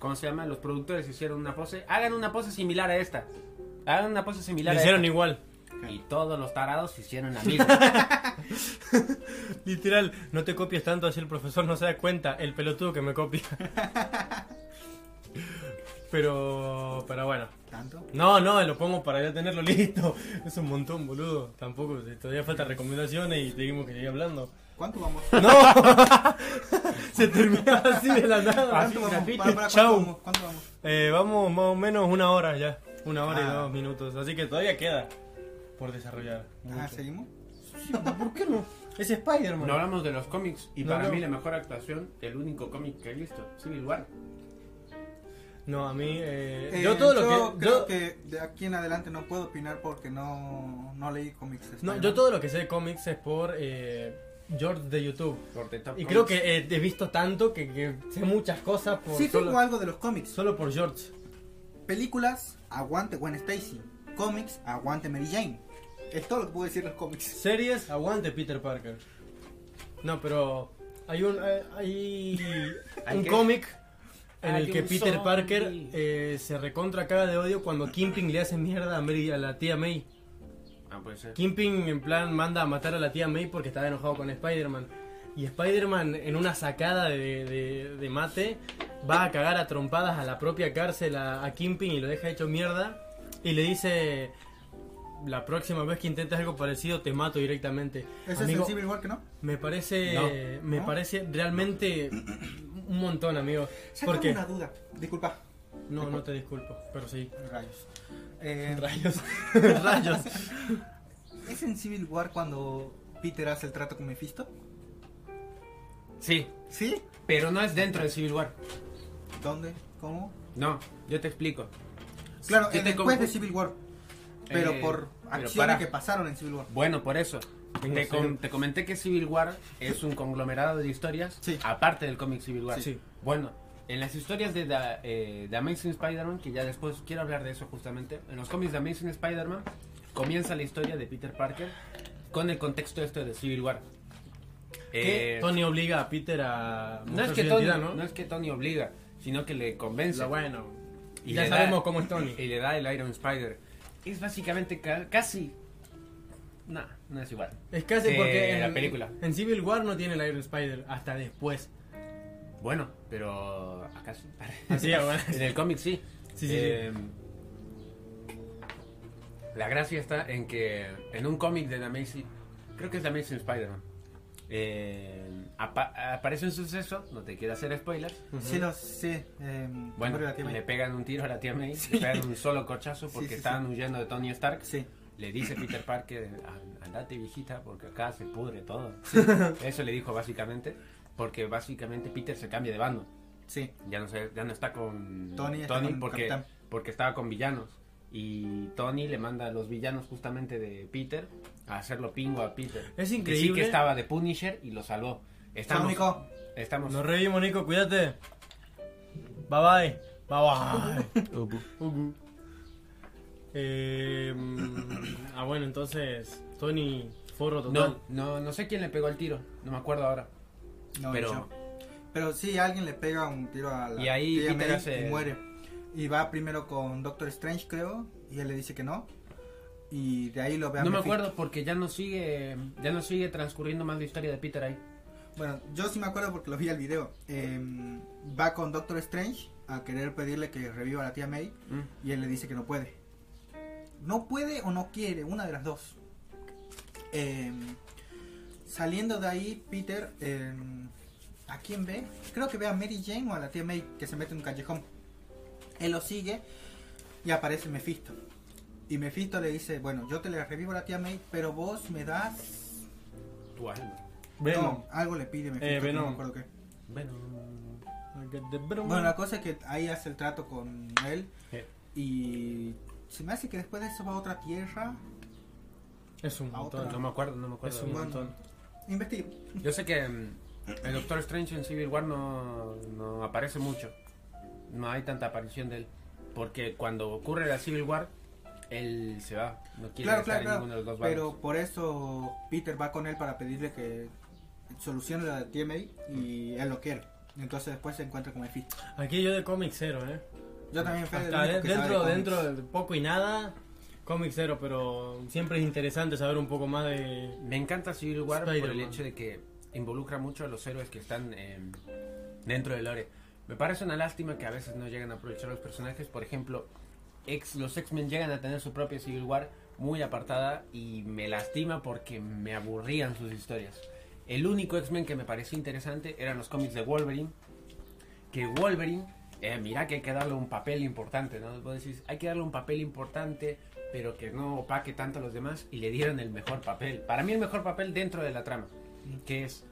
Speaker 2: ¿cómo se llama? Los productores hicieron una pose. Hagan una pose similar a esta. Hagan una pose
Speaker 1: Le
Speaker 2: similar a
Speaker 1: hicieron
Speaker 2: esta.
Speaker 1: igual.
Speaker 2: Y todos los tarados hicieron la misma.
Speaker 1: Literal, no te copies tanto así el profesor no se da cuenta, el pelotudo que me copia. Pero, pero bueno.
Speaker 3: tanto.
Speaker 1: No, no, lo pongo para ya tenerlo listo. Es un montón, boludo. Tampoco, si todavía faltan recomendaciones y seguimos que seguir hablando.
Speaker 3: ¿Cuánto vamos?
Speaker 1: ¡No! se terminaba así de la nada.
Speaker 3: ¿Cuánto vamos?
Speaker 1: grafiti.
Speaker 3: Para, para, ¿cuánto
Speaker 1: Chau.
Speaker 3: vamos? ¿Cuánto vamos?
Speaker 1: Eh, vamos más o menos una hora ya. Una hora y
Speaker 3: Ah.
Speaker 1: dos minutos. Así que todavía queda por desarrollar.
Speaker 3: Ah,
Speaker 1: Mucho. Eh,
Speaker 3: ¿seguimos?
Speaker 1: ¿Por qué no? Es Spider-Man.
Speaker 2: no hablamos de los cómics. Y
Speaker 1: No,
Speaker 2: para
Speaker 1: no.
Speaker 2: mí la mejor actuación, el único cómic que he visto, Civil War.
Speaker 1: No, a mí. eh,
Speaker 3: Eh,
Speaker 1: yo todo
Speaker 3: yo
Speaker 1: lo que.
Speaker 3: creo
Speaker 1: yo-
Speaker 3: que de aquí en adelante no puedo opinar porque no, no leí cómics. de
Speaker 1: No,
Speaker 3: Spider-Man.
Speaker 1: yo todo lo que sé de cómics es por eh, George de YouTube.
Speaker 2: por The Top
Speaker 1: Y creo que
Speaker 2: Comics.
Speaker 1: eh, he visto tanto que, que sé muchas cosas por
Speaker 3: Sí tengo
Speaker 1: solo,
Speaker 3: algo de los cómics.
Speaker 1: solo por George.
Speaker 3: Películas, aguante Gwen Stacy. Cómics, aguante Mary Jane. Es todo lo que puedo decir de los cómics.
Speaker 1: Series, aguante Peter Parker. No, pero hay un eh, hay
Speaker 2: ¿Hay
Speaker 1: un
Speaker 2: qué?
Speaker 1: cómic en
Speaker 2: Ah, Hay
Speaker 1: el que
Speaker 2: un
Speaker 1: Peter
Speaker 2: zombie.
Speaker 1: Parker eh, se recontra caga de odio cuando Kimping le hace mierda a, Mary- a la tía May.
Speaker 2: Ah, puede ser.
Speaker 1: Kimping en plan manda a matar a la tía May porque estaba enojado con Spider-Man. Y Spider-Man en una sacada de, de- de mate va a cagar a trompadas a la propia cárcel a, a Kimping y lo deja hecho mierda. Y le dice, la próxima vez que intentes algo parecido te mato directamente.
Speaker 3: Eso
Speaker 1: Amigo,
Speaker 3: es sensible igual que no.
Speaker 1: me parece,
Speaker 2: No.
Speaker 1: me
Speaker 3: ¿No?
Speaker 1: parece realmente un montón, amigo.
Speaker 3: Sácame
Speaker 1: Porque
Speaker 3: una duda. Disculpa.
Speaker 1: no, no te disculpo, pero sí.
Speaker 3: Rayos. Eh,
Speaker 1: Rayos, rayos.
Speaker 3: ¿Es en Civil War cuando Peter hace el trato con Mephisto?
Speaker 2: Sí,
Speaker 3: ¿Sí?
Speaker 2: pero no es dentro de Civil War.
Speaker 3: ¿Dónde? ¿Cómo?
Speaker 2: No, yo te explico.
Speaker 3: Claro,
Speaker 2: ¿Qué
Speaker 3: en
Speaker 2: te
Speaker 3: después de
Speaker 2: confu-
Speaker 3: Civil War. Pero
Speaker 2: Eh,
Speaker 3: por
Speaker 2: pero
Speaker 3: acciones
Speaker 2: para.
Speaker 3: que pasaron en Civil War.
Speaker 2: Bueno, por eso.
Speaker 1: Tengo
Speaker 2: Te,
Speaker 1: cero.
Speaker 2: com- te comenté que Civil War es un conglomerado de historias,
Speaker 3: Sí.
Speaker 2: aparte del cómic Civil War.
Speaker 1: Sí.
Speaker 2: Bueno, En las historias de The, eh, The Amazing Spider-Man, que ya después quiero hablar de eso justamente, en los cómics de Amazing Spider-Man comienza la historia de Peter Parker con el contexto este de Civil War.
Speaker 1: Que
Speaker 2: Eh,
Speaker 1: Tony obliga a Peter a.
Speaker 2: no, es
Speaker 1: mostrar
Speaker 2: que
Speaker 1: su
Speaker 2: Tony,
Speaker 1: identidad,
Speaker 2: ¿no? es que Tony obliga, sino que le convence.
Speaker 1: Lo bueno.
Speaker 2: Y
Speaker 1: ya
Speaker 2: le da-
Speaker 1: sabemos cómo es Tony.
Speaker 2: Y le da el Iron Spider. Es básicamente ca- casi... No, no es igual.
Speaker 1: Es casi
Speaker 2: Eh,
Speaker 1: porque.
Speaker 2: la
Speaker 1: en-
Speaker 2: película.
Speaker 1: En Civil War no tiene el Iron Spider hasta después.
Speaker 2: Bueno, pero... ¿Acaso?
Speaker 3: Ah,
Speaker 1: Así es, bueno.
Speaker 2: En el cómic sí. Em,
Speaker 1: Sí, sí, sí.
Speaker 2: La gracia está en que en un cómic de The Amazing, creo que es The Amazing Spider-Man, eh, apa- aparece un suceso, no te quiero hacer spoilers.
Speaker 3: Sí, lo sé. eh,
Speaker 2: Bueno,
Speaker 3: pero Mm. la tía May.
Speaker 2: le pegan un tiro a la tía May, le pegan un solo cochazo porque
Speaker 3: Sí, sí,
Speaker 2: estaban huyendo de Tony Stark.
Speaker 3: Sí.
Speaker 2: Le dice Peter Parker, "An- andate viejita porque acá se pudre todo. Eso le dijo básicamente, porque básicamente Peter se cambia de bando
Speaker 3: Sí,
Speaker 2: ya no sé, ya no está con
Speaker 3: Tony está con
Speaker 2: porque,
Speaker 3: Capitán.
Speaker 2: porque estaba con villanos. Y Tony le manda a los villanos justamente de Peter a hacerlo pingo a Peter.
Speaker 1: Es
Speaker 2: Que
Speaker 1: increíble.
Speaker 2: sí que estaba de Punisher y lo salvó.
Speaker 3: Chao,
Speaker 2: Estamos,
Speaker 3: Nico.
Speaker 2: estamos
Speaker 1: Nos reímos, Nico, cuídate. Bye bye. Bye bye. Ugu. Eh, mm, ah, bueno, entonces. Tony, forro total.
Speaker 2: no, no, no sé quién le pegó el tiro, no me acuerdo ahora.
Speaker 3: No,
Speaker 2: pero
Speaker 3: yo. Pero sí, alguien le pega un tiro a la
Speaker 2: Y ahí
Speaker 3: tía
Speaker 2: Peter
Speaker 3: May
Speaker 2: hace-
Speaker 3: y muere. Y va primero con Doctor Strange, creo, y él le dice que no. Y de ahí lo ve a
Speaker 2: no me
Speaker 3: Mephi-
Speaker 2: acuerdo porque ya no sigue, ya no sigue transcurriendo más la historia de Peter ahí.
Speaker 3: Bueno, yo sí me acuerdo porque lo vi al video. Em, va con Doctor Strange a querer pedirle que reviva a la tía May
Speaker 2: Mm.
Speaker 3: y él le dice que no puede. No puede o no quiere, una de las dos. Em, saliendo de ahí, Peter, em, ¿a quién ve? Creo que ve a Mary Jane o a la tía May que se mete en un callejón. Él lo sigue y aparece Mephisto. Y Mephisto le dice, bueno, yo te le revivo a la tía May, pero vos me das...
Speaker 2: Tu alma.
Speaker 1: Venom. Eh,
Speaker 3: No, algo le pide Mephisto, que no
Speaker 1: Venom.
Speaker 3: me acuerdo qué.
Speaker 2: Bueno,
Speaker 3: Bueno, la cosa es que ahí hace el trato con él
Speaker 2: eh,
Speaker 3: y se me hace que después de eso va a otra tierra.
Speaker 1: Es un
Speaker 3: A otra.
Speaker 1: montón.
Speaker 2: no me acuerdo, no me acuerdo.
Speaker 1: Es un
Speaker 2: bien.
Speaker 1: montón.
Speaker 3: Investiga.
Speaker 2: Yo sé que mm, el Doctor Strange en Civil War no, no aparece mucho. No hay tanta aparición de él. Porque cuando ocurre la Civil War, él se va. No quiere
Speaker 3: Claro,
Speaker 2: estar
Speaker 3: claro,
Speaker 2: en
Speaker 3: claro.
Speaker 2: ninguno de los dos bandos.
Speaker 3: Pero por eso Peter va con él para pedirle que solucione la de TMA y él lo quiere. Entonces después se encuentra con Mephisto.
Speaker 1: Aquí yo de cómic cero, eh.
Speaker 3: Yo también Fede,
Speaker 1: Hasta
Speaker 3: el
Speaker 1: de-
Speaker 3: único que sabe
Speaker 1: dentro,
Speaker 3: cómics.
Speaker 1: dentro de poco y nada, cómic cero, pero siempre es interesante saber un poco más de.
Speaker 2: Me encanta Civil War por el
Speaker 1: Spider-Man.
Speaker 2: hecho de que involucra mucho a los héroes que están eh, dentro del lore. Me parece una lástima que a veces no llegan a aprovechar los personajes. Por ejemplo, ex, los X-Men llegan a tener su propia Civil War muy apartada y me lastima porque me aburrían sus historias. El único X-Men que me parecía interesante eran los cómics de Wolverine. Que Wolverine, eh, mira que hay que darle un papel importante, ¿no? Vos decís, hay que darle un papel importante, pero que no opaque tanto a los demás y le dieron el mejor papel. Para mí el mejor papel dentro de la trama, que es,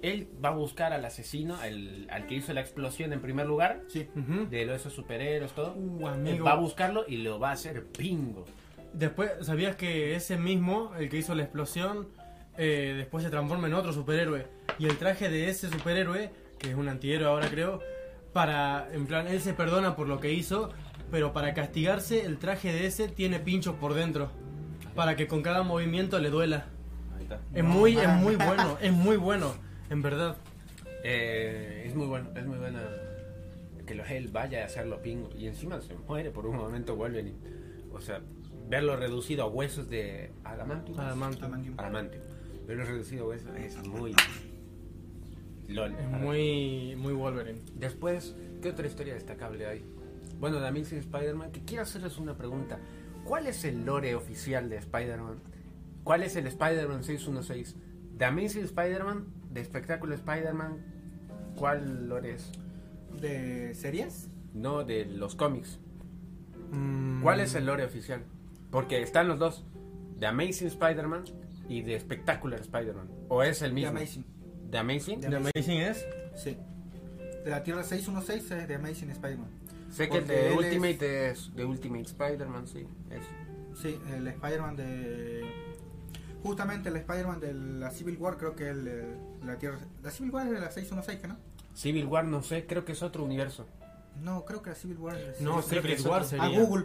Speaker 2: él va a buscar al asesino, al, al que hizo la explosión en primer lugar,
Speaker 3: Sí.
Speaker 1: Ujú.
Speaker 2: de los- esos superhéroes, todo.
Speaker 1: Uh,
Speaker 2: Él
Speaker 1: amigo.
Speaker 2: va a buscarlo y lo va a hacer pingo.
Speaker 1: Después, ¿sabías que ese mismo, el que hizo la explosión, eh, después se transforma en otro superhéroe? Y el traje de ese superhéroe, que es un antihéroe ahora creo, para, en plan, él se perdona por lo que hizo, pero para castigarse, el traje de ese tiene pinchos por dentro, para que con cada movimiento le duela. Es muy, es muy bueno, es muy bueno, en verdad.
Speaker 2: Eh, es muy bueno, es muy bueno que los él vaya a hacerlo pingo. Y encima se muere por un momento Wolverine. O sea, verlo reducido a huesos de adamantium.
Speaker 1: Adamantium.
Speaker 3: Adamantium.
Speaker 2: Adamantium. Verlo reducido a huesos es muy... LOL.
Speaker 1: Es muy, muy Wolverine.
Speaker 2: Después, ¿qué otra historia destacable hay? Bueno, de Amazing Spider-Man, que quiero hacerles una pregunta. ¿Cuál es el lore oficial de Spider-Man? ¿Cuál es el Spider-Man 616? ¿De Amazing Spider-Man? ¿De espectáculo Spider-Man? ¿Cuál lore es?
Speaker 3: ¿De series?
Speaker 2: No, de los cómics. ¿Cuál es el lore oficial? Porque están los dos, de Amazing Spider-Man y de Spectacular Spider-Man. ¿O es el
Speaker 3: De
Speaker 2: mismo?
Speaker 3: Amazing.
Speaker 2: ¿De Amazing?
Speaker 1: ¿De Amazing es?
Speaker 3: Sí. De la Tierra 616 es de Amazing Spider-Man.
Speaker 2: Sé que el
Speaker 3: Porque
Speaker 2: de
Speaker 3: él
Speaker 2: Ultimate es de Ultimate Spider-Man, sí. Es.
Speaker 3: Sí, el Spider-Man de... Justamente el Spider-Man de la Civil War creo que es el, de la Tierra... La Civil War es de la 616, ¿no?
Speaker 2: Civil War, no sé, creo que es otro universo.
Speaker 3: No, creo que la Civil War. es-
Speaker 2: No,
Speaker 1: Secret
Speaker 2: creo que es
Speaker 1: War
Speaker 2: otro.
Speaker 1: sería.
Speaker 3: a Google.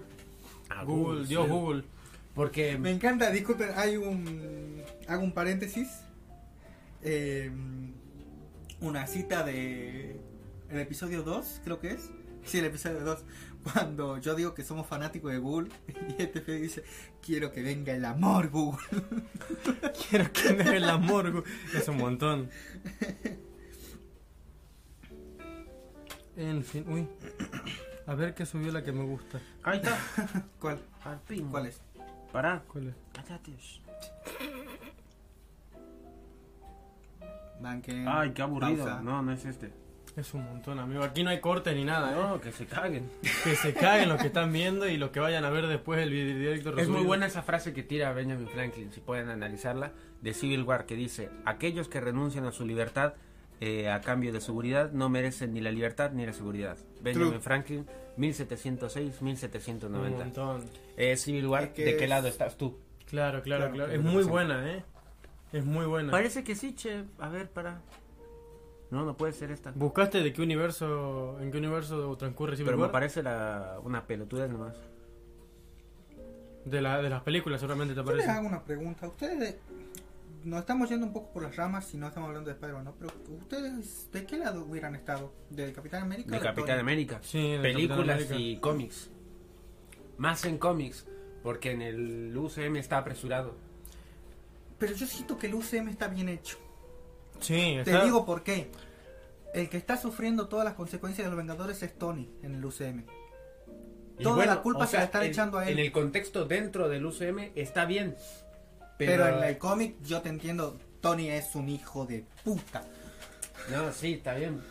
Speaker 2: Ah,
Speaker 1: Google, Dios
Speaker 2: sí.
Speaker 1: Google.
Speaker 2: Porque
Speaker 3: Me encanta, disculpen, hay un. Hago un paréntesis. Eh, una cita de. El episodio 2, creo que es. Sí, el episodio 2. Cuando yo digo que somos fanáticos de Google, y este fe dice: Quiero que venga el amor, Google.
Speaker 4: Quiero que me dé el amor, güey. es un montón.
Speaker 1: En fin, uy. A ver qué subió la que me gusta.
Speaker 2: Ahí está.
Speaker 3: ¿Cuál?
Speaker 2: Al pin.
Speaker 3: ¿Cuál es?
Speaker 2: Pará.
Speaker 1: ¿Cuál es?
Speaker 2: Cállate. sh.
Speaker 3: Banquen,
Speaker 2: Ay, qué aburrido.
Speaker 3: pausa.
Speaker 2: No, no es este.
Speaker 1: Es un montón, amigo. Aquí no hay cortes ni nada, ¿eh?
Speaker 2: No, que se caguen.
Speaker 1: Que se caguen los que están viendo y los que vayan a ver después el video directo.
Speaker 2: Es muy
Speaker 1: resubido.
Speaker 2: buena esa frase que tira Benjamin Franklin, si pueden analizarla, de Civil War, que dice, aquellos que renuncian a su libertad eh, a cambio de seguridad no merecen ni la libertad ni la seguridad. Benjamin
Speaker 3: True. Mm.
Speaker 2: Franklin, 1706-1790.
Speaker 1: Un montón.
Speaker 2: Eh, Civil War,
Speaker 3: Es que
Speaker 2: ¿de qué
Speaker 3: es-
Speaker 2: lado estás tú?
Speaker 1: Claro, claro,
Speaker 3: Claro,
Speaker 1: claro.
Speaker 3: claro,
Speaker 1: Es muy buena, ¿eh? Es muy buena.
Speaker 2: Parece que sí, che. A ver, para. No, no puede ser esta.
Speaker 1: ¿Buscaste de qué universo, en qué universo transcurre Civil
Speaker 2: Pero me
Speaker 1: War?
Speaker 2: parece la, una pelotuda nomás.
Speaker 1: De, la, de las películas seguramente te
Speaker 3: Yo les
Speaker 1: aparece.
Speaker 3: hago una pregunta. Ustedes. de- Nos estamos yendo un poco por las ramas si no estamos hablando de Spider-Man, ¿no? Pero ustedes, ¿de qué lado hubieran estado? ¿De Capitán América? o
Speaker 2: De Capitán
Speaker 3: Tony?
Speaker 2: América.
Speaker 1: Sí, de
Speaker 2: películas
Speaker 1: Capitán América.
Speaker 2: y cómics. Más en cómics, porque en el UCM está apresurado.
Speaker 3: Pero yo siento que el UCM está bien hecho.
Speaker 1: Sí,
Speaker 3: Te
Speaker 1: está-
Speaker 3: digo por qué. El que está sufriendo todas las consecuencias de los Vengadores es Tony en el UCM.
Speaker 2: Y
Speaker 3: Toda la culpa se la están
Speaker 2: en-
Speaker 3: echando a él.
Speaker 2: En el contexto dentro del UCM está bien.
Speaker 3: Pero,
Speaker 2: Pero,
Speaker 3: en el cómic, yo te entiendo, Tony es un hijo de puta.
Speaker 2: No, sí, está bien.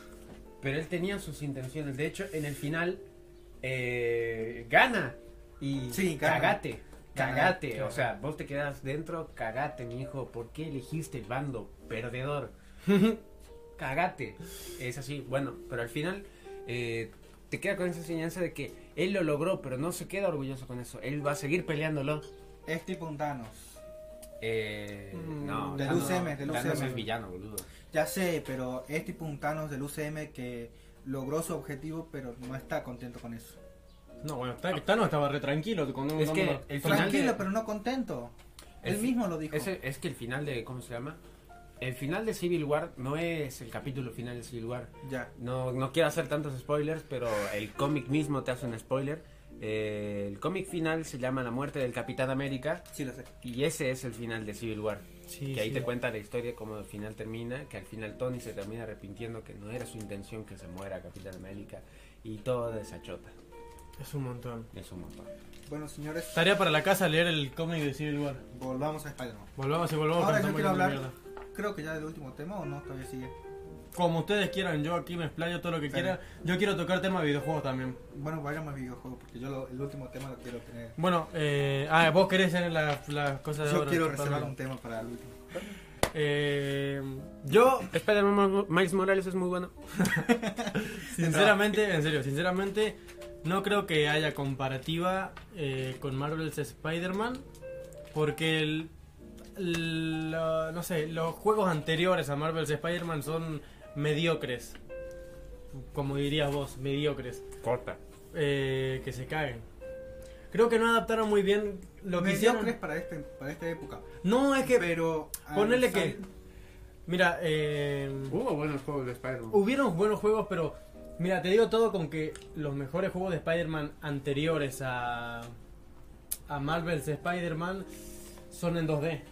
Speaker 2: Pero él tenía sus intenciones. De hecho, en el final eh, gana. Y
Speaker 3: Sí, gana.
Speaker 2: cagate.
Speaker 3: Gana.
Speaker 2: Cagate. O sea, vos te quedas dentro, cagate, mi hijo. ¿Por qué elegiste el bando perdedor? cagate. Es así. Bueno, pero al final eh, te queda con esa enseñanza de que él lo logró, pero no se queda orgulloso con eso. Él va a seguir peleándolo.
Speaker 3: Es tipo un Thanos.
Speaker 2: Eh,
Speaker 1: Mm,
Speaker 2: no,
Speaker 3: del
Speaker 2: Thanos-
Speaker 3: UCM, del
Speaker 2: Thanos
Speaker 3: UCM.
Speaker 2: es villano, boludo.
Speaker 3: Ya sé, pero es tipo un Thanos del UCM que logró su objetivo, pero no está contento con eso.
Speaker 1: No, bueno, Ta- Thanos estaba re tranquilo. Cuando
Speaker 2: Es que
Speaker 1: cuando-
Speaker 2: el final
Speaker 3: Tranquilo,
Speaker 2: de-
Speaker 3: pero no contento.
Speaker 2: El
Speaker 3: Él
Speaker 2: fi-
Speaker 3: mismo lo dijo.
Speaker 2: Ese- es que el final de. ¿Cómo se llama? El final de Civil War no es el capítulo final de Civil War.
Speaker 3: Ya.
Speaker 2: No, no quiero hacer tantos spoilers, pero el cómic mismo te hace un spoiler. Eh, el cómic final se llama La muerte del Capitán América
Speaker 3: Sí, lo sé.
Speaker 2: y ese es el final de Civil War.
Speaker 1: Sí,
Speaker 2: que ahí
Speaker 1: sí.
Speaker 2: te cuenta la historia cómo el final termina, que al final Tony se termina arrepintiendo que no era su intención que se muera Capitán América y toda esa chota.
Speaker 1: Es un montón.
Speaker 2: Es un montón.
Speaker 3: Bueno, señores,
Speaker 1: Tarea para la casa leer el cómic de Civil War.
Speaker 3: volvamos a Spider-Man.
Speaker 1: Volvamos y volvamos
Speaker 3: Ahora
Speaker 1: pero
Speaker 3: yo
Speaker 1: estamos
Speaker 3: quiero
Speaker 1: yendo a
Speaker 3: hablar,
Speaker 1: mierda.
Speaker 3: creo que ya del último tema o no, todavía sigue.
Speaker 1: Como ustedes quieran, yo aquí me explayo todo lo que
Speaker 3: Sí.
Speaker 1: quiera. Yo quiero tocar tema de videojuegos también.
Speaker 3: Bueno, vayamos al videojuego, porque yo lo- el último tema lo quiero tener.
Speaker 1: Bueno, eh, ah, vos querés hacer las las cosas de
Speaker 3: Yo
Speaker 1: ahora,
Speaker 3: quiero
Speaker 1: totalmente.
Speaker 3: reservar un tema para el último.
Speaker 1: Eh, yo,
Speaker 2: Spider-Man Miles Morales es muy bueno.
Speaker 1: sinceramente, en serio, sinceramente, no creo que haya comparativa eh, con Marvel's Spider-Man. Porque el, la- no sé, los juegos anteriores a Marvel's Spider-Man son mediocres. Como dirías vos, mediocres.
Speaker 2: Corta.
Speaker 1: Eh, que se caguen. Creo que no adaptaron muy bien lo que hicieron.
Speaker 3: Mediocres para, este, para esta época.
Speaker 1: No, es que
Speaker 3: Pero. ah, al
Speaker 1: Ponele que.
Speaker 3: salir-
Speaker 1: Mira, eh,
Speaker 2: Hubo buenos juegos de Spider-Man.
Speaker 1: hubieron buenos juegos, pero. Mira, te digo todo con que los mejores juegos de Spider-Man anteriores a. a Marvel's Spider-Man son en 2D.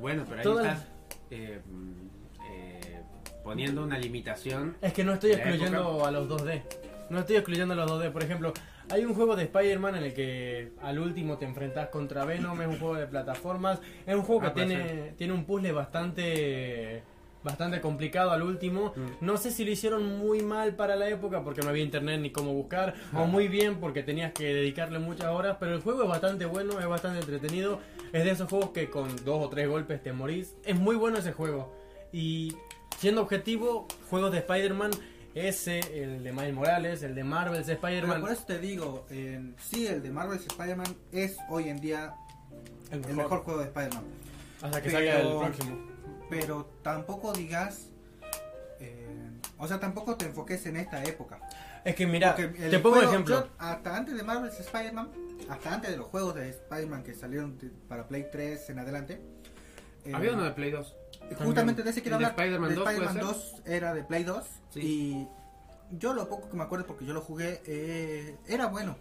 Speaker 2: Bueno, pero ahí
Speaker 1: Todas
Speaker 2: estás eh, mm, eh, poniendo una limitación.
Speaker 1: Es que no estoy
Speaker 2: La
Speaker 1: excluyendo
Speaker 2: época.
Speaker 1: a los 2D. No estoy excluyendo a los 2D. Por ejemplo, hay un juego de Spider-Man en el que al último te enfrentas contra Venom. Es un juego de plataformas. Es un juego que
Speaker 2: Ah, puede
Speaker 1: tiene, tiene un puzzle bastante bastante complicado al último.
Speaker 2: Mm.
Speaker 1: No sé si lo hicieron muy mal para la época porque no había internet ni cómo buscar.
Speaker 2: Ah.
Speaker 1: O muy bien porque tenías que dedicarle muchas horas. Pero el juego es bastante bueno, es bastante entretenido. Es de esos juegos que con dos o tres golpes te morís. Es muy bueno ese juego. Y siendo objetivo, juegos de Spider-Man, ese, el de Miles Morales, el de Marvel's
Speaker 3: Pero por
Speaker 1: Spider-Man,
Speaker 3: eso te digo, en- sí, el de Marvel's Spider-Man es hoy en día
Speaker 1: el
Speaker 3: el mejor juego de Spider-Man.
Speaker 1: Hasta que
Speaker 3: pero-
Speaker 1: salga el próximo.
Speaker 3: Pero tampoco digas eh, o sea, tampoco te enfoques en esta época.
Speaker 1: Es que
Speaker 2: Ah,
Speaker 1: mira,
Speaker 3: Porque el
Speaker 1: te pongo un
Speaker 3: juego-
Speaker 1: ejemplo.
Speaker 3: yo, hasta antes de Marvel's Spider-Man, hasta antes de los juegos de Spider-Man que salieron de- para Play 3 en adelante. eh,
Speaker 2: Había uno de Play 2.
Speaker 3: Justamente de ese quiero
Speaker 2: ¿El de
Speaker 3: hablar.
Speaker 2: Spider-Man
Speaker 3: de
Speaker 2: 2 puede ser?
Speaker 3: Spider-Man 2 era de Play 2.
Speaker 2: Sí.
Speaker 3: Y yo lo poco que me acuerdo, porque yo lo jugué, eh, era bueno.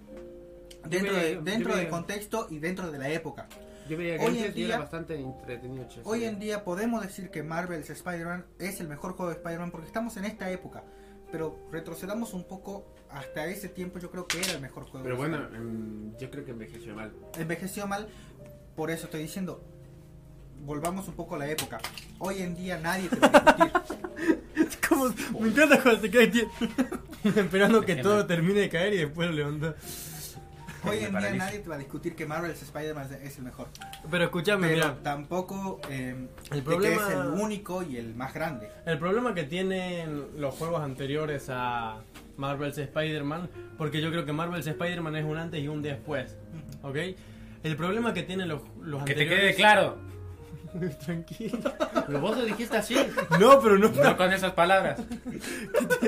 Speaker 3: Dentro,
Speaker 2: vi-
Speaker 3: de,
Speaker 2: yo
Speaker 3: dentro
Speaker 2: vi-
Speaker 3: del contexto y dentro de la época.
Speaker 2: Yo veía
Speaker 3: Hoy
Speaker 2: que
Speaker 3: en
Speaker 2: antes y
Speaker 3: día-
Speaker 2: era bastante entretenido, che.
Speaker 3: Hoy
Speaker 2: Sí.
Speaker 3: en día podemos decir que Marvel's Spider-Man es el mejor juego de Spider-Man porque estamos en esta época. Pero retrocedamos un poco hasta ese tiempo, yo creo que era el mejor juego.
Speaker 2: Pero
Speaker 3: de
Speaker 2: bueno,
Speaker 3: Spider-Man.
Speaker 2: em, yo creo que envejeció mal.
Speaker 3: envejeció mal, por eso estoy diciendo, volvamos un poco a la época. Hoy en día nadie te va a discutir.
Speaker 4: ¿Cómo? Me encanta cuando se cae tío. Esperando que
Speaker 2: Es que
Speaker 4: todo
Speaker 2: no.
Speaker 4: termine de caer y después lo levanta.
Speaker 3: Hoy
Speaker 2: Me
Speaker 3: en día
Speaker 2: paraliza. Ah,
Speaker 3: nadie te va a discutir que Marvel's Spider-Man es el mejor.
Speaker 4: Pero escúchame,
Speaker 3: Pero
Speaker 4: mira.
Speaker 3: tampoco eh, de
Speaker 4: problema-
Speaker 3: que es el único y el más grande.
Speaker 1: El problema que tienen los juegos anteriores a Marvel's Spider-Man, porque yo creo que Marvel's Spider-Man es un antes y un después, ¿ok? El problema que tienen los, los
Speaker 2: Que te quede
Speaker 1: anteriores...
Speaker 2: claro.
Speaker 1: Tranquilo.
Speaker 2: Pero vos lo dijiste así.
Speaker 4: No, pero no.
Speaker 2: No con esas palabras.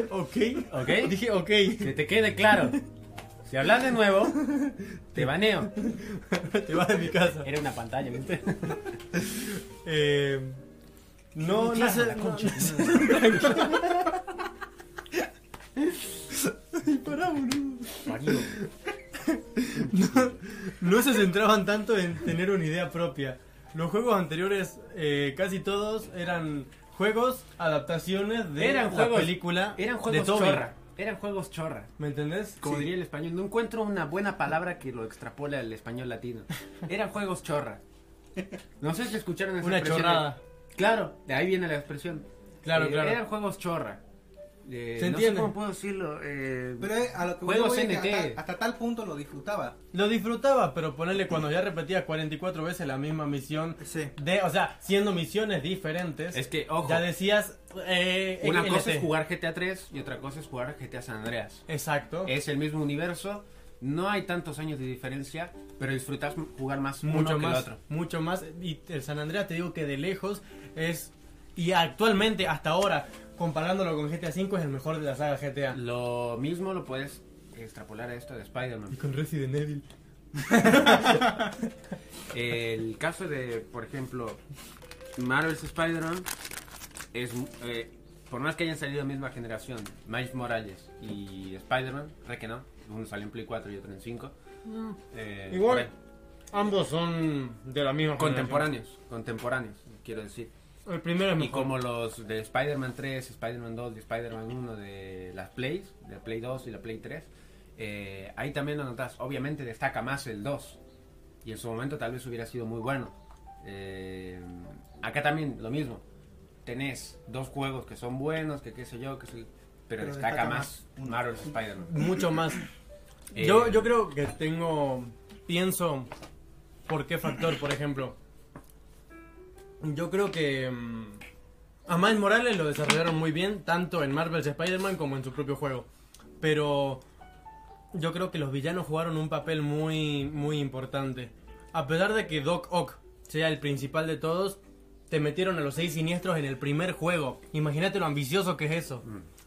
Speaker 4: ok.
Speaker 2: ¿Ok?
Speaker 4: Dije, ok.
Speaker 2: Que te quede claro. Si hablas de nuevo, te baneo.
Speaker 4: Te vas de mi casa.
Speaker 2: Era una pantalla, ¿viste?
Speaker 4: Eh, no, no sé. no- no sé. Ay, pará, boludo.
Speaker 2: Marido.
Speaker 4: No se centraban tanto en tener una idea propia. Los juegos anteriores, eh, casi todos, eran juegos, adaptaciones de
Speaker 2: Eran
Speaker 4: la
Speaker 2: juegos-
Speaker 4: película
Speaker 2: Eran
Speaker 4: de
Speaker 2: juegos
Speaker 4: Toby.
Speaker 2: chorra. Eran juegos chorra.
Speaker 4: ¿Me entendés?
Speaker 2: Como diría el español, no encuentro una buena palabra que lo extrapole al español latino. Eran juegos chorra. No sé si escucharon esa
Speaker 4: Una
Speaker 2: expresión.
Speaker 4: chorrada.
Speaker 2: Claro, de ahí viene la expresión.
Speaker 1: Claro,
Speaker 2: Eh,
Speaker 1: claro.
Speaker 2: Eran juegos chorra. Eh,
Speaker 1: Se
Speaker 2: no
Speaker 1: entiende.
Speaker 2: sé cómo puedo decirlo. eh,
Speaker 3: Pero eh, a lo que
Speaker 2: Juegos
Speaker 3: yo voy es que
Speaker 2: NT.
Speaker 3: hasta, hasta tal punto lo disfrutaba.
Speaker 1: Lo disfrutaba, pero ponerle cuando ya repetías 44 veces la misma misión,
Speaker 3: Sí.
Speaker 1: de, o sea, siendo misiones diferentes,
Speaker 2: Es que, ojo,
Speaker 1: ya decías... eh,
Speaker 2: una
Speaker 1: XLT.
Speaker 2: cosa es jugar GTA 3 y otra cosa es jugar GTA San Andreas.
Speaker 1: Exacto.
Speaker 2: Es el mismo universo, no hay tantos años de diferencia, pero disfrutas jugar más uno
Speaker 1: mucho
Speaker 2: que
Speaker 1: más,
Speaker 2: el otro.
Speaker 1: mucho más. Y el San Andreas te digo que de lejos es y actualmente hasta ahora comparándolo con GTA V es el mejor de la saga GTA.
Speaker 2: Lo mismo lo puedes extrapolar a esto de Spider-Man.
Speaker 4: Con Resident Evil.
Speaker 2: El caso de, por ejemplo, Marvel's Spider-Man es, eh, por más que hayan salido de misma generación, Miles Morales y Spider-Man, re que no, uno salió en Play 4 y otro en 5. eh, por ahí.
Speaker 1: Igual ambos son de la misma
Speaker 2: Contemporáneos, contemporáneos, quiero decir.
Speaker 1: generación. El primero es
Speaker 2: Y
Speaker 1: mejor.
Speaker 2: como los de Spider-Man 3, Spider-Man 2 y Spider-Man 1 de las Plays, de Play 2 y la Play 3, eh, ahí también lo notas. Obviamente destaca más el 2. Y en su momento tal vez hubiera sido muy bueno. Eh, acá también lo mismo. Tenés dos juegos que son buenos, que qué sé yo, que sé- pero,
Speaker 3: Pero
Speaker 2: destaca,
Speaker 3: destaca
Speaker 2: más
Speaker 3: más uno.
Speaker 2: Marvel's Spider-Man.
Speaker 1: mucho más.
Speaker 2: Eh,
Speaker 1: Yo, yo creo que tengo, pienso, ¿por qué factor, por ejemplo? Yo creo que mm, a Miles Morales lo desarrollaron muy bien, tanto en Marvel's Spider-Man como en su propio juego. Pero yo creo que los villanos jugaron un papel muy, muy importante. A pesar de que Doc Ock sea el principal de todos, te metieron a los seis siniestros en el primer juego. Imagínate lo ambicioso que es eso.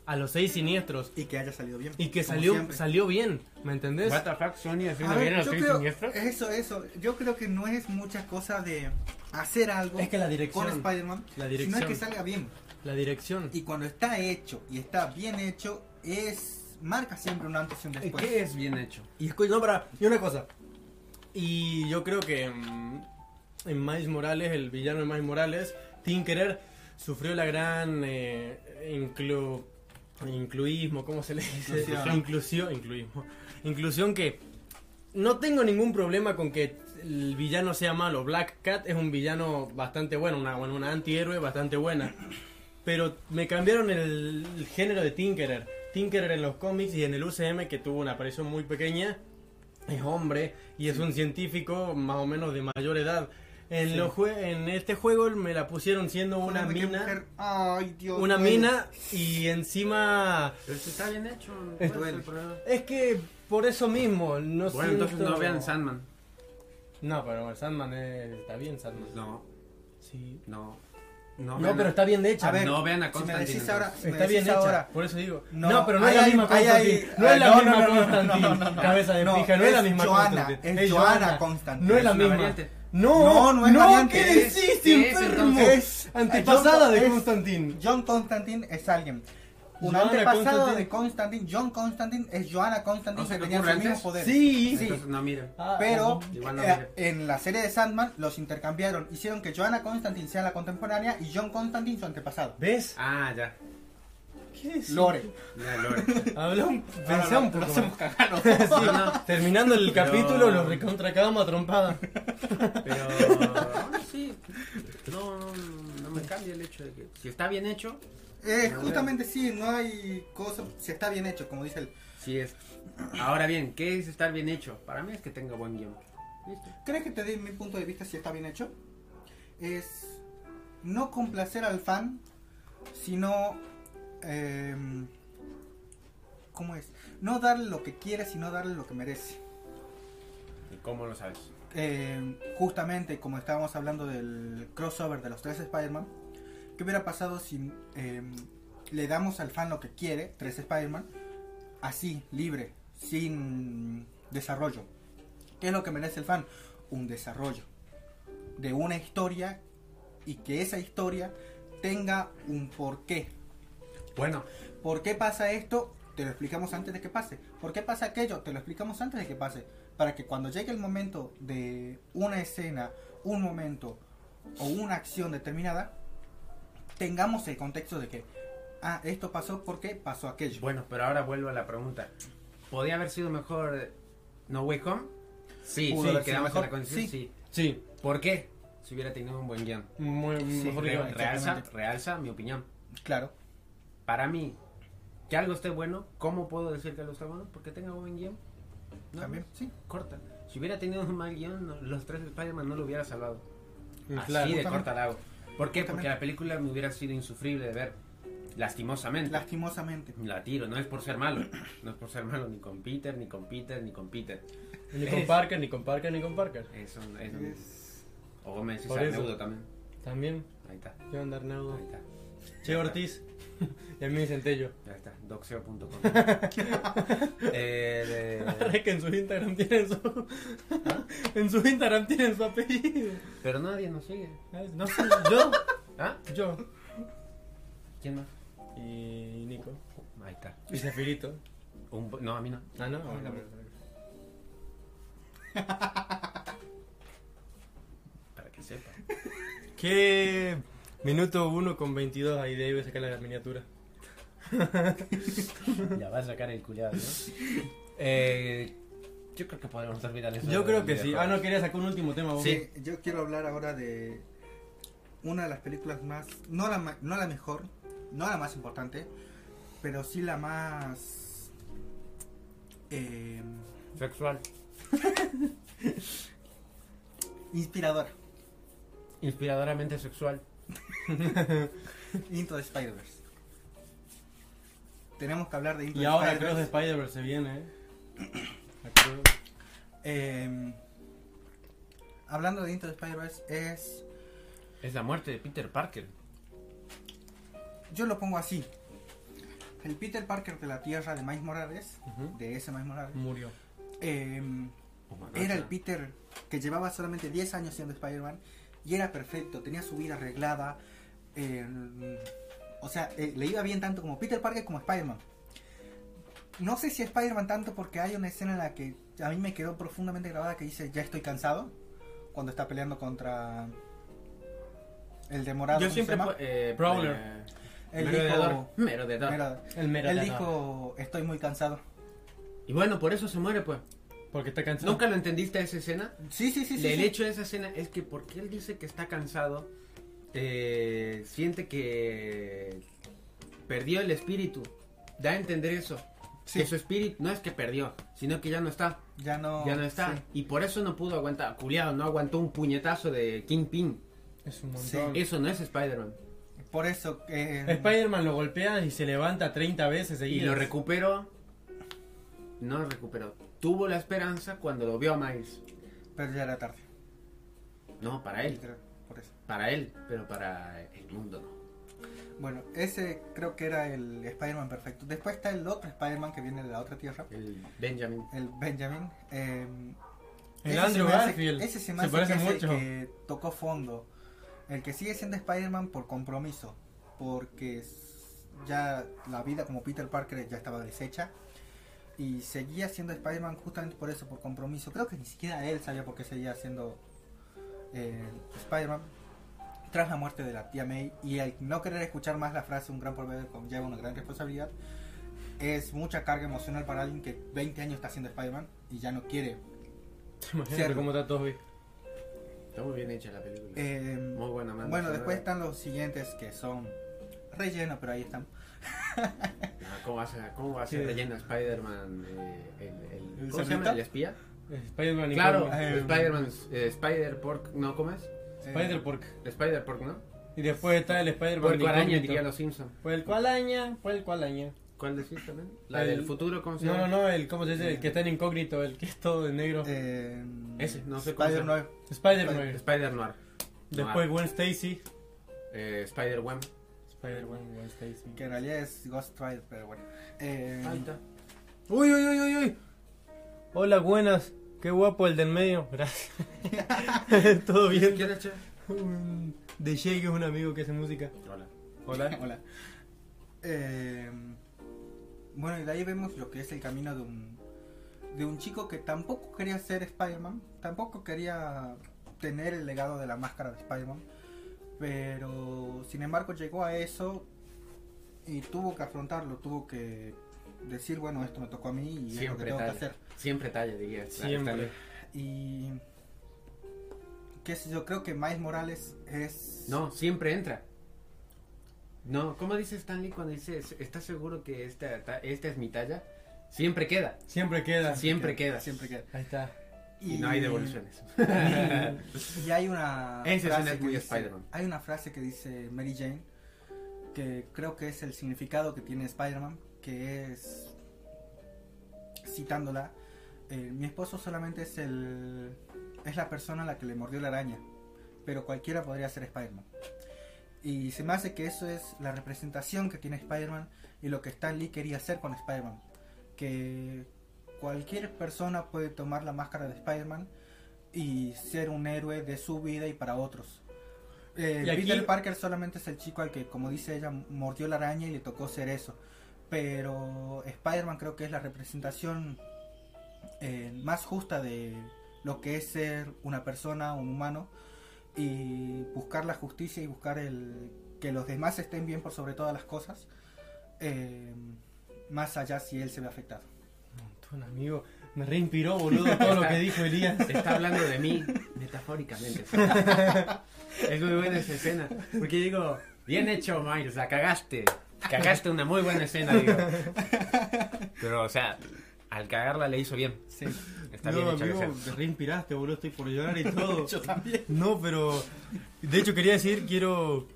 Speaker 1: A los seis siniestros.
Speaker 3: Y que haya salido bien.
Speaker 1: Y que
Speaker 3: como
Speaker 1: salió,
Speaker 3: siempre.
Speaker 1: salió bien, ¿me entendés?
Speaker 2: What the fuck, Sony
Speaker 3: A
Speaker 2: haciendo
Speaker 3: ver,
Speaker 2: bien los
Speaker 3: yo
Speaker 2: seis
Speaker 3: creo- eh,
Speaker 2: siniestros.
Speaker 3: eso, eso. Yo creo que no es mucha cosa de hacer algo
Speaker 1: Es que la dirección.
Speaker 3: con Spider-Man,
Speaker 1: La
Speaker 3: sino es
Speaker 1: dirección.
Speaker 3: que salga bien.
Speaker 1: La dirección.
Speaker 3: Y cuando está hecho y está bien hecho, es marca siempre un antes y un
Speaker 2: Eh,
Speaker 3: después.
Speaker 2: ¿Qué es bien hecho?
Speaker 1: Y, escu- no, pará, y una cosa. Y yo creo que mm, en Miles Morales, el villano de Miles Morales, sin querer, sufrió la gran eh, inclu- incluismo, ¿cómo se le dice?
Speaker 3: Inclusión.
Speaker 1: Inclusión, incluismo. Inclusión que no tengo ningún problema con que el villano sea malo. Black Cat es un villano bastante bueno, una, bueno, una antihéroe bastante buena. Pero me cambiaron el, el género de Tinkerer. Tinkerer en los cómics y en el UCM, que tuvo una aparición muy pequeña, es hombre y es un científico más o menos de mayor edad. En, los jue- en este juego me la pusieron siendo una
Speaker 3: Hombre, Ah, qué
Speaker 1: mina,
Speaker 3: mujer. Ay, Dios
Speaker 1: una
Speaker 3: duele.
Speaker 1: mina y encima
Speaker 2: Pero si Pues, está bien hecho, ¿cuál
Speaker 1: Eh,
Speaker 2: es el
Speaker 3: duele.
Speaker 2: problema?
Speaker 1: es que por eso mismo no
Speaker 2: Bueno, entonces
Speaker 1: siento-
Speaker 2: no vean Sandman.
Speaker 1: No, pero el Sandman es- está bien Sandman.
Speaker 2: No,
Speaker 1: Sí.
Speaker 2: no. No,
Speaker 4: No, pero está bien hecha.
Speaker 3: A ver,
Speaker 2: No vean a
Speaker 3: si me
Speaker 2: Constantine,
Speaker 3: decís
Speaker 2: entonces.
Speaker 3: ahora, si me
Speaker 4: Está
Speaker 3: decís
Speaker 4: bien hecha,
Speaker 3: ahora,
Speaker 1: Por eso digo.
Speaker 3: No,
Speaker 4: No, pero no es la
Speaker 3: ahí
Speaker 4: misma
Speaker 3: hay- ahí hay-
Speaker 4: Constantine. no es la
Speaker 3: no, no,
Speaker 4: misma
Speaker 3: no, no,
Speaker 4: Constantine.
Speaker 3: no, no, no.
Speaker 4: cabeza de
Speaker 3: No,
Speaker 4: pija, no es la
Speaker 3: es
Speaker 4: misma
Speaker 3: Joana,
Speaker 4: Constantine.
Speaker 3: es Joana Constantine,
Speaker 4: No es la
Speaker 3: es una
Speaker 4: misma.
Speaker 2: variante.
Speaker 4: No,
Speaker 3: No, no es variante,
Speaker 4: ¿qué
Speaker 3: es-
Speaker 4: decís,
Speaker 2: sí, es,
Speaker 4: enfermo?
Speaker 3: entonces,
Speaker 4: Es antepasada de
Speaker 3: es-
Speaker 4: Constantine.
Speaker 3: John Constantine es alguien. Un
Speaker 4: Joanna
Speaker 3: antepasado
Speaker 4: Constantine.
Speaker 3: de Constantine, John Constantine es Joanna Constantine
Speaker 2: ¿No se
Speaker 3: que
Speaker 2: te
Speaker 3: tenía
Speaker 2: ocurre
Speaker 3: los mismos
Speaker 2: antes?
Speaker 3: poderes.
Speaker 4: Sí,
Speaker 2: Entonces no miren.
Speaker 4: Ah,
Speaker 3: Pero
Speaker 2: Igual no
Speaker 3: eh,
Speaker 2: mire.
Speaker 3: en la serie de Sandman los intercambiaron, hicieron que Joanna Constantine sea la contemporánea y John Constantine su antepasado.
Speaker 4: ¿Ves?
Speaker 2: Ah, ya.
Speaker 4: ¿Qué decís?
Speaker 3: Lore.
Speaker 2: Ya, Lore.
Speaker 4: Habla un-
Speaker 3: Ahora
Speaker 4: pensá
Speaker 3: lo-
Speaker 4: un poco.
Speaker 3: lo
Speaker 4: más.
Speaker 3: hacemos cagar los
Speaker 4: Sí,
Speaker 3: dos.
Speaker 4: no. Terminando el
Speaker 2: Pero-
Speaker 4: capítulo, lo recontracagamos a trompada.
Speaker 2: Pero no, sí. No, no, no me cambia el hecho de que si está bien hecho,
Speaker 3: Eh, justamente sí, no hay cosa, si está bien hecho, como dice él.
Speaker 2: sí es. Ahora bien, ¿qué es estar bien hecho? Para mí es que tenga buen guión. Listo.
Speaker 3: ¿Crees que te dé mi punto de vista si está bien hecho? Es no complacer al fan, sino... em, ¿Cómo es? No darle lo que quiere, sino darle lo que merece.
Speaker 2: ¿Y cómo lo sabes?
Speaker 3: Em, justamente como estábamos hablando del crossover de los tres Spider-Man, ¿qué hubiera pasado si em, le damos al fan lo que quiere, tres Spider-Man, así, libre, sin desarrollo? ¿Qué es lo que merece el fan? Un desarrollo de una historia y que esa historia tenga un porqué.
Speaker 2: Bueno,
Speaker 3: ¿Por qué pasa esto? Te lo explicamos antes de que pase. ¿Por qué pasa aquello? Te lo explicamos antes de que pase. Para que cuando llegue el momento de una escena, un momento o una acción determinada, tengamos el contexto de que, ah, esto pasó porque pasó aquello.
Speaker 2: bueno, pero ahora vuelvo a la pregunta. ¿Podría haber sido mejor No Way Home? Sí,
Speaker 3: Pudo
Speaker 2: sí,
Speaker 3: haber sido
Speaker 2: quedamos en la
Speaker 3: mejor,
Speaker 2: condición, sí.
Speaker 3: sí.
Speaker 1: Sí,
Speaker 2: ¿Por qué? Si hubiera tenido un buen guión.
Speaker 1: muy, mejor
Speaker 2: Re-
Speaker 1: que yo.
Speaker 2: realza,
Speaker 3: exactamente.
Speaker 2: realza mi opinión.
Speaker 3: Claro.
Speaker 2: Para mí, que algo esté bueno, ¿cómo puedo decir que algo está bueno? Porque tenga buen guión. No,
Speaker 3: También, sí.
Speaker 2: corta. Si hubiera tenido un mal guión, no- los tres Spider-Man no lo hubiera salvado. Así de
Speaker 3: justamente.
Speaker 2: corta la hago. ¿Por qué? Porque
Speaker 3: Justamente.
Speaker 2: la película me hubiera sido insufrible de ver. Lastimosamente.
Speaker 3: Lastimosamente.
Speaker 2: La tiro, no es por ser malo. No es por ser malo ni con Peter, ni con Peter, ni con Peter.
Speaker 1: Ni con Parker, ni con Parker, ni con Parker.
Speaker 2: Eso es. un-
Speaker 3: Es-
Speaker 2: O vos me decís
Speaker 1: Por eso.
Speaker 2: Arneudo también.
Speaker 1: También.
Speaker 2: Ahí está.
Speaker 1: Yo andar
Speaker 2: Ahí está.
Speaker 1: Che Ortiz. y a mí me centello.
Speaker 2: Ya está. Doxeo.com. Eh,
Speaker 1: Ahora es que en su Instagram tienen su. en su Instagram tienen su apellido.
Speaker 2: Pero nadie nos sigue.
Speaker 1: Ay, No sé, yo.
Speaker 2: ¿Ah?
Speaker 1: Yo.
Speaker 2: ¿Quién más?
Speaker 1: Y Nico.
Speaker 2: Ahí está.
Speaker 1: Y Zafirito.
Speaker 2: Un po- no, a mí no.
Speaker 1: Ah, no.
Speaker 3: bueno,
Speaker 2: Para que sepa.
Speaker 1: ¿Qué? Minuto 1 con 22. Ahí de ahí voy a sacar la miniatura.
Speaker 2: Ya va a sacar el culiado, ¿no? Eh, yo creo que podemos olvidar eso.
Speaker 1: Yo
Speaker 2: del
Speaker 1: creo que sí.
Speaker 2: videojuego.
Speaker 1: Ah, no, quería sacar un último tema vos.
Speaker 2: Sí.
Speaker 3: Eh, Yo quiero hablar ahora de una de las películas más, no la, ma- no la mejor, no la más importante, pero sí la más... eh,
Speaker 2: Sexual.
Speaker 3: inspiradora.
Speaker 2: Inspiradoramente sexual.
Speaker 3: Into the Spider-Verse. Tenemos que hablar de Into
Speaker 1: Y
Speaker 3: the
Speaker 1: ahora Cross de
Speaker 3: Spider-Verse.
Speaker 1: Spider-Verse se viene, eh.
Speaker 3: Eh, hablando de Into the Spider-Verse es...
Speaker 2: Es la muerte de Peter Parker.
Speaker 3: Yo lo pongo así. El Peter Parker de la Tierra de Miles Morales, de ese Miles Morales,
Speaker 1: Murió.
Speaker 3: em,
Speaker 2: Oh
Speaker 3: Era el Peter que llevaba solamente 10 años siendo Spider-Man y era perfecto, tenía su vida arreglada. eh, o sea, eh, le iba bien tanto como Peter Parker como Spider-Man. No sé si Spider-Man tanto porque hay una escena en la que a mí me quedó profundamente grabada que dice, ya estoy cansado, cuando está peleando contra el demorado.
Speaker 2: Yo
Speaker 3: ¿cómo se
Speaker 2: siempre.
Speaker 3: llama?
Speaker 2: po- Eh,
Speaker 1: Prowler.
Speaker 2: eh,
Speaker 3: Él
Speaker 2: merodeador.
Speaker 3: dijo-
Speaker 2: Merodeador.
Speaker 3: Mira,
Speaker 1: El mero
Speaker 3: él
Speaker 1: ganador.
Speaker 3: dijo, estoy muy cansado.
Speaker 2: Y bueno, por eso se muere, pues.
Speaker 1: Porque está cansado.
Speaker 2: ¿Nunca lo entendiste esa escena?
Speaker 3: Sí, sí, sí. sí,
Speaker 2: el
Speaker 3: sí.
Speaker 2: hecho de esa escena es que porque él dice que está cansado, eh, siente que perdió el espíritu. Da a entender eso.
Speaker 3: Sí.
Speaker 2: Que su espíritu no es que perdió, sino que ya no está.
Speaker 3: Ya no,
Speaker 2: ya no está.
Speaker 3: sí.
Speaker 2: Y por eso no pudo aguantar. Culeado, no aguantó un puñetazo de Kingpin.
Speaker 1: Es un
Speaker 3: Sí.
Speaker 1: montón.
Speaker 2: Eso no es Spider-Man.
Speaker 3: Por eso... eh,
Speaker 1: Spider-Man lo golpea y se levanta 30 veces
Speaker 2: Y
Speaker 1: seguidas.
Speaker 2: lo recuperó. No lo recuperó. Tuvo la esperanza cuando lo vio a Miles.
Speaker 3: pero ya era tarde.
Speaker 2: No, para él.
Speaker 3: Literal, por Cortés.
Speaker 2: Para él, pero para el mundo no.
Speaker 3: Bueno, ese creo que era el Spider-Man perfecto. Después está el otro Spider-Man que viene de la otra tierra,
Speaker 2: El Benjamin.
Speaker 3: el Benjamin. eh,
Speaker 1: El
Speaker 3: ese
Speaker 1: Andrew
Speaker 3: se me hace-
Speaker 1: Garfield.
Speaker 3: ese se me hace
Speaker 1: parece
Speaker 3: que es el
Speaker 1: mucho.
Speaker 3: que tocó fondo. El que sigue siendo Spider-Man por compromiso. Porque s- ya la vida como Peter Parker ya estaba deshecha. Y seguía siendo Spider-Man justamente por eso, por compromiso. Creo que ni siquiera él sabía por qué seguía siendo eh, Spider-Man. Tras la muerte de la tía May y el no querer escuchar más la frase un gran poder conlleva una gran responsabilidad, es mucha carga emocional para alguien que 20 años está siendo Spider-Man y ya no quiere
Speaker 1: Imagínate
Speaker 3: Cierto.
Speaker 1: cómo está Toby.
Speaker 2: Está muy bien hecha la película.
Speaker 3: Eh,
Speaker 2: muy buena mano.
Speaker 3: bueno, después están los siguientes que son relleno, pero ahí están.
Speaker 2: ¿Cómo va a ser, cómo va a ser
Speaker 1: Sí.
Speaker 2: rellena Spider-Man? eh, el, el,
Speaker 1: ¿El
Speaker 2: ¿Cómo se llama?
Speaker 1: cerdito?
Speaker 2: ¿El espía?
Speaker 1: Spider-Man
Speaker 2: Claro,
Speaker 1: Incógnito.
Speaker 3: eh,
Speaker 2: Spider-Man, eh, Spider-Pork, ¿no comes?
Speaker 1: Spider-Pork.
Speaker 2: Spider-Pork, ¿no?
Speaker 1: Y después está el Spider-Man
Speaker 2: Porco araña,
Speaker 1: Incógnito.
Speaker 2: diría los Simpsons.
Speaker 1: Por el cual aña, por el cual aña.
Speaker 2: ¿Cuál decís también? ¿La
Speaker 1: El-
Speaker 2: del futuro? ¿Cómo se
Speaker 1: No,
Speaker 2: llama?
Speaker 1: no, no, el, ¿cómo se dice? El que está en incógnito, el que es todo de negro.
Speaker 3: Eh,
Speaker 2: Ese, no sé cómo se
Speaker 3: Spider
Speaker 2: llama.
Speaker 3: 9.
Speaker 1: Spider-Man.
Speaker 2: Spider-Noir.
Speaker 1: Después
Speaker 3: Ah.
Speaker 2: Noir.
Speaker 1: Gwen Stacy.
Speaker 2: Eh, Spider-Web.
Speaker 1: Spider-Man, Gwen Stacy.
Speaker 3: Que en realidad es Ghost Rider, pero bueno. Eh,
Speaker 1: Uy, uy, uy, uy, uy. Hola, buenas. Qué guapo el del medio. Gracias. todo bien.
Speaker 2: ¿Quién es, che?
Speaker 1: Un- De Jay, que es un amigo que hace música.
Speaker 2: Hola.
Speaker 1: Hola.
Speaker 3: hola. Eh, bueno, y de ahí vemos lo que es el camino de un, de un chico que tampoco quería ser Spider-Man, tampoco quería tener el legado de la máscara de Spider-Man, pero sin embargo llegó a eso y tuvo que afrontarlo, tuvo que decir, bueno, esto me tocó a mí y es lo que
Speaker 2: Siempre
Speaker 3: tengo que
Speaker 2: talla.
Speaker 3: hacer.
Speaker 2: Siempre talla, diría.
Speaker 1: Siempre.
Speaker 3: Y qué sé yo, creo que Miles Morales es
Speaker 2: No, siempre entra. No, ¿cómo dice Stanley cuando dice, ¿estás seguro que esta, ta- esta es mi talla? Siempre queda.
Speaker 1: Siempre queda.
Speaker 2: Siempre queda.
Speaker 3: siempre queda.
Speaker 1: Ahí está.
Speaker 2: Y no hay devoluciones.
Speaker 3: Y hay una
Speaker 2: Esa escena es
Speaker 3: que
Speaker 2: muy
Speaker 3: dice-
Speaker 2: Spider-Man.
Speaker 3: Hay una frase que dice Mary Jane que creo que es el significado que tiene Spider-Man, que es citándola, eh, mi esposo solamente es el es la persona a la que le mordió la araña, pero cualquiera podría ser Spider-Man. Y se me hace que eso es la representación que tiene Spider-Man y lo que Stan Lee quería hacer con Spider-Man, que cualquier persona puede tomar la máscara de Spider-Man y ser un héroe de su vida y para otros. Eh,
Speaker 1: Y aquí-
Speaker 3: Peter Parker solamente es el chico al que, como dice ella, mordió la araña y le tocó ser eso. Pero Spider-Man creo que es la representación eh, más justa de lo que es ser una persona, un humano, y buscar la justicia y buscar el que los demás estén bien por sobre todas las cosas, eh, más allá si él se ve afectado.
Speaker 1: Montón, amigo. Me reinspiró, boludo, todo lo que dijo Elías.
Speaker 2: Está hablando de mí metafóricamente. es muy buena esa escena. Porque digo, bien hecho, Miles, la cagaste. Cagaste una muy buena escena, digo. Pero, o sea, al cagarla le hizo bien.
Speaker 3: Sí,
Speaker 2: Está
Speaker 1: no,
Speaker 2: bien hecho.
Speaker 1: amigo,
Speaker 2: que sea.
Speaker 1: me reinspiraste, boludo. Estoy por llorar y todo.
Speaker 3: yo también.
Speaker 1: No, pero de hecho quería decir, quiero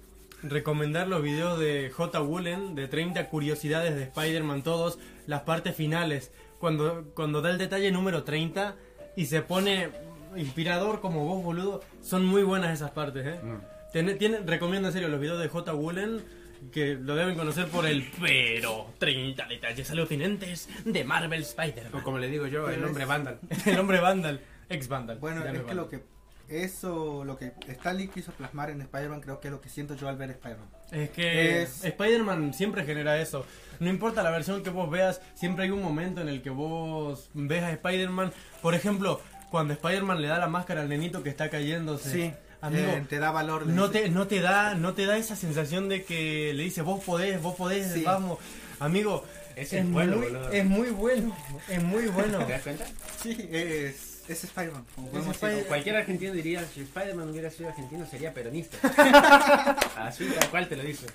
Speaker 1: recomendar los videos de J. Woolen de 30 curiosidades de Spider-Man todos, las partes finales, cuando, cuando da el detalle número 30 y se pone inspirador como vos, boludo, son muy buenas esas partes, ¿eh? Ten- tienen- recomiendo en serio los videos de J. Woolen que lo deben conocer por el pero 30 detalles alucinantes de Marvel
Speaker 2: O
Speaker 1: Spider-Man.
Speaker 2: como le digo yo, el
Speaker 3: Pero
Speaker 2: hombre
Speaker 3: es-
Speaker 2: vándalo.
Speaker 1: El hombre Vandal, ex Vandal.
Speaker 3: Bueno,
Speaker 1: ya no
Speaker 3: es que
Speaker 1: Vandal.
Speaker 3: lo que eso, lo que Stanley quiso plasmar en Spider-Man, creo que es lo que siento yo al ver Spider-Man.
Speaker 1: Es que
Speaker 3: Es-
Speaker 1: Spider-Man siempre genera eso. No importa la versión que vos veas, siempre hay un momento en el que vos ves a Spider-Man. Por ejemplo, cuando Spider-Man le da la máscara al nenito que está cayéndose. Amigo,
Speaker 3: eh, te da valor. le
Speaker 1: no,
Speaker 3: dice.
Speaker 1: te, no, te da, no te da esa sensación de que le dice vos podés, vos podés,
Speaker 3: Sí.
Speaker 1: vamos. Amigo,
Speaker 2: Es el pueblo,
Speaker 1: muy,
Speaker 2: boludo.
Speaker 1: es muy bueno, es muy bueno.
Speaker 2: ¿Te das cuenta?
Speaker 3: Sí, es, es Spider-Man. como
Speaker 1: Es
Speaker 3: podemos
Speaker 1: Spider-
Speaker 3: decirlo.
Speaker 2: Cualquier argentino diría, si Spider-Man hubiera sido argentino sería peronista. Así tal cual te lo dice.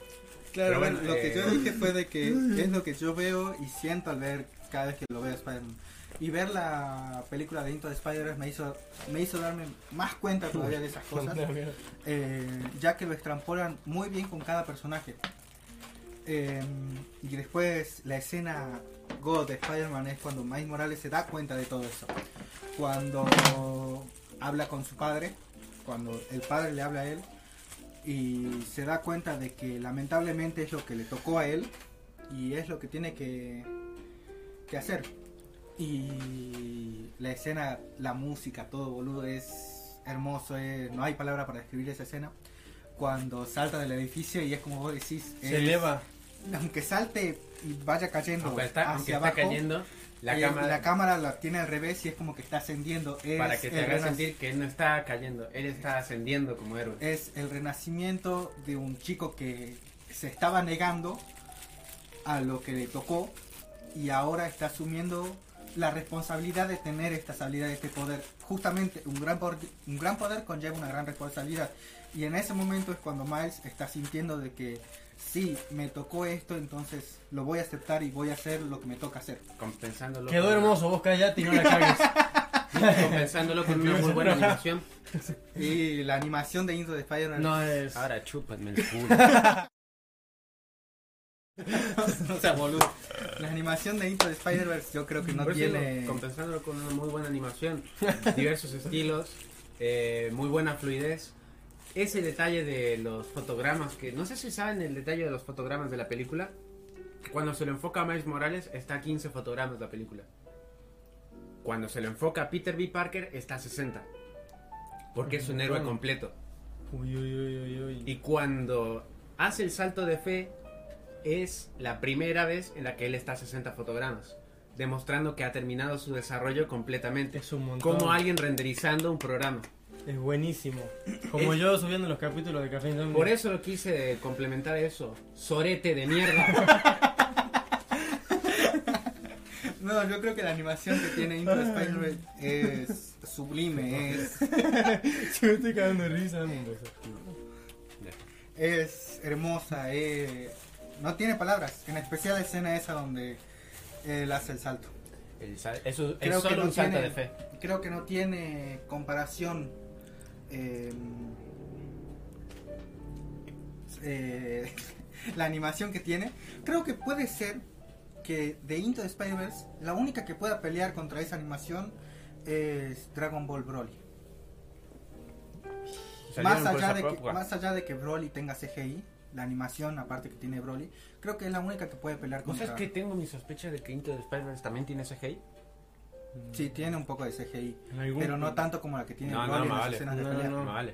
Speaker 2: Pero
Speaker 3: Claro, bueno,
Speaker 2: bueno,
Speaker 3: lo que
Speaker 2: eh,
Speaker 3: yo dije fue de que es lo que yo veo y siento al ver cada vez que lo veo a Spider-Man. Y ver la película de Into the Spider-Man me hizo, me hizo darme más cuenta todavía de esas cosas, eh, ya que lo extrampolan muy bien con cada personaje. Eh, y después la escena God de Spider-Man es cuando Miles Morales se da cuenta de todo eso. Cuando habla con su padre, cuando el padre le habla a él y se da cuenta de que lamentablemente es lo que le tocó a él y es lo que tiene que, que hacer. Y la escena, la música, todo boludo es hermoso, es- no hay palabra para describir esa escena. Cuando salta del edificio y es como vos decís,
Speaker 1: Se
Speaker 3: es-
Speaker 1: eleva.
Speaker 3: aunque salte y vaya cayendo
Speaker 2: Aunque está, aunque
Speaker 3: hacia
Speaker 2: está
Speaker 3: abajo,
Speaker 2: cayendo, la
Speaker 3: eh,
Speaker 2: cámara.
Speaker 3: la cámara la tiene al revés y es como que está ascendiendo. Es
Speaker 2: para que te
Speaker 3: el
Speaker 2: haga
Speaker 3: renac-
Speaker 2: sentir que él no está cayendo, él está ascendiendo como héroe.
Speaker 3: es el renacimiento de un chico que se estaba negando a lo que le tocó y ahora está asumiendo la responsabilidad de tener estas habilidades, este poder. Justamente un gran, por- un gran poder conlleva una gran responsabilidad. Y en ese momento es cuando Miles está sintiendo de que sí, me tocó esto, entonces lo voy a aceptar y voy a hacer lo que me toca hacer.
Speaker 2: Compensándolo.
Speaker 1: Quedó
Speaker 2: con-
Speaker 1: hermoso, vos callate y no la cagues.
Speaker 2: Compensándolo con una muy buena animación.
Speaker 3: Y la animación de Into the Spider-Man
Speaker 1: No es.
Speaker 2: Ahora chúpame el culo.
Speaker 3: O sea, boludo. La animación de Into the Spider-Verse yo creo que no
Speaker 2: Por eso
Speaker 3: tiene...
Speaker 2: digo, Compensándolo con una muy buena animación, diversos estilos, eh, muy buena fluidez. Ese detalle de los fotogramas, que no sé si saben el detalle de los fotogramas de la película. Cuando se lo enfoca a Miles Morales, está a 15 fotogramas la película. Cuando se lo enfoca a Peter B. Parker, está a 60. Porque es un héroe
Speaker 1: Bueno.
Speaker 2: completo.
Speaker 1: Uy, uy, uy, uy, uy.
Speaker 2: Y cuando hace el salto de fe, es la primera vez en la que él está a 60 fotogramas, demostrando que ha terminado su desarrollo completamente.
Speaker 1: Es un montón.
Speaker 2: Como alguien renderizando un programa.
Speaker 1: Es buenísimo. Como
Speaker 2: Es-
Speaker 1: yo subiendo los capítulos de Café Insomnio.
Speaker 2: Por eso quise complementar eso. Sorete de mierda.
Speaker 3: No, yo creo que la animación que tiene Into the Spider-Verse es sublime, es,
Speaker 1: me estoy cagando de risa. dame un beso.
Speaker 3: es hermosa, eh, no tiene palabras. En especial la escena esa donde él hace el salto.
Speaker 2: El sal- es un- es
Speaker 3: Creo que
Speaker 2: solo
Speaker 3: no
Speaker 2: un salto
Speaker 3: tiene-
Speaker 2: de fe.
Speaker 3: Creo que no tiene comparación. eh, eh, la animación que tiene. Creo que puede ser que de Into the Spider-Verse la única que pueda pelear contra esa animación es Dragon Ball Broly. Más
Speaker 2: Salieron por
Speaker 3: allá,
Speaker 2: esa
Speaker 3: de que,
Speaker 2: propia.
Speaker 3: más allá de que Broly tenga CGI, la animación aparte que tiene Broly, creo que es la única que puede pelear
Speaker 2: ¿No sabes
Speaker 3: contra.
Speaker 2: que tengo mi sospecha de que Into the Spider-Verse también tiene CGI?
Speaker 3: Sí, tiene un poco de CGI,
Speaker 1: En algún-
Speaker 3: pero no tanto como la que tiene
Speaker 2: No, no,
Speaker 3: Broly en
Speaker 2: más
Speaker 3: las
Speaker 2: vale.
Speaker 3: escenas
Speaker 1: No,
Speaker 3: de pelea.
Speaker 1: no,
Speaker 2: No, vale.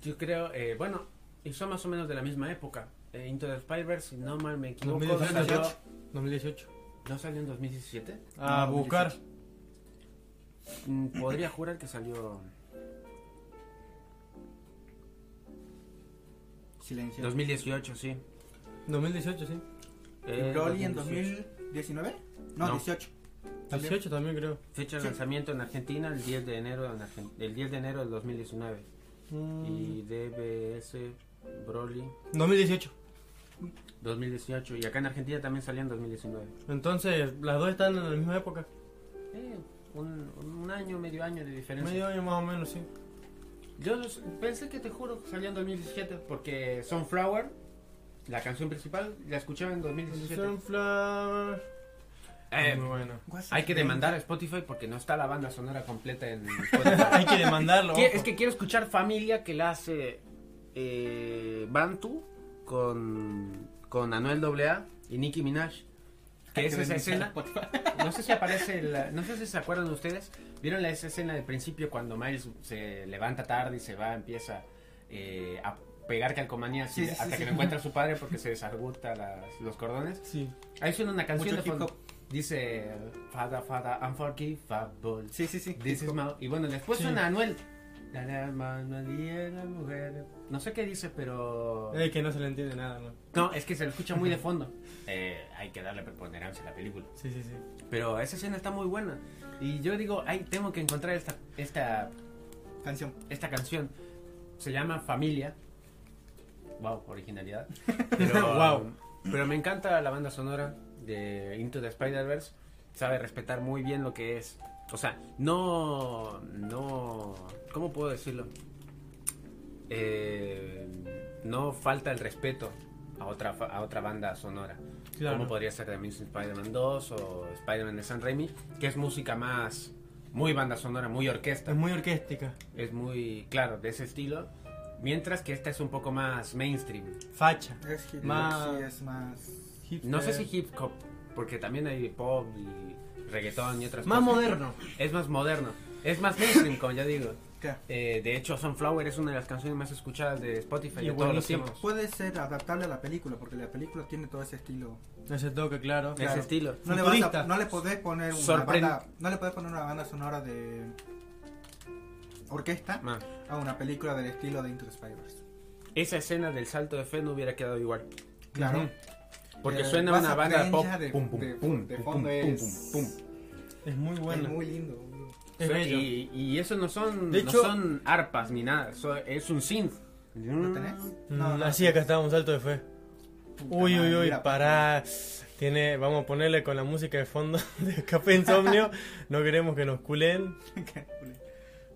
Speaker 2: Yo creo, eh, bueno, y son más o menos de la misma época. Eh, Into the Spider-Verse, si no mal me equivoco,
Speaker 1: 2018.
Speaker 2: salió-
Speaker 1: 2018.
Speaker 2: ¿no salió en 2017?
Speaker 1: A
Speaker 3: No,
Speaker 1: buscar.
Speaker 2: Mm, Podría jurar que salió
Speaker 3: Silencio.
Speaker 2: 2018, sí.
Speaker 1: 2018, sí.
Speaker 2: Eh,
Speaker 3: ¿Y Broly en
Speaker 2: 2018.
Speaker 3: 2019? No,
Speaker 2: No.
Speaker 3: 18.
Speaker 1: 18 también creo.
Speaker 2: Fecha de
Speaker 3: Sí.
Speaker 2: lanzamiento en Argentina el 10 de enero en Argen- el 10 de enero del 2019
Speaker 1: Mm,
Speaker 2: y DBS Broly
Speaker 1: 2018.
Speaker 2: 2018 y acá en Argentina también salió en 2019.
Speaker 1: Entonces, las dos están en la misma época.
Speaker 2: Eh, un, un año, medio año de diferencia.
Speaker 1: Medio año más o menos, sí.
Speaker 2: Yo los- pensé que te juro que salió en 2017 porque Sunflower, la canción principal, la escuchaba en 2017.
Speaker 1: Sunflower.
Speaker 2: Eh,
Speaker 1: Muy bueno.
Speaker 2: hay que demandar a Spotify porque no está la banda sonora completa en Spotify.
Speaker 1: Hay que demandarlo.
Speaker 2: Qui-
Speaker 1: ojo.
Speaker 2: Es que quiero escuchar familia que la hace eh, Bantu con, con Anuel AA y Nicki Minaj. Que es esa escena. No sé si aparece. la- no sé si se acuerdan ustedes. ¿Vieron la, esa escena del principio cuando Miles se levanta tarde y se va, empieza eh, a pegar calcomanías
Speaker 3: Sí,
Speaker 2: y-
Speaker 3: sí,
Speaker 2: hasta
Speaker 3: sí,
Speaker 2: que
Speaker 3: sí.
Speaker 2: lo encuentra su padre porque se desarguta las- los cordones?
Speaker 1: Sí.
Speaker 2: Ahí suena una canción
Speaker 3: Mucho
Speaker 2: de
Speaker 3: hip
Speaker 2: fondo.
Speaker 3: hop.
Speaker 2: Dice Fada, Fada, Unforgivable.
Speaker 3: Sí, sí, sí.
Speaker 2: This is my- Y bueno, después
Speaker 1: Sí.
Speaker 2: suena Anuel. La la mano de la mujer. No sé qué dice, pero.
Speaker 1: Es que no se le entiende nada, ¿no?
Speaker 2: No, es que se lo escucha muy de fondo. Eh, hay que darle preponderancia a la película.
Speaker 1: Sí, sí, sí.
Speaker 2: Pero esa escena está muy buena. Y yo digo, ay, tengo que encontrar esta, esta,
Speaker 3: Canción.
Speaker 2: esta canción. Se llama Familia. Wow, originalidad. Pero,
Speaker 1: Guau.
Speaker 2: um, Pero me encanta la banda sonora de Into the Spider-Verse. Sabe respetar muy bien lo que es. O sea, no. No. ¿Cómo puedo decirlo? Eh, no falta el respeto a otra, fa- a otra banda sonora.
Speaker 1: Claro.
Speaker 2: Como podría ser también Spider-Man 2 o Spider-Man de San Raimi, que es música más. Muy banda sonora, muy orquesta.
Speaker 1: Es muy orquéstica.
Speaker 2: Es muy, claro, de ese estilo. Mientras que esta es un poco más mainstream.
Speaker 1: Facha.
Speaker 3: Es hip hop,
Speaker 1: Más-
Speaker 3: sí, es más.
Speaker 2: No sé si
Speaker 1: Hipster.
Speaker 2: hip hop, porque también hay pop y reggaetón y otras
Speaker 1: Más
Speaker 2: cosas.
Speaker 1: moderno.
Speaker 2: Es más moderno. Es más mainstream, como ya digo.
Speaker 3: ¿Qué?
Speaker 2: Eh, de hecho, Sunflower es una de las canciones más escuchadas de Spotify
Speaker 1: Y
Speaker 2: de todos los
Speaker 1: buenísimo. Pues,
Speaker 2: tiempos.
Speaker 3: Puede ser adaptable a la película, porque la película tiene todo ese estilo.
Speaker 1: Ese toque, claro.
Speaker 2: Ese estilo.
Speaker 3: No le, vas
Speaker 1: Futurista.
Speaker 3: a- no le podés poner una
Speaker 2: Sorpren-
Speaker 3: banda, no le podés poner una banda sonora de orquesta
Speaker 2: Ah,
Speaker 3: a una película del estilo de Into the Spiders.
Speaker 2: Esa escena del salto de fe no hubiera quedado igual.
Speaker 3: Claro.
Speaker 1: Ujú.
Speaker 3: Eh,
Speaker 2: Porque suena una banda pop. Pum, pum, pum,
Speaker 3: de
Speaker 2: pum, pum,
Speaker 3: fondo es,
Speaker 2: pum,
Speaker 1: Es muy bueno.
Speaker 3: es muy lindo. boludo.
Speaker 1: Es
Speaker 2: Su-
Speaker 1: bello.
Speaker 2: Y, y eso no son,
Speaker 1: De
Speaker 2: no
Speaker 1: hecho-
Speaker 2: son arpas ni nada. so- es un synth.
Speaker 3: ¿Lo tenés?
Speaker 1: Mm, así acá está un salto de fe.
Speaker 3: Puta
Speaker 1: Uy, uy,
Speaker 3: madre,
Speaker 1: uy,
Speaker 3: mira,
Speaker 1: pará. Tiene, vamos a ponerle con la música de fondo de Escape Insomnio. No queremos que nos culen,
Speaker 3: qué culo.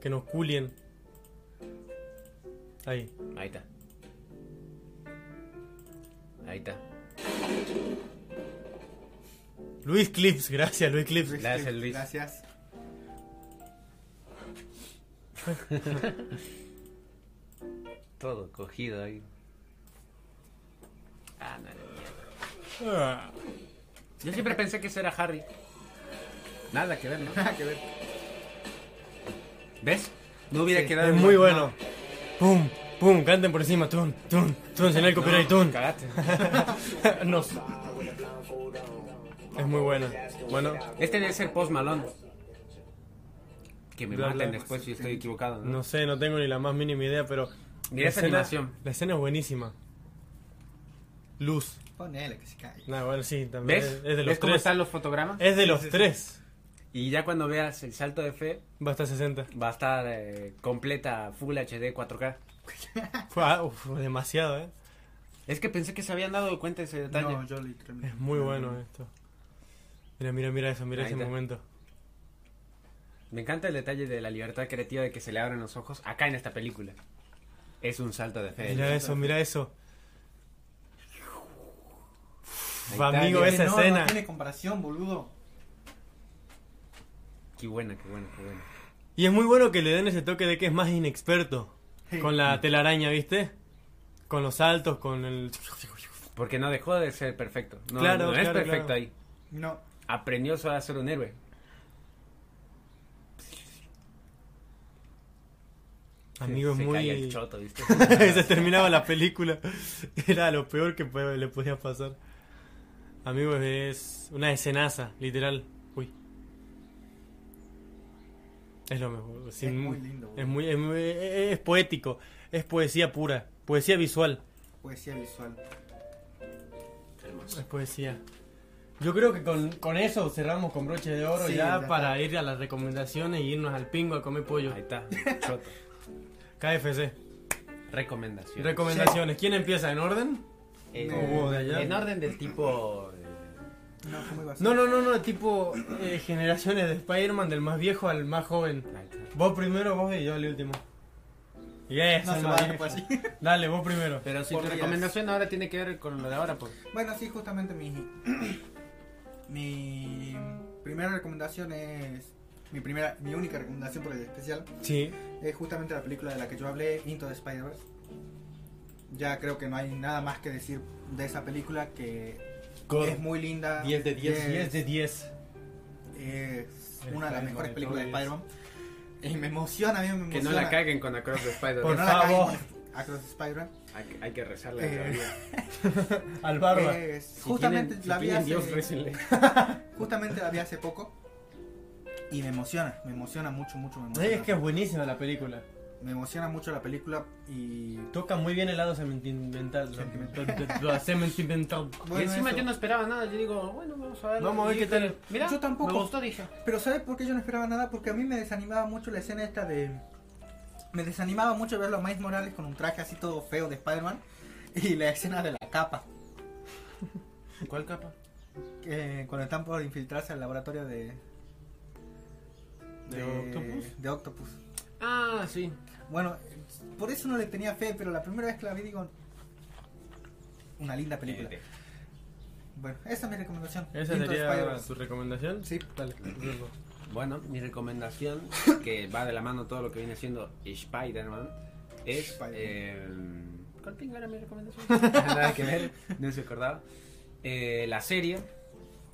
Speaker 1: que nos culien. Ahí.
Speaker 2: Ahí está. Ahí está.
Speaker 1: Luis Clips, gracias Luis Clips.
Speaker 2: Gracias, Luis.
Speaker 3: Gracias.
Speaker 2: Todo cogido ahí. Ah, no era mierda.
Speaker 1: Ah,
Speaker 2: Yo siempre pensé que ese era Harry. Nada que ver, ¿no?
Speaker 3: Nada que ver.
Speaker 2: ¿Ves? No hubiera quedado
Speaker 1: es
Speaker 2: igual.
Speaker 1: muy bueno. Pum, pum, canten por encima, tun, tun, tun, sin el
Speaker 2: No,
Speaker 1: copyright, tun.
Speaker 2: cagaste.
Speaker 1: No. Es muy bueno. Bueno,
Speaker 2: Este debe ser Post Malone. Que me
Speaker 1: Bla,
Speaker 2: maten
Speaker 1: bla.
Speaker 2: después si estoy equivocado, ¿no?
Speaker 1: no sé, no tengo ni la más mínima idea, pero.
Speaker 2: Mira
Speaker 1: la
Speaker 2: esa
Speaker 1: escena-
Speaker 2: animación.
Speaker 1: La escena es buenísima. Luz.
Speaker 3: Ponele que se caiga.
Speaker 1: Nah, bueno, sí, también.
Speaker 2: ¿Ves?
Speaker 1: Es, es de
Speaker 2: ¿Ves
Speaker 1: los
Speaker 2: cómo
Speaker 1: tres. Eh.
Speaker 2: están los fotogramas?
Speaker 1: Es de los
Speaker 3: sí, sí.
Speaker 1: tres.
Speaker 2: Y ya cuando veas el salto de fe,
Speaker 1: Va hasta 60.
Speaker 2: va a estar eh, completa Full HD 4K.
Speaker 1: Fue, ah, uf, demasiado, ¿eh?
Speaker 2: Es que pensé que se habían dado cuenta de ese detalle.
Speaker 3: No, yo literalmente.
Speaker 1: Es muy bueno esto. Mira, mira, mira eso, mira
Speaker 2: Ahí
Speaker 1: ese
Speaker 2: está.
Speaker 1: momento.
Speaker 2: Me encanta el detalle de la libertad creativa de que se le abren los ojos acá en esta película. Es un salto de fe.
Speaker 1: Mira eso, mira eso.
Speaker 2: Ahí
Speaker 1: Va,
Speaker 2: está,
Speaker 1: amigo,
Speaker 2: mira.
Speaker 1: esa
Speaker 3: no,
Speaker 1: escena.
Speaker 3: No tiene comparación, boludo.
Speaker 2: Qué buena, qué buena, qué buena.
Speaker 1: Y es muy bueno que le den ese toque de que es más inexperto.
Speaker 3: Sí.
Speaker 1: Con la telaraña, ¿viste? Con los saltos, con el...
Speaker 2: Porque no dejó de ser perfecto. No,
Speaker 1: Claro,
Speaker 2: no es
Speaker 1: claro,
Speaker 2: perfecto
Speaker 1: claro.
Speaker 2: ahí.
Speaker 3: No.
Speaker 2: Aprendió a ser un héroe.
Speaker 1: Amigo, es
Speaker 2: se caía el
Speaker 1: muy...
Speaker 2: choto, ¿viste?
Speaker 1: Se terminaba la película. Era lo peor que po- le podía pasar. Amigos, es una escenaza, literal. Uy. Es lo mejor. sin-
Speaker 3: muy lindo, boludo.
Speaker 1: Es, muy- es muy- es- es poético. Es poesía pura. Poesía visual.
Speaker 3: Poesía visual.
Speaker 1: Es poesía. Yo creo que con, con eso cerramos con broche de oro
Speaker 3: Sí,
Speaker 1: ya,
Speaker 3: ya
Speaker 1: para ir a las recomendaciones y irnos al pingo a comer pollo.
Speaker 2: Ahí está, choto.
Speaker 1: KFC.
Speaker 2: Recomendación.
Speaker 1: Recomendaciones. ¿Quién empieza? ¿En orden?
Speaker 2: Eh,
Speaker 1: ¿O vos de allá?
Speaker 2: en orden del tipo... eh,
Speaker 3: No, ¿cómo iba a ser?
Speaker 1: No, no, no, no, tipo eh, generaciones de Spider-Man, del más viejo al más joven.
Speaker 2: ahí está.
Speaker 1: Vos primero, vos y yo el último. Yes,
Speaker 3: No
Speaker 1: el
Speaker 3: se
Speaker 1: más
Speaker 3: va a dar pues,
Speaker 1: viejo.
Speaker 3: por así.
Speaker 1: Dale, vos primero.
Speaker 2: Pero si
Speaker 3: Por
Speaker 2: tu
Speaker 3: días.
Speaker 2: recomendación ahora tiene que ver con lo de ahora, pues...
Speaker 3: Bueno, sí, justamente mi. Mi primera recomendación es. Mi primera, mi única recomendación por el especial
Speaker 1: Sí,
Speaker 3: es justamente la película de la que yo hablé, Into the Spider-Verse. Ya creo que no hay nada más que decir de esa película que
Speaker 1: God.
Speaker 3: es muy linda.
Speaker 1: 10 de 10.
Speaker 3: es-
Speaker 1: 10 de 10.
Speaker 3: Es
Speaker 1: El
Speaker 3: una de las
Speaker 1: Spider-Man
Speaker 3: mejores
Speaker 1: de
Speaker 3: películas de
Speaker 1: todos.
Speaker 3: Spider-Man. Y me emociona, a mí me emociona.
Speaker 2: Que no la caguen con Across the spider
Speaker 1: Por
Speaker 3: Que no la caguen
Speaker 1: favor.
Speaker 3: con Across the Spider-Man.
Speaker 2: Hay, hay que rezarle
Speaker 3: Eh,
Speaker 2: a la vida.
Speaker 1: Al barba.
Speaker 3: Es-
Speaker 2: Si
Speaker 3: Eh, justamente
Speaker 2: tienen- si
Speaker 3: la vi
Speaker 2: tienen
Speaker 3: hace-
Speaker 2: Dios, récenle.
Speaker 3: Justamente la vi hace poco y me emociona, me emociona mucho, mucho, me emociona.
Speaker 1: es que es buenísima la película.
Speaker 3: Me emociona mucho la película y...
Speaker 1: Toca muy bien el lado sentimental. Sentimental. sentimental.
Speaker 2: Y encima
Speaker 3: eso.
Speaker 2: yo no esperaba nada. Yo digo, bueno, vamos a ver.
Speaker 1: Vamos a ver
Speaker 2: Y
Speaker 1: qué
Speaker 2: dije,
Speaker 1: tal.
Speaker 2: Mira,
Speaker 3: Yo tampoco.
Speaker 2: Me gustó, dije.
Speaker 3: Pero ¿sabes por qué yo no esperaba nada? Porque a mí me desanimaba mucho la escena esta de... Me desanimaba mucho verlo a Miles Morales con un traje así todo feo de Spider-Man y la escena de la capa.
Speaker 2: ¿Cuál capa?
Speaker 3: que cuando están por infiltrarse al laboratorio de...
Speaker 1: ¿De Octopus?
Speaker 3: De Octopus.
Speaker 2: Ah, sí.
Speaker 3: Bueno, por eso no le tenía fe, pero la primera vez que la vi digo... Una linda película.
Speaker 2: Eh,
Speaker 3: Bueno, esa es mi recomendación.
Speaker 1: Esa
Speaker 3: Into the
Speaker 1: sería
Speaker 3: Spider-Verse.
Speaker 1: tu recomendación.
Speaker 3: Sí.
Speaker 1: Dale.
Speaker 2: Bueno, mi recomendación, que va de la mano todo lo que viene siendo Spider-Man, es.
Speaker 3: Spider-Man.
Speaker 2: eh, ¿Cuál pingo era mi recomendación? Nada que ver, no se acordaba. Eh, la serie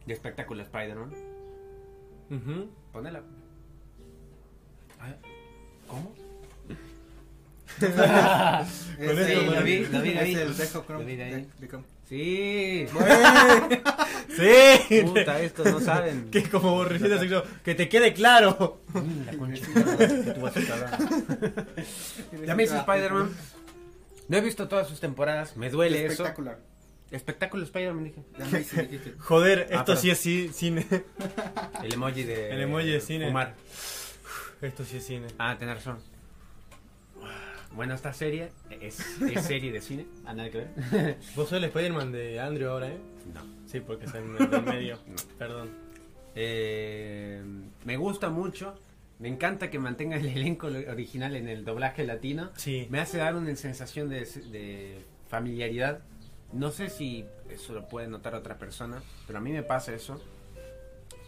Speaker 2: de espectáculo Spider-Man.
Speaker 1: Ujú.
Speaker 2: Ponela. Ah, ¿Cómo?
Speaker 3: Es
Speaker 1: eso,
Speaker 3: el-
Speaker 1: lo
Speaker 2: vi, lo vi, lo vi.
Speaker 3: es el Dejo Chrome,
Speaker 2: Lo vi de ahí.
Speaker 3: de- de Chrome.
Speaker 2: Sí.
Speaker 1: Sí.
Speaker 2: Puta, estos no saben.
Speaker 1: Que como borricita sexo, que te quede claro.
Speaker 2: La concha de tu madre, que tú vas a cagar. Ya me hice Spider-Man. No he visto todas sus temporadas. Me duele eso.
Speaker 3: Espectacular.
Speaker 2: Espectáculo Spider-Man, dije.
Speaker 3: The Amazing Digital.
Speaker 1: Joder,
Speaker 2: Ah,
Speaker 1: esto
Speaker 2: perdón.
Speaker 1: sí es ci- cine.
Speaker 2: El emoji de.
Speaker 1: El emoji de cine.
Speaker 2: Fumar.
Speaker 1: Esto sí es cine.
Speaker 2: Ah, tenés razón. Bueno, esta serie es, es serie de cine. Ah, nada que ver.
Speaker 1: Vos sos el Spider-Man de Andrew ahora, ¿eh?
Speaker 2: No.
Speaker 1: Sí, porque soy el del medio. Perdón.
Speaker 2: Eh, me gusta mucho. Me encanta que mantenga el elenco original en el doblaje latino.
Speaker 1: Sí.
Speaker 2: Me hace dar una sensación de, de familiaridad. No sé si eso lo puede notar otra persona, pero a mí me pasa eso.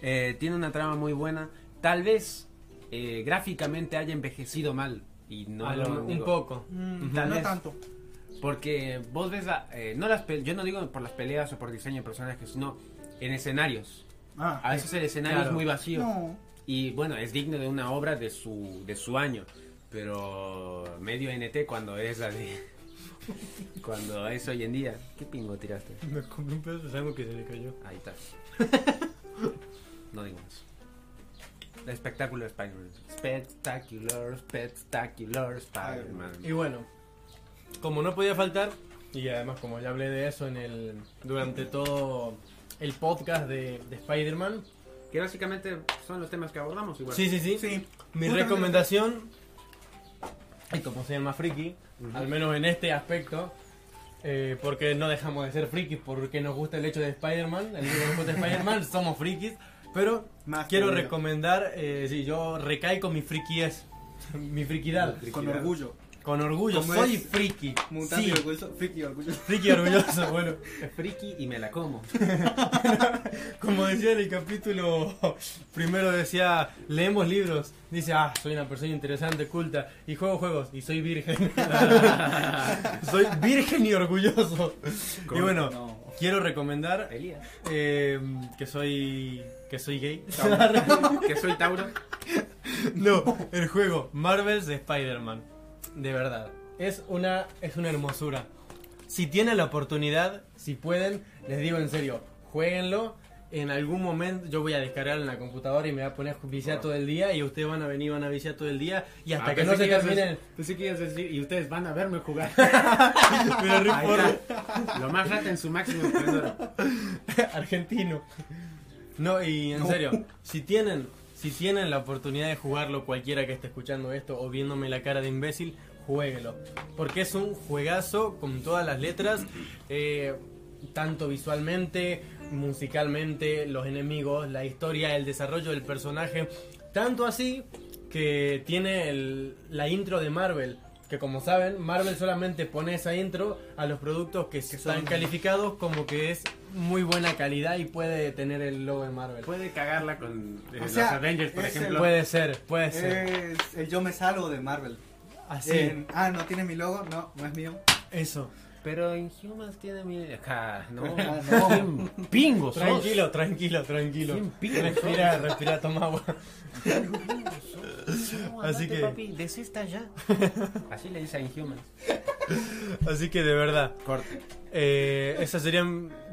Speaker 2: Eh, tiene una trama muy buena. Tal vez eh, gráficamente haya envejecido mal. Y no
Speaker 1: A
Speaker 2: lo
Speaker 1: lo- un
Speaker 2: digo.
Speaker 1: poco.
Speaker 3: Mm,
Speaker 2: Tal
Speaker 3: no
Speaker 2: vez.
Speaker 3: tanto.
Speaker 2: Porque vos ves, la- eh, no las pe- yo no digo por las peleas o por diseño de personajes, sino en escenarios.
Speaker 3: Ah,
Speaker 2: A veces el escenario
Speaker 1: Claro.
Speaker 2: es muy vacío.
Speaker 3: no.
Speaker 2: Y bueno, es digno de una obra de su, de su año. Pero medio NT cuando es la de. cuando es hoy en día. ¿Qué pingo tiraste?
Speaker 1: Me compré un pedazo de salmo que se le cayó.
Speaker 2: Ahí está. no digo más. El espectáculo de Spider-Man. Spectacular, spectacular
Speaker 1: Y
Speaker 2: Spider-Man.
Speaker 1: bueno, como no podía faltar, y además como ya hablé de eso en el durante todo el podcast de, de Spider-Man,
Speaker 2: Que básicamente son los temas que abordamos igual.
Speaker 1: sí, sí, sí,
Speaker 3: Sí.
Speaker 1: mi
Speaker 3: Justamente.
Speaker 1: recomendación, y como sean más friki, al menos en este aspecto, eh, porque no dejamos de ser frikis, porque nos gusta el hecho de Spider-Man, el hecho que nos gusta Spider-Man, somos frikis, pero
Speaker 3: Más
Speaker 1: quiero
Speaker 3: orgullo.
Speaker 1: recomendar, eh, sí, yo recaigo mi frikies, mi friquidad,
Speaker 3: Con orgullo.
Speaker 1: con orgullo,
Speaker 3: Como
Speaker 1: soy
Speaker 3: es
Speaker 1: friki,
Speaker 3: Mutante
Speaker 1: sí,
Speaker 3: orgulloso. Friki orgulloso.
Speaker 1: friki orgulloso, bueno.
Speaker 2: Friki y me la como.
Speaker 1: Como decía en el capítulo primero, decía, leemos libros. Dice, ah, soy una persona interesante, culta, y juego juegos, y soy virgen. soy virgen y orgulloso. Y bueno,
Speaker 3: No.
Speaker 1: quiero recomendar
Speaker 2: Elías.
Speaker 1: eh, que soy que soy gay.
Speaker 2: que soy Tauro.
Speaker 1: no, el juego Marvel's Spider-Man. De verdad, es una, es una hermosura. Si tienen la oportunidad, si pueden, les digo en serio, jueguenlo. En algún momento yo voy a descargar en la computadora y me voy a poner a viciar todo el día y ustedes van a venir, van a viciar todo el día y hasta
Speaker 2: Ah,
Speaker 1: que
Speaker 2: pensé
Speaker 1: no se
Speaker 2: ibas a
Speaker 1: termine el...
Speaker 2: decir- Pensé que ibas a decir, y ustedes van a verme jugar.
Speaker 1: Pero no
Speaker 2: Ahí
Speaker 1: importa.
Speaker 2: está. Lo más rata en su máximo esplendor.
Speaker 1: argentino. No, y en serio, si tienen, si tienen la oportunidad de jugarlo, cualquiera que esté escuchando esto o viéndome la cara de imbécil, jueguelo. Porque es un juegazo con todas las letras, eh, tanto visualmente, musicalmente, los enemigos, la historia, el desarrollo del personaje. Tanto así que tiene el- la intro de Marvel. Que como saben, Marvel solamente pone esa intro a los productos que, están calificados como que es muy buena calidad y puede tener el logo de Marvel.
Speaker 2: Puede cagarla con eh,
Speaker 3: O
Speaker 2: los
Speaker 3: sea,
Speaker 2: Avengers, por
Speaker 3: es
Speaker 2: ejemplo.
Speaker 1: Puede ser,
Speaker 2: Eh,
Speaker 1: puede ser.
Speaker 3: Es el yo me salgo de Marvel.
Speaker 1: Así,
Speaker 3: En- ah, no tiene mi logo. No, no es mío.
Speaker 1: eso.
Speaker 2: Pero Inhumans tiene mi. Ajá, no.
Speaker 3: Ah,
Speaker 2: no. Pingo, sos.
Speaker 1: Tranquilo, tranquilo, tranquilo.
Speaker 2: Sin pico,
Speaker 1: Respira, respira, toma agua.
Speaker 2: No,
Speaker 1: Así
Speaker 2: andate,
Speaker 1: que-
Speaker 2: Papi, desista ya. Así le dice a Inhumans.
Speaker 1: Así que de verdad,
Speaker 2: Corte.
Speaker 1: eh, esa sería,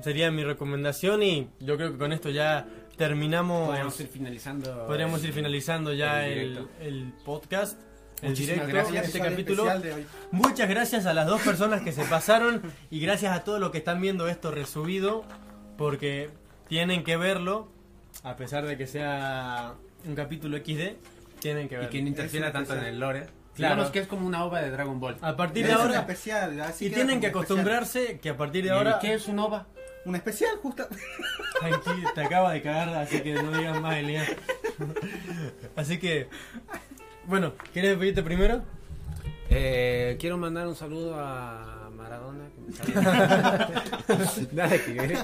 Speaker 1: sería mi recomendación y yo creo que con esto ya terminamos.
Speaker 2: Podríamos ir finalizando.
Speaker 1: Podríamos
Speaker 2: el-
Speaker 1: ir finalizando ya
Speaker 2: el
Speaker 1: el,
Speaker 2: directo.
Speaker 1: el podcast, el
Speaker 2: Muchísimas
Speaker 1: directo,
Speaker 2: gracias.
Speaker 1: este
Speaker 3: Episodio
Speaker 1: capítulo.
Speaker 3: especial de hoy.
Speaker 1: Muchas gracias a las dos personas que se pasaron y gracias a todos los que están viendo esto resubido porque tienen que verlo, a pesar de que sea un capítulo XD, tienen que
Speaker 2: Y que
Speaker 1: verlo.
Speaker 2: no interfiera
Speaker 3: Es una
Speaker 2: tanto en
Speaker 3: especial.
Speaker 2: el lore.
Speaker 1: Claro.
Speaker 2: Digamos que es como una ova de Dragon Ball.
Speaker 1: A partir de
Speaker 3: Es un
Speaker 1: ahora,
Speaker 3: especial, así
Speaker 1: y
Speaker 3: queda
Speaker 1: tienen que
Speaker 3: como especial.
Speaker 1: acostumbrarse que a partir
Speaker 2: ¿Y
Speaker 1: de ahora...
Speaker 2: ¿Qué es un ova?
Speaker 3: Un especial, justo.
Speaker 1: Tranquilo, te acaba de cagar, así que no digas más, Elías. Así que... Bueno, ¿quieres despedirte primero?
Speaker 2: Eh, quiero mandar un saludo a Maradona. que me sale- Nada que ver.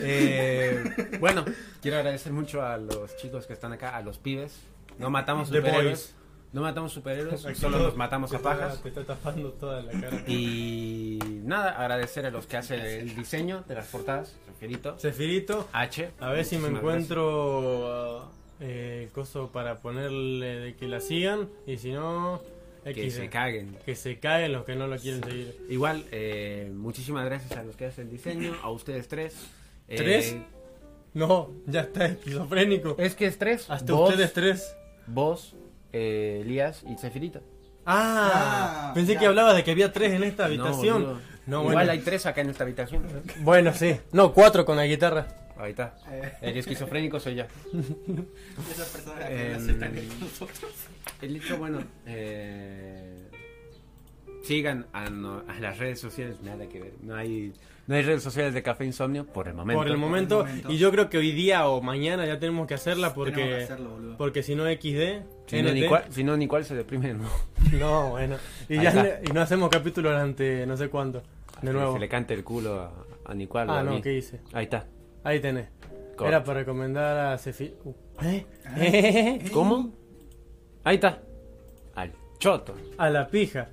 Speaker 2: Eh, bueno, quiero agradecer mucho a los chicos que están acá, a los pibes. No matamos
Speaker 1: The
Speaker 2: superhéroes. No matamos superhéroes, solo nos matamos
Speaker 1: Te
Speaker 2: a
Speaker 1: está-
Speaker 2: pajas.
Speaker 1: Te está tapando toda la cara.
Speaker 2: Y nada, agradecer a los que hacen el diseño de las portadas, Refierito,
Speaker 1: Cefirito,
Speaker 2: H.
Speaker 1: a ver si me
Speaker 2: muchísimas
Speaker 1: encuentro eh, coso para ponerle de que la sigan. Y si no,
Speaker 2: gracias. Que
Speaker 1: XD.
Speaker 2: se caguen.
Speaker 1: Que se caguen los que no lo quieren seguir.
Speaker 2: Igual, eh, muchísimas gracias a los que hacen el diseño, a ustedes tres. Eh,
Speaker 1: ¿Tres? No, ya está esquizofrénico.
Speaker 2: Es que es tres.
Speaker 1: Hasta
Speaker 2: Vos-
Speaker 1: ustedes tres.
Speaker 2: Vos, eh, Elías y Cefirito.
Speaker 1: Ah,
Speaker 3: Ah,
Speaker 1: pensé
Speaker 3: ya.
Speaker 1: que hablabas de que había tres en esta habitación.
Speaker 2: boludo.
Speaker 1: No,
Speaker 2: Igual
Speaker 1: bueno.
Speaker 2: hay tres acá en esta habitación.
Speaker 1: Bueno, sí. No, cuatro con la guitarra.
Speaker 2: Ahí está.
Speaker 3: Eh.
Speaker 2: El esquizofrénico soy yo.
Speaker 3: Esas personas
Speaker 2: Eh,
Speaker 1: Em,
Speaker 3: que no aceptan que nosotros.
Speaker 2: El hecho, bueno, eh, sigan a, no- a las redes sociales, nada que ver. No hay, no hay redes sociales de Café Insomnio por el momento.
Speaker 1: Por el momento.
Speaker 3: Por el momento.
Speaker 1: Y yo creo que hoy día o mañana ya tenemos que hacerla porque.
Speaker 3: Tenemos que hacerlo, boludo.
Speaker 1: Porque si no XD.
Speaker 2: Si no,
Speaker 1: NT.
Speaker 2: ni cuál, si no, ni cuál se deprime, ¿no?
Speaker 1: No, bueno. Y,
Speaker 2: Ahí
Speaker 1: ya
Speaker 2: está.
Speaker 1: ne- y no hacemos capítulos ante no sé cuánto. De nuevo.
Speaker 2: Se le cante el culo a, a Nicual. o
Speaker 1: Ah,
Speaker 2: a
Speaker 1: no,
Speaker 2: mí.
Speaker 1: ¿qué hice?
Speaker 2: Ahí está.
Speaker 1: Ahí tenés.
Speaker 2: Corto.
Speaker 1: Era para recomendar a Cefi. Uh, ¿eh?
Speaker 2: ¿Cómo? Ahí está. Al choto.
Speaker 1: A la pija.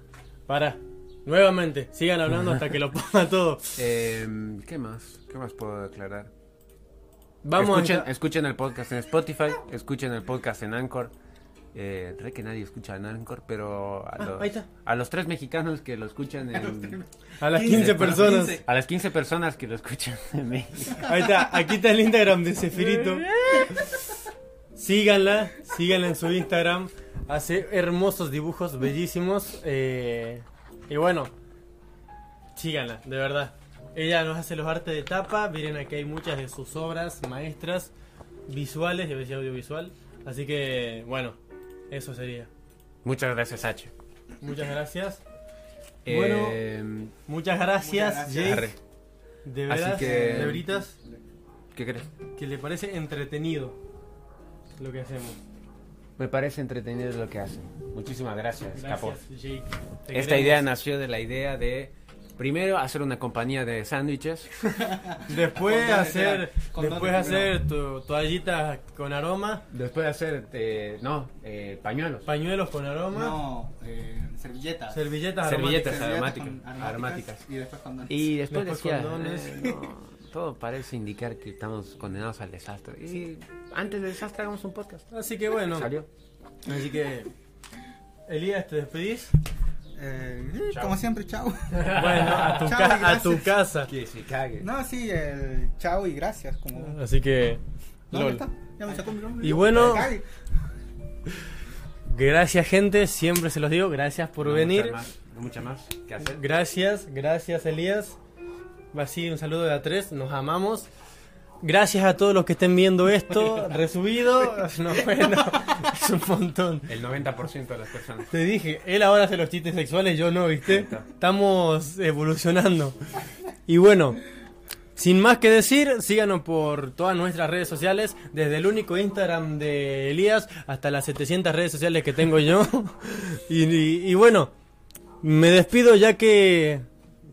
Speaker 1: Pará. Nuevamente. Sigan hablando hasta que lo ponga todo.
Speaker 2: Eh, ¿Qué más? ¿Qué más puedo aclarar?
Speaker 1: Vamos
Speaker 2: escuchen,
Speaker 1: a.
Speaker 2: escuchen el podcast en Spotify, escuchen el podcast en Anchor. Eh, creo que nadie escucha en Anchor, pero a,
Speaker 1: Ah,
Speaker 2: los,
Speaker 1: ahí está.
Speaker 2: a los tres mexicanos que lo escuchan en...
Speaker 1: A las 15 personas.
Speaker 2: A las 15 personas que lo escuchan en México.
Speaker 1: Ahí está, aquí está el Instagram de Cefirito. Síganla, síganla en su Instagram. Hace hermosos dibujos, bellísimos. eh, y bueno, síganla, de verdad. Ella nos hace los artes de tapa. Miren, aquí hay muchas de sus obras maestras visuales, yo decía audiovisual. Así que, bueno, eso sería.
Speaker 2: Muchas gracias, H.
Speaker 1: Muchas gracias. Em,
Speaker 2: Eh,
Speaker 1: Muchas gracias,
Speaker 3: Muchas gracias.
Speaker 1: Jake.
Speaker 2: arre.
Speaker 1: De
Speaker 2: Así
Speaker 1: veras,
Speaker 2: que-
Speaker 1: de veritas.
Speaker 2: ¿Qué crees?
Speaker 1: que le parece entretenido lo que hacemos.
Speaker 2: Me parece entretenido lo que hacen. Muchísimas gracias, Capo.
Speaker 1: Gracias, Jake. Te
Speaker 2: Esta
Speaker 1: queremos.
Speaker 2: idea nació de la idea de, primero, hacer una compañía de sándwiches.
Speaker 1: Después
Speaker 3: Contate,
Speaker 1: hacer,
Speaker 3: espera, contate
Speaker 1: después
Speaker 3: primero.
Speaker 1: hacer tu, toallitas con aroma,
Speaker 2: Después hacer, eh, no, eh, pañuelos.
Speaker 1: pañuelos con aroma,
Speaker 3: No, eh, servilletas.
Speaker 1: servilletas,
Speaker 2: Servilletas.
Speaker 1: aromáticas.
Speaker 2: aromáticas,
Speaker 3: con-
Speaker 2: aromáticas.
Speaker 3: Y después condones.
Speaker 2: Y después,
Speaker 1: Después
Speaker 2: decía,
Speaker 1: condones.
Speaker 2: "Eh, no, todo parece indicar que estamos condenados al desastre. Y antes del desastre hagamos un podcast.
Speaker 1: Así que bueno,
Speaker 2: Salió.
Speaker 1: así que Elías, ¿te despedís?
Speaker 3: Eh, como siempre, chao.
Speaker 1: Bueno, a tu,
Speaker 3: Chao,
Speaker 1: ca- a
Speaker 3: gracias.
Speaker 1: tu casa.
Speaker 2: Que se cague.
Speaker 3: No, sí, el chao y gracias. Como...
Speaker 1: Así que
Speaker 3: ¿Dónde
Speaker 1: LOL.
Speaker 3: está? Ya me sacó mi nombre.
Speaker 1: Y bueno,
Speaker 3: Ay,
Speaker 1: Gracias, gente, siempre se los digo, gracias por
Speaker 2: No,
Speaker 1: venir.
Speaker 2: mucha más, no mucha más que hacer.
Speaker 1: Gracias, gracias Elías. Así un saludo de a tres, nos amamos. Gracias a todos los que estén viendo esto, resubido. No, bueno, es un montón.
Speaker 2: El 90% de las personas.
Speaker 1: Te dije, él ahora hace los chistes sexuales, yo no, ¿viste? Estamos evolucionando. Y bueno, sin más que decir, síganos por todas nuestras redes sociales, desde el único Instagram de Elías hasta las 700 redes sociales que tengo yo. Y, y- y bueno, me despido ya que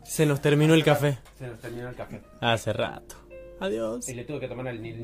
Speaker 1: se nos terminó el café
Speaker 2: Se nos terminó el café.
Speaker 1: hace rato. Adiós.
Speaker 2: Y le tuve que tomar al Nil.